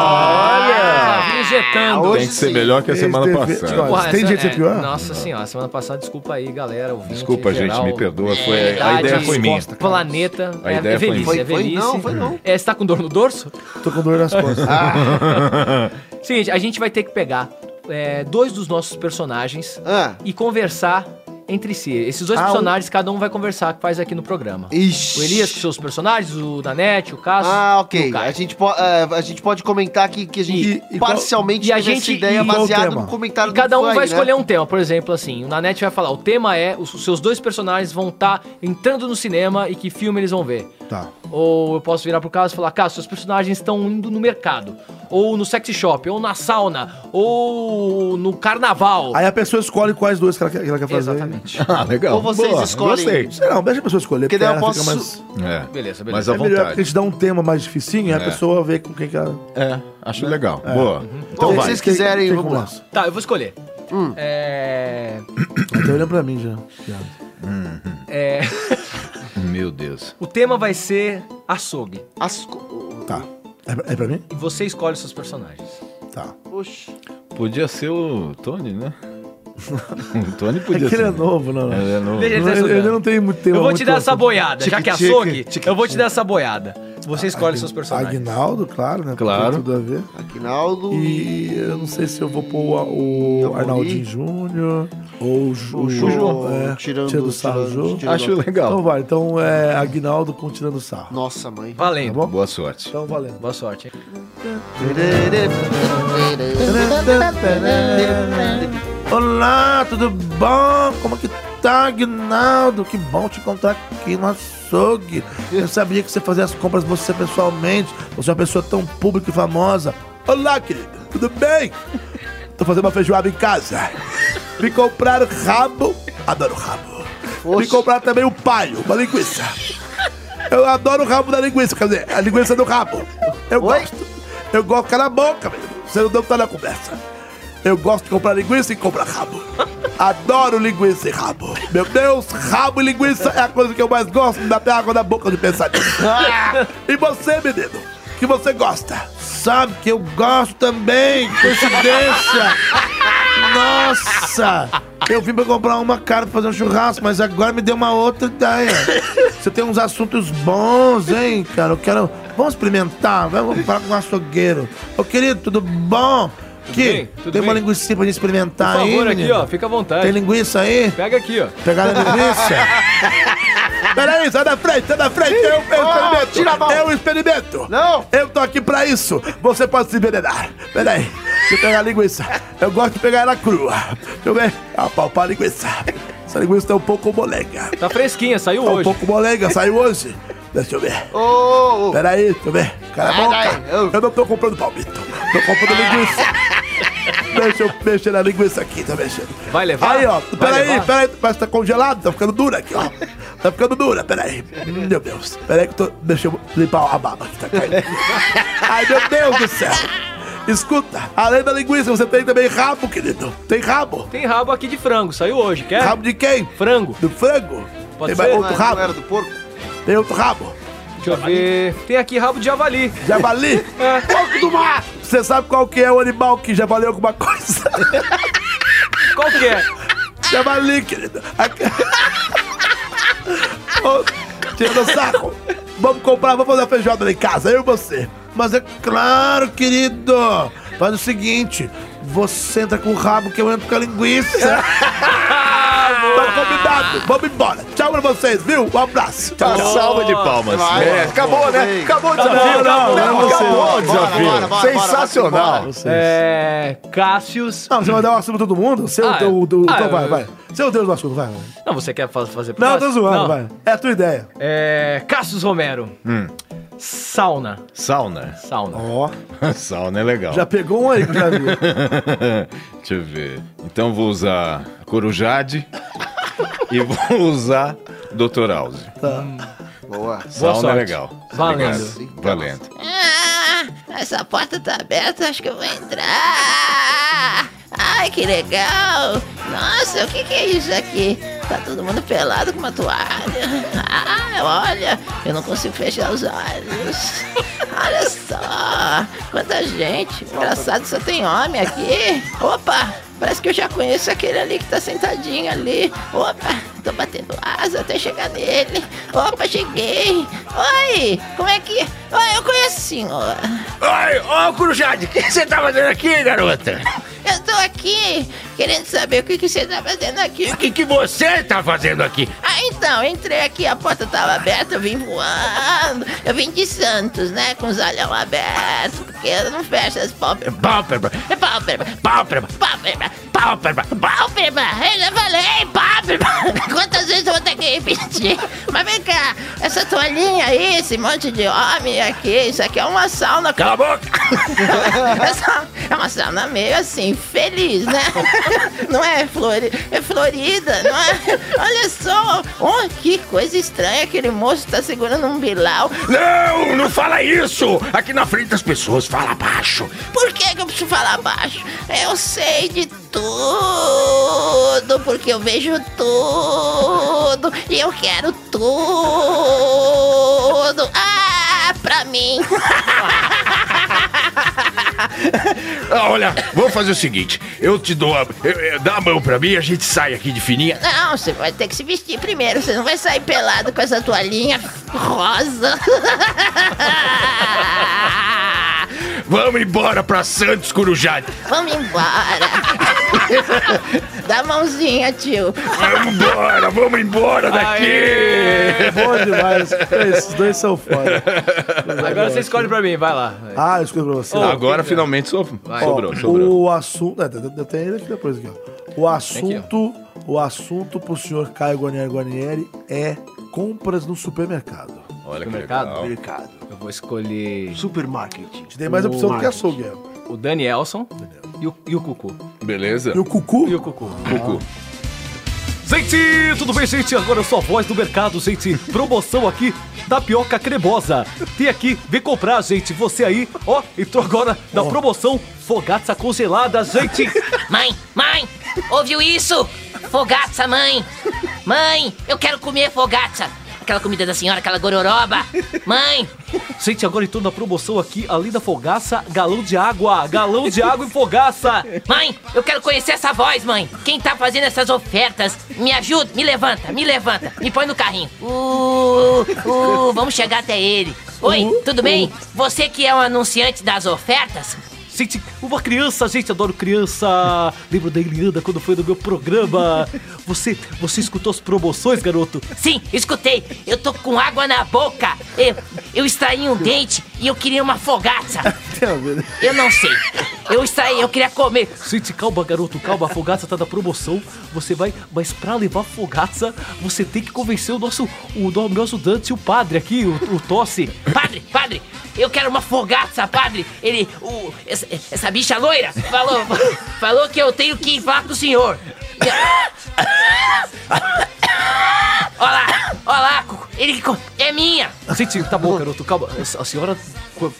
Speaker 6: Injetando.
Speaker 3: Hoje
Speaker 4: Tem que ser
Speaker 3: sim.
Speaker 4: melhor que a semana
Speaker 2: Desde-
Speaker 4: passada.
Speaker 2: Porra, tem
Speaker 6: essa- é,
Speaker 2: jeito de ser pior?
Speaker 6: Nossa senhora, semana passada, desculpa aí, galera. Ouvinte,
Speaker 4: Desculpa,
Speaker 6: em
Speaker 4: gente,
Speaker 6: geral.
Speaker 4: me perdoa. Foi, a
Speaker 6: Idade,
Speaker 4: ideia foi minha.
Speaker 6: Planeta.
Speaker 4: A ideia
Speaker 6: é
Speaker 4: foi
Speaker 6: velhice,
Speaker 4: minha.
Speaker 6: é
Speaker 3: Foi- foi
Speaker 6: velhice.
Speaker 3: não, foi não.
Speaker 6: É, você tá com dor no dorso?
Speaker 2: Tô com dor nas costas. Ah.
Speaker 6: Seguinte, a gente vai ter que pegar é, dois dos nossos personagens
Speaker 3: Ah.
Speaker 6: e conversar entre si. Esses dois
Speaker 2: Ah,
Speaker 6: personagens, cada um vai conversar, que faz aqui no programa.
Speaker 3: Ixi.
Speaker 6: O Elias com seus personagens, o Danete, o Cássio.
Speaker 3: Ah,
Speaker 6: e o
Speaker 3: ok.
Speaker 6: Caio.
Speaker 3: A gente, po é, a gente pode comentar aqui que a gente
Speaker 2: E- e qual-
Speaker 3: parcialmente
Speaker 6: e a
Speaker 3: teve
Speaker 6: gente-
Speaker 3: essa ideia
Speaker 6: e qual
Speaker 3: baseada
Speaker 2: tema?
Speaker 3: no comentário
Speaker 6: E cada
Speaker 3: do
Speaker 6: um
Speaker 3: Fly,
Speaker 6: vai
Speaker 3: né?
Speaker 6: escolher um tema, por exemplo, assim, o Nanete vai falar, o tá tema é, os seus dois personagens vão estar entrando no cinema e que filme eles vão ver.
Speaker 2: Tá.
Speaker 6: Ou eu posso virar pro Caso e falar, Caso, seus personagens estão indo no mercado. Ou no sexy shop, ou na sauna, ou no carnaval.
Speaker 2: Aí a pessoa escolhe quais dois que ela quer, que ela quer fazer.
Speaker 6: Exatamente.
Speaker 4: Ah, legal.
Speaker 3: Ou vocês escolhem.
Speaker 4: Gostei.
Speaker 2: Sei não, deixa a pessoa escolher.
Speaker 3: Porque daí eu
Speaker 2: ela fica
Speaker 3: posso-
Speaker 2: mais-
Speaker 4: É.
Speaker 6: Beleza, beleza.
Speaker 4: Mas à
Speaker 2: É melhor, porque
Speaker 4: vontade.
Speaker 2: eles dão um tema mais dificinho e a
Speaker 4: É.
Speaker 2: pessoa vê com quem que ela...
Speaker 4: É, acho legal. Boa. Então
Speaker 3: Bom,
Speaker 4: vai.
Speaker 3: vocês quiserem,
Speaker 2: Tem
Speaker 3: vamos lá. Hum.
Speaker 2: conversa.
Speaker 6: Tá, eu vou escolher. É...
Speaker 2: Tá olhando pra mim já.
Speaker 6: é,
Speaker 4: Uhum. Meu Deus.
Speaker 6: O tema vai ser açougue.
Speaker 3: As co-
Speaker 2: Tá. É pra, é pra mim?
Speaker 6: E você escolhe os seus personagens.
Speaker 2: Tá.
Speaker 3: Oxe.
Speaker 4: Podia ser o Tony, né? o Tony podia
Speaker 2: Aquele
Speaker 4: ser.
Speaker 2: é novo, não.
Speaker 4: Ele é novo.
Speaker 6: Deixa
Speaker 2: Ele,
Speaker 6: ele
Speaker 2: ele
Speaker 6: assobiar.
Speaker 2: não tem muito tempo.
Speaker 6: Eu vou te dar essa boiada. Já que é
Speaker 3: Tique-tique,
Speaker 6: açougue, eu vou te dar essa boiada. Você escolhe os seus personagens.
Speaker 2: Aguinaldo, claro, né?
Speaker 4: Claro.
Speaker 2: Tem tudo a ver.
Speaker 3: Aguinaldo
Speaker 2: E eu não sei se eu vou pôr o, o
Speaker 3: Tamboril.
Speaker 2: Arnaldinho Júnior ou o Ju.
Speaker 3: Jô,
Speaker 2: É,
Speaker 3: tirando-
Speaker 2: tirando, tirando sarro,
Speaker 3: tirando-
Speaker 2: Jô.
Speaker 3: tirando-
Speaker 4: Acho
Speaker 2: Então
Speaker 4: legal.
Speaker 2: vai, então é Aguinaldo com tirando sarro.
Speaker 3: Nossa, mãe.
Speaker 6: Valendo.
Speaker 2: Tá bom?
Speaker 4: Boa sorte.
Speaker 2: Então valendo.
Speaker 6: Boa sorte, hein?
Speaker 2: Olá, tudo bom? Como que tá, Aguinaldo? Que bom te encontrar aqui no açougue. Eu sabia que você fazia as compras você pessoalmente. Você é uma pessoa tão pública e famosa. Olá, querido. Tudo bem? Tô fazendo uma feijoada em casa. Me compraram rabo. Adoro rabo. Me
Speaker 3: Oxe.
Speaker 2: compraram também o paio, uma linguiça. Eu adoro o rabo da linguiça, quer dizer, a linguiça do rabo. Eu
Speaker 3: Oi?
Speaker 2: gosto. Eu gosto, cala a boca, meu. Você não deve estar na conversa. Eu gosto de comprar linguiça e comprar rabo. Adoro linguiça e rabo. Meu Deus, rabo e linguiça é a coisa que eu mais gosto, me dá até água na boca de pensar nisso. E você, menino, que você gosta? Sabe que eu gosto também, coincidência. Nossa! Eu vim pra comprar uma cara pra fazer um churrasco, mas agora me deu uma outra ideia. Você tem uns assuntos bons, hein, cara? Eu quero. Vamos experimentar, vamos falar com um açougueiro. Ô querido, tudo bom? Aqui,
Speaker 6: bem, tudo
Speaker 2: tem uma
Speaker 6: bem.
Speaker 2: linguiça pra gente experimentar
Speaker 6: Por
Speaker 2: aí.
Speaker 6: favor, aqui,
Speaker 2: menino?
Speaker 6: ó. Fica à vontade.
Speaker 2: Tem linguiça aí?
Speaker 6: Pega aqui, ó.
Speaker 2: Pegar a linguiça? Peraí, sai da frente, sai da frente! Eu, eu um experimento!
Speaker 3: tira a mão.
Speaker 2: Eu experimento!
Speaker 3: Não.
Speaker 2: Eu tô aqui pra isso! Você pode se envenenar! Peraí, deixa eu pegar a linguiça! Eu gosto de pegar ela crua! Deixa eu ver! Apalpar a linguiça! Essa linguiça tá um pouco molenga!
Speaker 6: Tá fresquinha, saiu
Speaker 2: Tá um
Speaker 6: hoje.
Speaker 2: pouco molenga, saiu hoje! Deixa eu ver!
Speaker 3: Ô, ô, ô.
Speaker 2: Peraí, deixa eu ver! Cala a boca!
Speaker 3: Peraí, eu-
Speaker 2: Eu não tô comprando palmito! Tô comprando linguiça! Deixa eu mexer na linguiça aqui, tá mexendo!
Speaker 6: Vai levar?
Speaker 2: Aí, ó,
Speaker 6: Vai
Speaker 2: peraí,
Speaker 6: levar?
Speaker 2: peraí, parece que tá congelado, tá ficando dura aqui, ó. Tá ficando dura, peraí. Hum, Meu Deus, peraí que eu tô. Deixa eu limpar a baba que tá caindo. Ai, meu Deus do céu. Escuta, além da linguiça, você tem também rabo, querido. Tem rabo?
Speaker 6: Tem rabo aqui de frango, saiu hoje, quer?
Speaker 2: Rabo de quem?
Speaker 6: Frango.
Speaker 2: Do frango?
Speaker 6: Pode
Speaker 2: tem mais
Speaker 6: ser?
Speaker 3: Não
Speaker 2: outro
Speaker 3: era- não
Speaker 2: rabo?
Speaker 3: era Ah, do porco?
Speaker 2: Tem outro rabo?
Speaker 6: Deixa eu ver. Tem aqui rabo de javali. É.
Speaker 2: Javali?
Speaker 3: Porco do mar!
Speaker 2: Você sabe qual que é o animal que já valeu alguma coisa?
Speaker 6: Qual que é?
Speaker 2: Javali, querido. Aqui- Ô, Tirando saco. Vamos comprar, vamos fazer a feijoada lá em casa, eu e você. Mas é claro, querido. Faz o seguinte, você entra com o rabo que eu entro com a linguiça. tá combinado. Vamos embora. Tchau pra vocês, viu? Um abraço. Tchau.
Speaker 4: Uma salva de palmas.
Speaker 3: Vai,
Speaker 4: é,
Speaker 3: vai,
Speaker 4: acabou,
Speaker 3: vai.
Speaker 4: né? Acabou o desafio.
Speaker 6: não,
Speaker 4: Não,
Speaker 6: não,
Speaker 2: não,
Speaker 4: acabou o desafio.
Speaker 3: bora, bora,
Speaker 4: Sensacional.
Speaker 3: bora,
Speaker 6: É. Cássius.
Speaker 2: Não, você vai dar o assunto pra todo mundo? Seu,
Speaker 6: Ah,
Speaker 2: teu, teu,
Speaker 6: ah,
Speaker 2: então vai,
Speaker 6: eu-
Speaker 2: vai. Seu Deus do assunto, vai. vai.
Speaker 6: Não, você quer fa- fazer pro
Speaker 2: Não, tô
Speaker 6: Cássius?
Speaker 2: zoando,
Speaker 6: Não.
Speaker 2: vai. É a tua ideia.
Speaker 6: É. Cássius Romero. Sauna.
Speaker 4: Hum, Sauna.
Speaker 6: Sauna.
Speaker 2: Ó,
Speaker 4: Sauna é legal.
Speaker 2: já pegou um aí que eu já vi.
Speaker 4: Deixa eu ver. Então vou usar Corujade e vou usar Dr. House.
Speaker 8: Tá.
Speaker 3: Boa.
Speaker 4: Sauna é
Speaker 6: Hum. sorte.
Speaker 4: legal.
Speaker 6: Valendo.
Speaker 4: Obrigado. Valendo.
Speaker 9: Ah, essa porta tá aberta, acho que eu vou entrar. Ai, que legal. Nossa, o que, que é isso aqui? Tá todo mundo pelado com uma toalha. Ah, olha, eu não consigo fechar os olhos. Olha só, quanta gente. Engraçado, só tem homem aqui. Opa, parece que eu já conheço aquele ali que tá sentadinho ali. Opa, tô batendo asa até chegar nele. Opa, cheguei. Oi, como é que... Oi, eu conheço o senhor.
Speaker 4: Ai, ô Corujade, o que você tá fazendo aqui, garota?
Speaker 9: Eu tô aqui querendo saber o que, que você tá fazendo aqui.
Speaker 4: que, que você tá fazendo aqui?
Speaker 9: Ah, então, entrei aqui, a porta tava aberta, eu vim voando. Eu vim de Santos, né? Com os olhão abertos. esquerda, não fecha as pálpebras.
Speaker 10: Pálpebra,
Speaker 9: Pálpebra,
Speaker 10: pálpebra,
Speaker 9: pálpebra,
Speaker 10: pálpebra,
Speaker 9: pálpebra. Eu já falei, pálpebra. Quantas vezes eu vou ter que repetir? Mas vem cá, essa toalhinha aí, esse monte de homem aqui, isso aqui é uma sauna.
Speaker 10: cala a boca!
Speaker 9: É só- é uma sauna meio assim, feliz, né? Não é, flori é florida, não é? Olha só, oh, que coisa estranha, aquele moço tá segurando um bilau.
Speaker 10: Não, não fala isso! Aqui na frente das pessoas, fala baixo.
Speaker 9: Por que, que eu preciso falar baixo? Eu sei de tudo, porque eu vejo tudo e eu quero tudo. Ah, pra mim.
Speaker 10: Ah, Olha, vamos fazer o seguinte: eu te dou a. eu- eu- dá a mão pra mim e a gente sai aqui de fininha.
Speaker 9: Não, você vai ter que se vestir primeiro. Você não vai sair pelado com essa toalhinha rosa.
Speaker 10: Vamos embora pra Santos Corujade.
Speaker 9: Vamos embora. Dá a mãozinha, tio.
Speaker 10: Vamos embora, vamos embora daqui!
Speaker 2: Bom demais. Esses dois são foda.
Speaker 6: Agora você escolhe pra mim, vai lá.
Speaker 2: Ah, eu escolhi pra você.
Speaker 4: Agora finalmente so- sobrou, sobrou.
Speaker 2: o assunto. É, eu tenho ele aqui depois aqui, ó. O assunto. O assunto pro senhor Caio Guarnieri Guarnieri é compras no supermercado.
Speaker 4: Olha que
Speaker 6: Supermercado.
Speaker 4: legal.
Speaker 8: Mercado.
Speaker 6: Eu vou escolher
Speaker 8: Supermarket.
Speaker 2: Te dei mais opção do que açougue. é.
Speaker 6: o Danielson e o, e o Cucu.
Speaker 4: Beleza?
Speaker 2: E o cucu? Ah.
Speaker 6: E o Cucu.
Speaker 4: Cucu.
Speaker 5: Gente, tudo bem, gente? Agora eu sou a voz do mercado, gente. Promoção aqui da Pioca Cremosa. Tem aqui, vem comprar, gente. Você aí, ó, entrou agora na promoção Fogata Congelada, gente.
Speaker 12: Mãe, mãe, ouviu isso? Fogaça, mãe! Mãe, eu quero comer fogaça! Aquela comida da senhora, aquela gororoba! Mãe,
Speaker 5: Gente, agora entrou na promoção aqui, além da fogaça, galão de água. Galão de água e fogaça.
Speaker 12: mãe, eu quero conhecer essa voz, mãe! Quem tá fazendo essas ofertas? Me ajuda, me levanta, me levanta, me põe no carrinho! Uh, uh, vamos chegar até ele! Oi, tudo bem? Você que é o anunciante das ofertas?
Speaker 5: Gente, uma criança, gente, adoro criança. Lembro da Eliana quando foi no meu programa. Você, você escutou as promoções, garoto?
Speaker 12: Sim, escutei! Eu tô com água na boca! Eu, eu extraí um dente e eu queria uma fogaça! Eu não sei! Eu extraí, eu queria comer!
Speaker 5: Gente, calma, garoto, calma. A fogaça tá na promoção. Você vai, mas pra levar a fogaça, você tem que convencer o nosso, o nosso Dante, o padre aqui, o, o Tosse.
Speaker 12: Padre, padre, eu quero uma fogaça, padre. Ele, o, essa, essa bicha loira falou, falou que eu tenho que falar com o senhor. Olá, olá, Cuco. ele co- é minha.
Speaker 5: Gente, tá bom, garoto, calma. A, a senhora. co-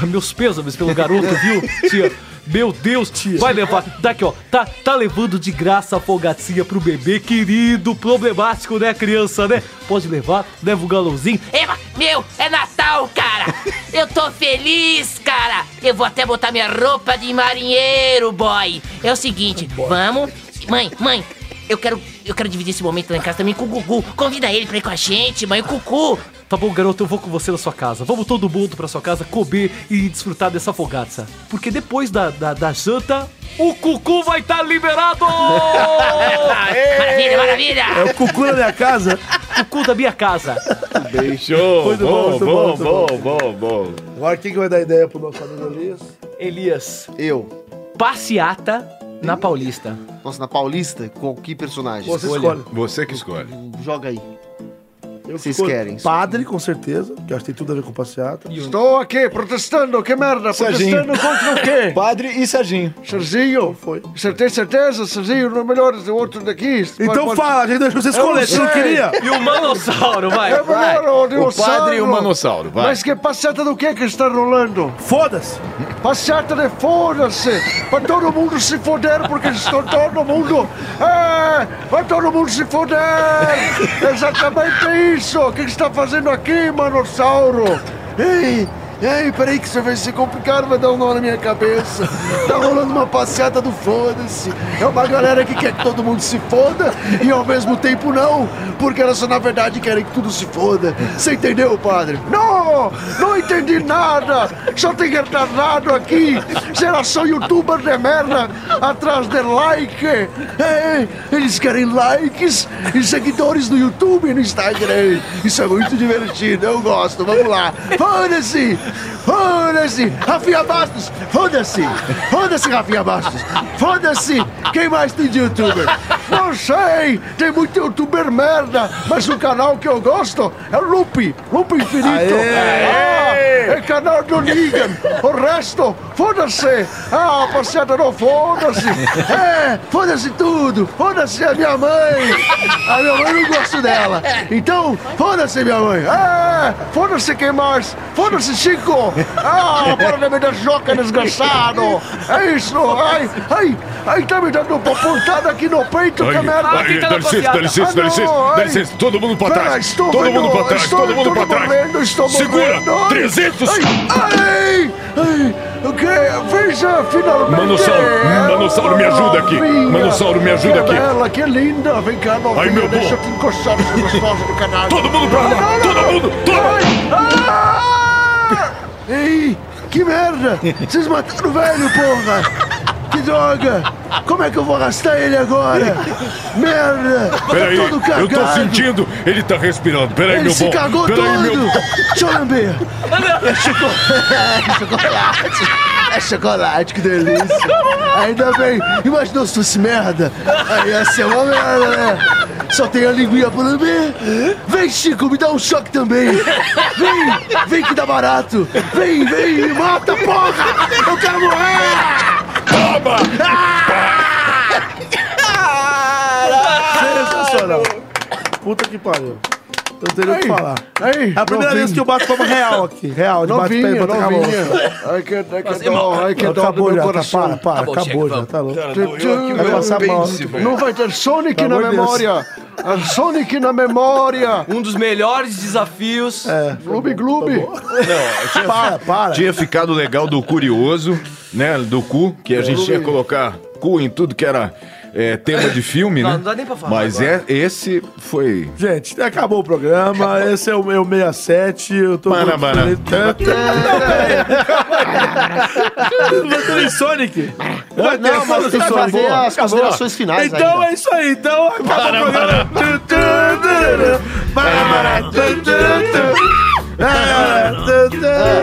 Speaker 5: a- Meus pêsames pelo garoto, viu, tia? Meu Deus, vai levar. Daqui, ó. Tá, tá levando de graça a fogacinha pro bebê, querido. Problemático, né, criança, né? Pode levar, leva o galãozinho.
Speaker 12: Eva, meu, é Natal, cara. Eu tô feliz, cara. Eu vou até botar minha roupa de marinheiro, boy. É o seguinte, vamos, mãe, mãe. Eu quero, eu quero dividir esse momento lá em casa também com o Gugu. Convida ele pra ir com a gente, mãe. O Cucu,
Speaker 5: Tá bom, garoto, eu vou com você na sua casa. Vamos todo mundo pra sua casa comer e desfrutar dessa fogaça. Porque depois da, da, da janta, o cucu vai estar tá liberado!
Speaker 12: Maravilha, maravilha!
Speaker 2: É o cucu na minha casa?
Speaker 5: cucu da minha casa.
Speaker 4: Show!
Speaker 2: Muito bom,
Speaker 4: Bom,
Speaker 2: muito
Speaker 4: bom,
Speaker 2: bom,
Speaker 4: bom, bom, bom.
Speaker 2: Agora quem que vai dar ideia pro nosso amigo Elias?
Speaker 6: Elias,
Speaker 8: Eu.
Speaker 6: passeata na Paulista.
Speaker 8: Nossa, na Paulista, com que personagem?
Speaker 2: Você escolhe.
Speaker 4: Você que escolhe.
Speaker 8: Joga aí.
Speaker 2: Eu
Speaker 8: Vocês
Speaker 2: escolho
Speaker 8: querem.
Speaker 2: Padre, com certeza, que eu acho que tem tudo a ver com passeata.
Speaker 8: Estou aqui protestando, que merda,
Speaker 13: Serginho.
Speaker 8: contra o quê?
Speaker 13: Padre e Serginho.
Speaker 8: Serginho,
Speaker 2: Foi.
Speaker 8: você tem certeza, Serginho, não é melhor o outro daqui?
Speaker 2: Então fala, a gente deixou você escolher, você não queria.
Speaker 6: E o Manossauro, vai.
Speaker 8: melhor É o
Speaker 4: O padre e o manossauro, vai.
Speaker 8: Mas que é passeata do que que está rolando?
Speaker 2: Foda-se.
Speaker 8: Passeata de foda-se! Pra todo mundo se foder, porque estou todo mundo. É, vai todo mundo se foder! Exatamente isso! O que que está fazendo aqui, manossauro? Ei! Ei, peraí que isso vai ser complicado, vai dar um nó na minha cabeça. Tá rolando uma passeata do foda-se. É uma galera que quer que todo mundo se foda e ao mesmo tempo não, porque elas na verdade querem que tudo se foda. Você entendeu, padre? Não! Não entendi nada! Só tem retardado aqui! Geração youtuber de merda atrás de like! É, eles querem likes e seguidores no YouTube e no Instagram. Isso é muito divertido, eu gosto. Vamos lá. Foda-se! Foda-se, Rafinha Bastos. Foda-se, foda-se, Rafinha Bastos. Foda-se, quem mais tem de youtuber? Não sei, tem muito youtuber merda, mas o canal que eu gosto é o Lupe, Lupe Infinito. Ah, é canal do Negan. O resto, foda-se. Ah, passeada não, foda-se. É, foda-se tudo. Foda-se a minha mãe. A minha mãe não gosto dela. Então, foda-se minha mãe. É, foda-se quem mais. Foda-se Chico. Ah, para de me dar joca, desgraçado. É isso. Ai, ai, ai, tá me dando uma pontada aqui no peito, que
Speaker 4: Ai,
Speaker 8: merda. Ah,
Speaker 4: ai, Dá licença, dá licença, dá licença, dá licença. Todo mundo pra
Speaker 8: Pera,
Speaker 4: trás.
Speaker 8: estou
Speaker 4: Todo
Speaker 8: vendo,
Speaker 4: mundo pra trás,
Speaker 8: estou-
Speaker 4: todo mundo pra
Speaker 8: estou morrendo,
Speaker 4: trás.
Speaker 8: estou
Speaker 4: Segura,
Speaker 8: morrendo. Ai,
Speaker 4: 300.
Speaker 8: Ai, ai, o que? Veja, finalmente.
Speaker 4: Manossauro, Manossauro, me ajuda aqui.
Speaker 8: Minha.
Speaker 4: Manossauro, me ajuda
Speaker 8: Que
Speaker 4: aqui.
Speaker 8: bela, que linda. Vem cá, novinha.
Speaker 4: Ai, meu
Speaker 8: Deixa eu te encostar nessa gostosa do canal.
Speaker 4: Todo mundo pra lá, todo mundo, todo
Speaker 8: mundo. ah! Ei, que merda. Vocês mataram o velho, porra. Que droga. Como é que eu vou arrastar ele agora? Merda. tá
Speaker 4: Peraí,
Speaker 8: todo
Speaker 4: eu tô
Speaker 8: cagado.
Speaker 4: sentindo. Ele tá respirando. Peraí,
Speaker 8: Ele
Speaker 4: meu
Speaker 8: se
Speaker 4: bom.
Speaker 8: cagou
Speaker 4: Peraí,
Speaker 8: todo!
Speaker 4: meu
Speaker 8: Deixa eu lamber! É choco- é chocolate! É chocolate, que delícia! Ainda bem! Imagina se fosse merda! Aí ia ser uma merda, né? Só tem a linguinha pra lamber! Vem, Chico, me dá um choque também! Vem! Vem que dá barato! Vem, vem, me mata, porra! Eu quero morrer! Ah!
Speaker 4: Toma!
Speaker 2: Sensacional. Puta que pariu. Eu teria o que
Speaker 8: Aí,
Speaker 2: falar.
Speaker 8: aí,
Speaker 2: é a primeira
Speaker 8: novinho.
Speaker 2: vez que eu bato palma real aqui. Real, de bate pé e
Speaker 8: Novinha,
Speaker 2: bate com a mão.
Speaker 8: novinha! Ai, que, ai, que dó, ai, que dó do
Speaker 2: Acabou
Speaker 8: meu
Speaker 2: já, tá,
Speaker 8: coração!
Speaker 2: para, para, acabou já, tá louco.
Speaker 8: Vai passar mal. Não vai ter Sonic na
Speaker 2: amor de Deus.
Speaker 8: memória. É Sonic na memória.
Speaker 5: Um dos melhores desafios. Tá
Speaker 8: Gloob Gloob.
Speaker 2: É.
Speaker 8: é
Speaker 2: Para, para.
Speaker 4: Tinha ficado legal do curioso, né? Do cu, que a gente ia colocar cu em tudo que era é, tema de filme,
Speaker 5: Não,
Speaker 4: né?
Speaker 5: não dá nem pra falar
Speaker 4: Mas é, esse foi.
Speaker 2: Gente, acabou o programa. Esse é o meu 67. Eu tô
Speaker 4: Para, para.
Speaker 2: feliz. Tanto. Não tem Sonic. Vai ter
Speaker 8: Não, mas tem que
Speaker 2: Sonic.
Speaker 8: fazer as
Speaker 2: Acabou.
Speaker 8: considerações finais
Speaker 2: Então
Speaker 8: ainda.
Speaker 2: é isso aí. Então acabou o programa. Tu, tu, tu, para, tu, tu, tu. Ah, tu, tu,
Speaker 8: É,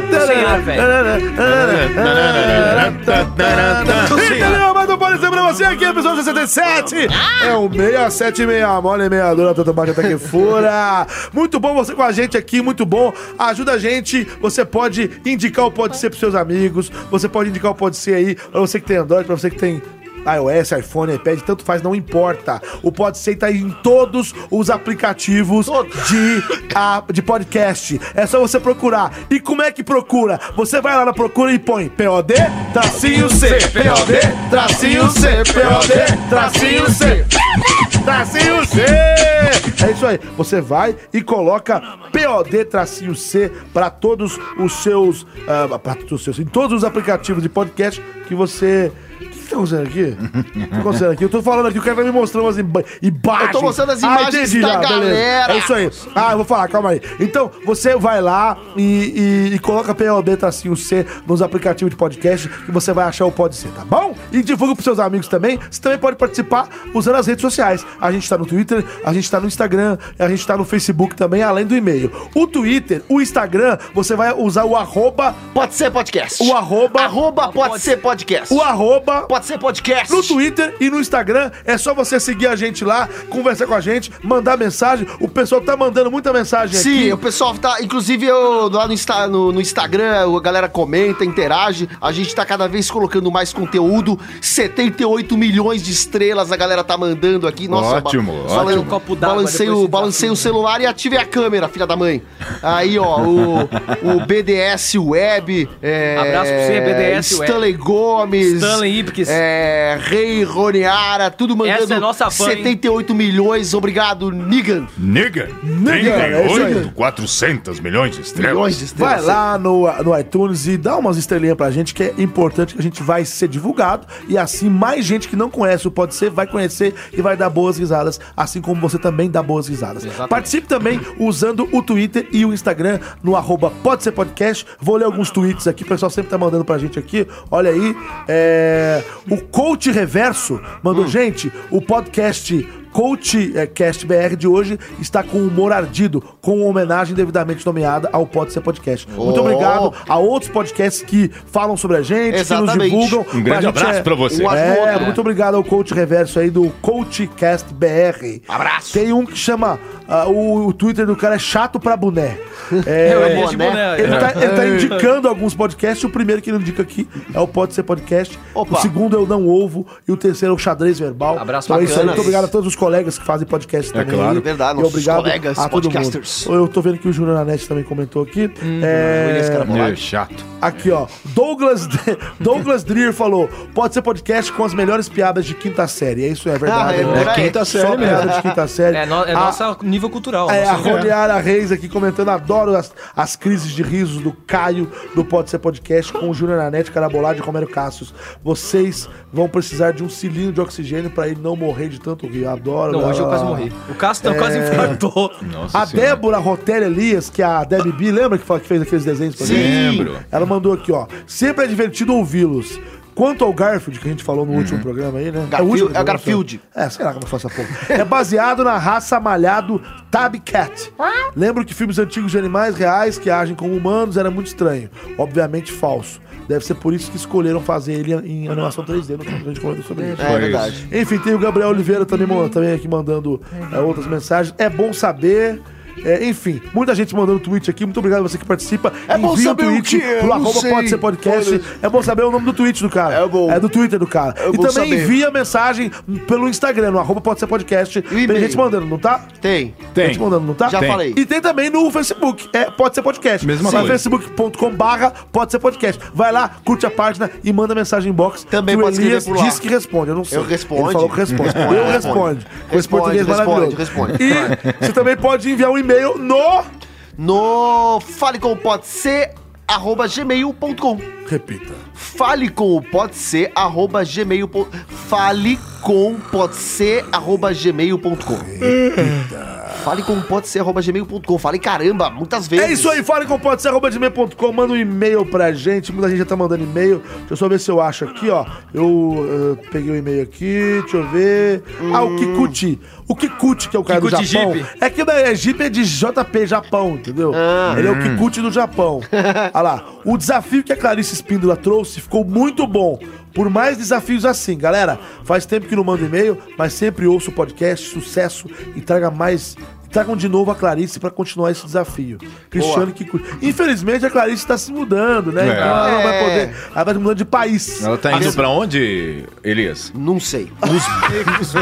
Speaker 2: tu, Entendeu? Mas Então, não pode ser pra você aqui, episódio 67. É o 676, a mole e meia dura, tanto bate até que fura. Muito bom você com a gente aqui, muito bom. Ajuda a gente. Você pode indicar o Pode Ser pros seus amigos. Você pode indicar o Pode Ser aí pra você que tem Android, pra você que tem iOS, iPhone, iPad, tanto faz, não importa. O Pode Ser tá em todos os aplicativos de, a- de podcast. É só você procurar. E como é que procura? Você vai lá na procura e põe POD, tracinho C, POD, tracinho C, POD, tracinho C. Tracinho C! É isso aí. Você vai e coloca POD tracinho C pra todos os seus. ah, pra todos os seus. Em todos os aplicativos de podcast que você. O que, que tá acontecendo aqui? O que tá acontecendo aqui? Eu tô falando aqui, o cara vai me mostrando umas imba- imagens.
Speaker 8: Eu tô mostrando as
Speaker 2: Ah,
Speaker 8: imagens
Speaker 2: entendi
Speaker 8: da
Speaker 2: já, beleza.
Speaker 8: galera.
Speaker 2: É isso aí. Ah, eu vou falar, calma aí. Então, você vai lá e, e- e coloca POD tracinho tá assim, C nos aplicativos de podcast que você vai achar o Pode Ser, tá bom? E divulga pros seus amigos também. Você também pode participar usando as redes sociais. A gente tá no Twitter, a gente tá no Instagram, a gente tá no Facebook também, além do e-mail. O Twitter, o Instagram, você vai usar o arroba,
Speaker 8: Pode ser podcast.
Speaker 2: o arroba,
Speaker 8: Arroba pode ser podcast.
Speaker 2: o arroba
Speaker 8: Pode ser podcast.
Speaker 2: no Twitter e no Instagram. É só você seguir a gente lá, conversar com a gente, mandar mensagem. O pessoal tá mandando muita mensagem aqui.
Speaker 8: Sim, o pessoal tá. Inclusive, eu, lá no, Insta- no- no Instagram, a galera comenta, interage. A gente tá cada vez colocando mais conteúdo. 78 milhões de estrelas a galera tá mandando aqui. Nossa,
Speaker 4: Ótimo,
Speaker 8: ba-
Speaker 4: ótimo.
Speaker 8: balan-
Speaker 5: Um copo d'água
Speaker 8: balancei
Speaker 5: depois
Speaker 8: o,
Speaker 5: você
Speaker 8: balancei o celular e ativei a câmera, filha da mãe. Aí, ó, o, o BDS Web. é,
Speaker 3: Abraço pra você, BDS Web.
Speaker 8: Stanley Gomes.
Speaker 3: Stanley Ipkiss.
Speaker 8: É, Rei Roniara, tudo mandando.
Speaker 3: é nossa fã, hein?
Speaker 8: 78 milhões, obrigado, Nigan.
Speaker 4: Nega!
Speaker 2: é isso aí.
Speaker 4: 38, 400 milhões de estrelas.
Speaker 8: Milhões de
Speaker 2: Vai
Speaker 8: estrelas.
Speaker 2: lá no, no iTunes e dá umas estrelinhas pra gente, que é importante que a gente vai ser divulgado. E assim, mais gente que não conhece o Pode Ser vai conhecer e vai dar boas risadas, assim como você também dá boas risadas. Participe também usando o Twitter e o Instagram no arroba Pode Ser Podcast. Vou ler alguns tweets aqui, o pessoal sempre tá mandando pra gente aqui. Olha aí, é, o Coach Reverso mandou, gente, o podcast Coach é, Cast BR de hoje está com humor ardido, com uma homenagem devidamente nomeada ao Pode Ser Podcast. Muito
Speaker 3: Oh.
Speaker 2: obrigado a outros podcasts que falam sobre a gente,
Speaker 3: Exatamente.
Speaker 2: que nos divulgam.
Speaker 3: Um grande
Speaker 2: A gente
Speaker 3: abraço pra você. Um abraço.
Speaker 2: É, muito obrigado ao Coach Reverso aí do CoachCast BR.
Speaker 10: Abraço.
Speaker 2: Tem um que chama. ah, o, o Twitter do cara é chato pra boné. É,
Speaker 5: É, Eu ia de boné.
Speaker 2: Ele, tá, ele tá
Speaker 5: É.
Speaker 2: indicando alguns podcasts. O primeiro que ele indica aqui é o Pode Ser Podcast.
Speaker 5: Opa.
Speaker 2: O segundo é o Não Ovo. E o terceiro é o Xadrez Verbal.
Speaker 5: Abraço
Speaker 2: então é isso aí.
Speaker 5: bacanas.
Speaker 2: Muito obrigado a todos os colegas que fazem podcast
Speaker 5: É
Speaker 2: também.
Speaker 5: claro.
Speaker 2: aí.
Speaker 5: Verdade,
Speaker 2: e
Speaker 5: nossos
Speaker 2: obrigado
Speaker 5: colegas
Speaker 2: a todo
Speaker 5: podcasters.
Speaker 2: mundo. Eu tô vendo que o Júnior Nanete também comentou aqui.
Speaker 5: Hum,
Speaker 10: Williams Carabolati.
Speaker 2: é...
Speaker 10: É, chato.
Speaker 2: Aqui, ó. Douglas, Douglas Dreer falou: pode ser podcast com as melhores piadas de quinta série. É isso, é verdade.
Speaker 5: Ah, é,
Speaker 2: né?
Speaker 5: é quinta
Speaker 2: Só
Speaker 5: série mesmo.
Speaker 2: piada de quinta série.
Speaker 5: É, no, é
Speaker 2: A-
Speaker 5: nosso nível cultural.
Speaker 2: é, a
Speaker 5: nosso nível.
Speaker 2: Rodeara Reis aqui comentando, adoro as, as crises de risos do Caio do Pode Ser Podcast com o Júnior Nanete, Carabolade e Romero Cassius. Vocês vão precisar de um cilindro de oxigênio pra ele não morrer de tanto rir. Adoro. né? É.
Speaker 5: Não, hoje eu quase morri. O Cássio tá quase infartou.
Speaker 2: a Débora Rotélia Elias, que é a Debbie B, lembra que, fa- que fez aqueles desenhos pra
Speaker 5: Sim.
Speaker 2: gente?
Speaker 5: Lembro.
Speaker 2: Ela mandou aqui, ó. Sempre é divertido ouvi-los. Quanto ao Garfield, que a gente falou no
Speaker 5: Uhum.
Speaker 2: último programa aí, né?
Speaker 3: Garfield-
Speaker 2: último
Speaker 3: é
Speaker 2: programa,
Speaker 3: Garfield.
Speaker 2: sei lá. É, sei lá como eu faço essa porra. é baseado na raça malhado Tab Cat. Lembro que filmes antigos de animais reais que agem como humanos era muito estranho. Obviamente falso. Deve ser por isso que escolheram fazer ele em animação 3D, no que a gente comentou sobre isso.
Speaker 3: É, é verdade.
Speaker 2: Enfim, tem o Gabriel Oliveira também, mo- também aqui mandando é, outras mensagens. É bom saber. É, enfim, muita gente mandando tweet aqui. Muito obrigado a você que participa.
Speaker 3: É bom
Speaker 2: Envie
Speaker 3: saber o
Speaker 2: tweet
Speaker 3: que é,
Speaker 2: pro
Speaker 3: eu
Speaker 2: arroba
Speaker 3: não sei.
Speaker 2: pode ser podcast. É bom saber o nome do tweet do cara. É bom. É do Twitter do cara.
Speaker 3: É
Speaker 2: e
Speaker 3: bom
Speaker 2: também
Speaker 3: saber.
Speaker 2: envia mensagem pelo Instagram, no arroba pode ser podcast. Tem
Speaker 3: e-mail.
Speaker 2: gente mandando, não tá?
Speaker 3: Tem.
Speaker 2: Tem. gente mandando, não tá?
Speaker 3: Já Tem. falei.
Speaker 2: E tem também no Facebook. É, pode ser podcast.
Speaker 3: Mesma
Speaker 2: Sim.
Speaker 3: coisa.
Speaker 2: facebook.com barra pode ser podcast. Vai lá, curte a página e manda mensagem em box.
Speaker 3: Também
Speaker 2: que
Speaker 3: pode
Speaker 2: o
Speaker 3: escrever
Speaker 2: Elias
Speaker 3: por lá.
Speaker 2: diz que responde. Eu não sei.
Speaker 3: Eu responde.
Speaker 2: Ele falou que responde.
Speaker 3: Responde,
Speaker 2: Eu
Speaker 3: responde.
Speaker 2: respondo. Com esse português
Speaker 3: Responde,
Speaker 2: maravilhoso.
Speaker 3: responde,
Speaker 2: E você também pode enviar um e-mail no...
Speaker 3: No falecompodc arroba gmail.com
Speaker 2: Repita.
Speaker 3: Fale com o pode ser arroba gmail ponto- Fale com pode ser arroba gmail.com Fale com pode ser arroba gmail.com Fale caramba, muitas vezes.
Speaker 2: É isso aí, fale com pode ser, arroba gmail.com, manda um e-mail pra gente, muita gente já tá mandando e-mail, deixa eu só ver se eu acho aqui, ó, eu eh, peguei o e-mail aqui, deixa eu ver, ah, o Kikuchi, o Kikuchi, que é o cara do
Speaker 5: Hum. Kikuchi
Speaker 2: Japão,
Speaker 5: Jeep.
Speaker 2: é que da Jeep é de JP Japão, entendeu? Ele é o
Speaker 5: Hum.
Speaker 2: Kikuchi do Japão, olha lá, o desafio que a Clarice Espíndola trouxe ficou muito bom, por mais desafios assim, galera, faz tempo que não mando e-mail, mas sempre ouço o podcast, sucesso e traga mais... Tragam de novo a Clarice pra continuar esse desafio. Cristiano que curte. Infelizmente a Clarice tá se mudando, né?
Speaker 10: É.
Speaker 2: Então ela não vai
Speaker 10: É.
Speaker 2: poder. Ela vai mudando de país.
Speaker 10: Ela tá
Speaker 2: A
Speaker 10: indo
Speaker 2: mesma-
Speaker 10: pra onde, Elias?
Speaker 3: Não sei.
Speaker 10: Os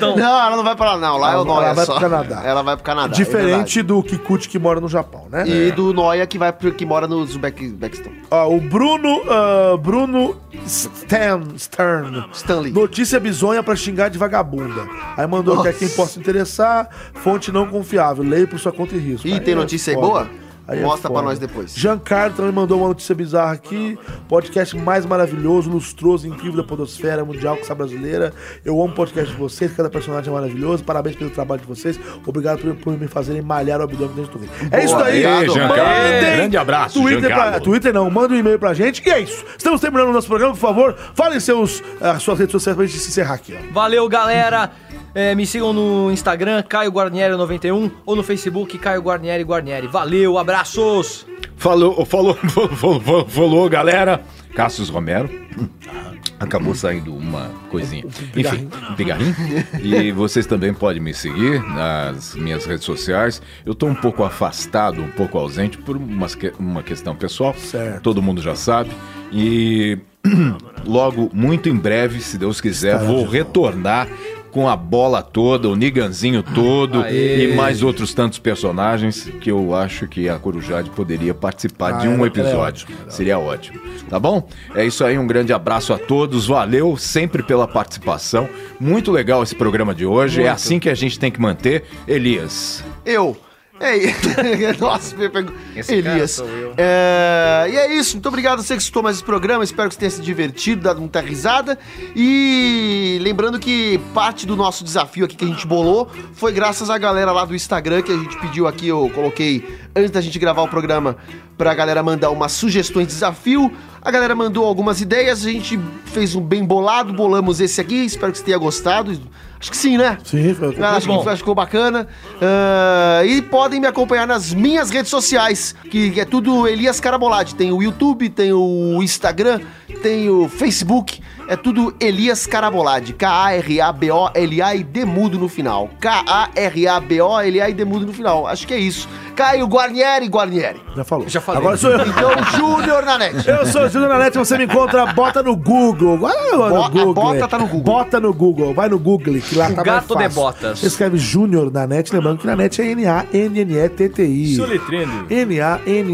Speaker 3: Não, ela não vai pra lá, não. Lá é o
Speaker 2: Ela
Speaker 3: Noia
Speaker 2: vai
Speaker 3: só.
Speaker 2: pro Canadá.
Speaker 3: Ela vai pro Canadá. é verdade.
Speaker 2: Diferente do Kikuchi que mora no Japão, né?
Speaker 3: E do Noia que, vai, pro- que mora no Uzbequistão.
Speaker 2: Ó, o Bruno. ah, Bruno Stan, Stern.
Speaker 3: Stanley.
Speaker 2: Notícia bizonha pra xingar de vagabunda. Aí mandou que é quem possa interessar. Fonte não confiável. Leio por sua conta e risco.
Speaker 3: Ih,
Speaker 2: Aí
Speaker 3: tem
Speaker 2: é
Speaker 3: notícia aí
Speaker 2: foda.
Speaker 3: boa?
Speaker 2: Aí é
Speaker 3: Mostra pra
Speaker 2: foda.
Speaker 3: nós depois.
Speaker 2: Giancarlo também mandou uma notícia bizarra aqui. Podcast mais maravilhoso, lustroso, incrível da Podosfera Mundial com essa brasileira. Eu amo o podcast de vocês, cada personagem é maravilhoso. Parabéns pelo trabalho de vocês. Obrigado por, por me fazerem malhar o abdômen dentro do rio. É
Speaker 10: Boa,
Speaker 2: isso daí,
Speaker 10: aí,
Speaker 2: Mandem
Speaker 10: Giancarlo. Grande abraço,
Speaker 2: Twitter,
Speaker 10: Giancarlo.
Speaker 2: pra, Twitter não, manda um e-mail pra gente. E é isso. Estamos terminando o nosso programa, por favor. Falem seus, as suas redes sociais pra gente se encerrar aqui. Ó.
Speaker 6: Valeu, galera! É, me sigam no Instagram, Caio Guarnieri91, ou no Facebook, Caio Guarnieri Guarnieri. Valeu, abraços!
Speaker 10: Falou, falou, falou, falou, falou, galera. Cassius Romero. Acabou saindo uma coisinha. Enfim, um pigarrinho. E vocês também podem me seguir nas minhas redes sociais. Eu tô um pouco afastado, um pouco ausente por umas que- uma questão pessoal.
Speaker 2: Certo.
Speaker 10: Todo mundo já sabe. E logo, muito em breve, se Deus quiser, vou retornar com a bola toda, o niganzinho todo
Speaker 5: Aê.
Speaker 10: e mais outros tantos personagens que eu acho que a Corujade poderia participar
Speaker 2: Ah,
Speaker 10: de um
Speaker 2: era-
Speaker 10: episódio.
Speaker 2: era ótimo,
Speaker 10: Seria ótimo. Tá bom? É isso aí, um grande abraço a todos. Valeu sempre pela participação. Muito legal esse programa de hoje. É
Speaker 3: Muito.
Speaker 10: assim que a gente tem que manter. Elias.
Speaker 3: Eu. Ei, nossa, me pegou.
Speaker 10: Esse
Speaker 3: Elias.
Speaker 10: cara sou eu.
Speaker 3: É, e é isso. Muito obrigado a você que escutou mais esse programa. Espero que você tenha se divertido, dado muita risada. E lembrando que parte do nosso desafio aqui que a gente bolou foi graças à galera lá do Instagram que a gente pediu aqui. Eu coloquei antes da gente gravar o programa pra galera mandar umas sugestões de desafio. A galera mandou algumas ideias, a gente fez um bem bolado, bolamos esse aqui, espero que você tenha gostado. Acho que sim, né?
Speaker 2: Sim, foi
Speaker 3: Ah, acho que foi- ficou bacana. Ah, e podem me acompanhar nas minhas redes sociais, que é tudo Elias Carabolade. Tem o YouTube, tem o Instagram, tem o Facebook. É tudo Elias Carabolade. K-A-R-A-B-O-L-A e Demudo no final. K-A-R-A-B-O-L-A e Demudo no final. Acho que é isso. Caio Guarnieri, Guarnieri.
Speaker 2: Já falou. Já
Speaker 6: falei.
Speaker 2: Agora sou eu.
Speaker 3: Então, Júnior na net.
Speaker 2: Eu sou o Júlio Nanete, você me encontra, bota no Google. Vai lá
Speaker 3: Bo- a
Speaker 2: no Google.
Speaker 3: bota tá no Google.
Speaker 2: Bota no Google, vai no Google, que lá tá
Speaker 6: gato
Speaker 2: mais
Speaker 6: de
Speaker 2: fácil.
Speaker 6: botas.
Speaker 2: Você escreve Júnior na net, lembrando que na net é N-A-N-N-E-T-T-I.
Speaker 5: Soletrando.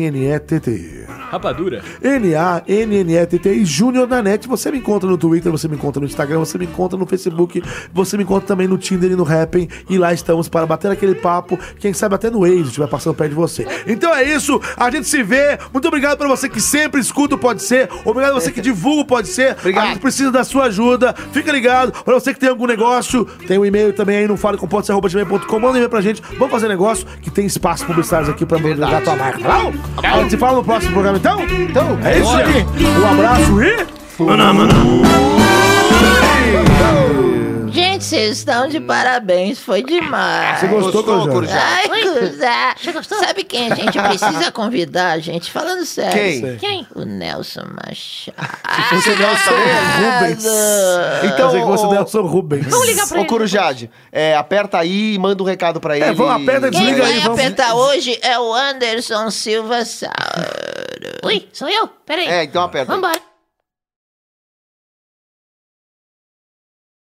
Speaker 2: N-A-N-N-E-T-T-I.
Speaker 5: Rapadura.
Speaker 2: N-A-N-N-E-T-T-I, Júnior na net. Você me encontra no Twitter, você me encontra no Instagram, você me encontra no Facebook, você me encontra também no Tinder e no Happn. E lá estamos para bater aquele papo, quem sabe até no Waze, estiver passando perto de você. Então é isso, a gente se vê. Muito obrigado para você que sempre escuta o Pode Ser. Obrigado a você que divulga o Pode Ser. A gente precisa da sua ajuda. Fica ligado. Para você que tem algum negócio, tem um e-mail também aí no falecompodser.com. Manda um e-mail pra gente. Vamos fazer negócio que tem espaço publicitários aqui para divulgar a tua marca. Tá bom? A gente se fala no próximo programa, então?
Speaker 3: Então,
Speaker 2: É isso aí. Um abraço e.
Speaker 9: Gente, vocês estão de parabéns, foi demais.
Speaker 2: Você gostou, Corujão?
Speaker 9: Ai,
Speaker 11: Oi?
Speaker 9: Cruzá.
Speaker 11: Você gostou?
Speaker 9: Sabe quem a gente precisa convidar, gente? Falando sério.
Speaker 11: Quem?
Speaker 3: Quem?
Speaker 9: O Nelson Machado.
Speaker 3: Você não
Speaker 2: Rubens.
Speaker 3: Então,
Speaker 2: Você gosta
Speaker 3: ô-
Speaker 2: do Nelson Rubens.
Speaker 11: Vamos ligar pra
Speaker 3: Ô,
Speaker 11: ele. então.
Speaker 3: Corujade, é, aperta aí e manda um recado pra ele.
Speaker 2: É, vamos, aperta,
Speaker 9: Quem
Speaker 2: Desliga
Speaker 9: vai
Speaker 2: aí, vamos-
Speaker 9: apertar hoje é o Anderson Silva Sauro.
Speaker 11: Oi, sou eu? Peraí.
Speaker 3: É, então aperta.
Speaker 11: Vambora.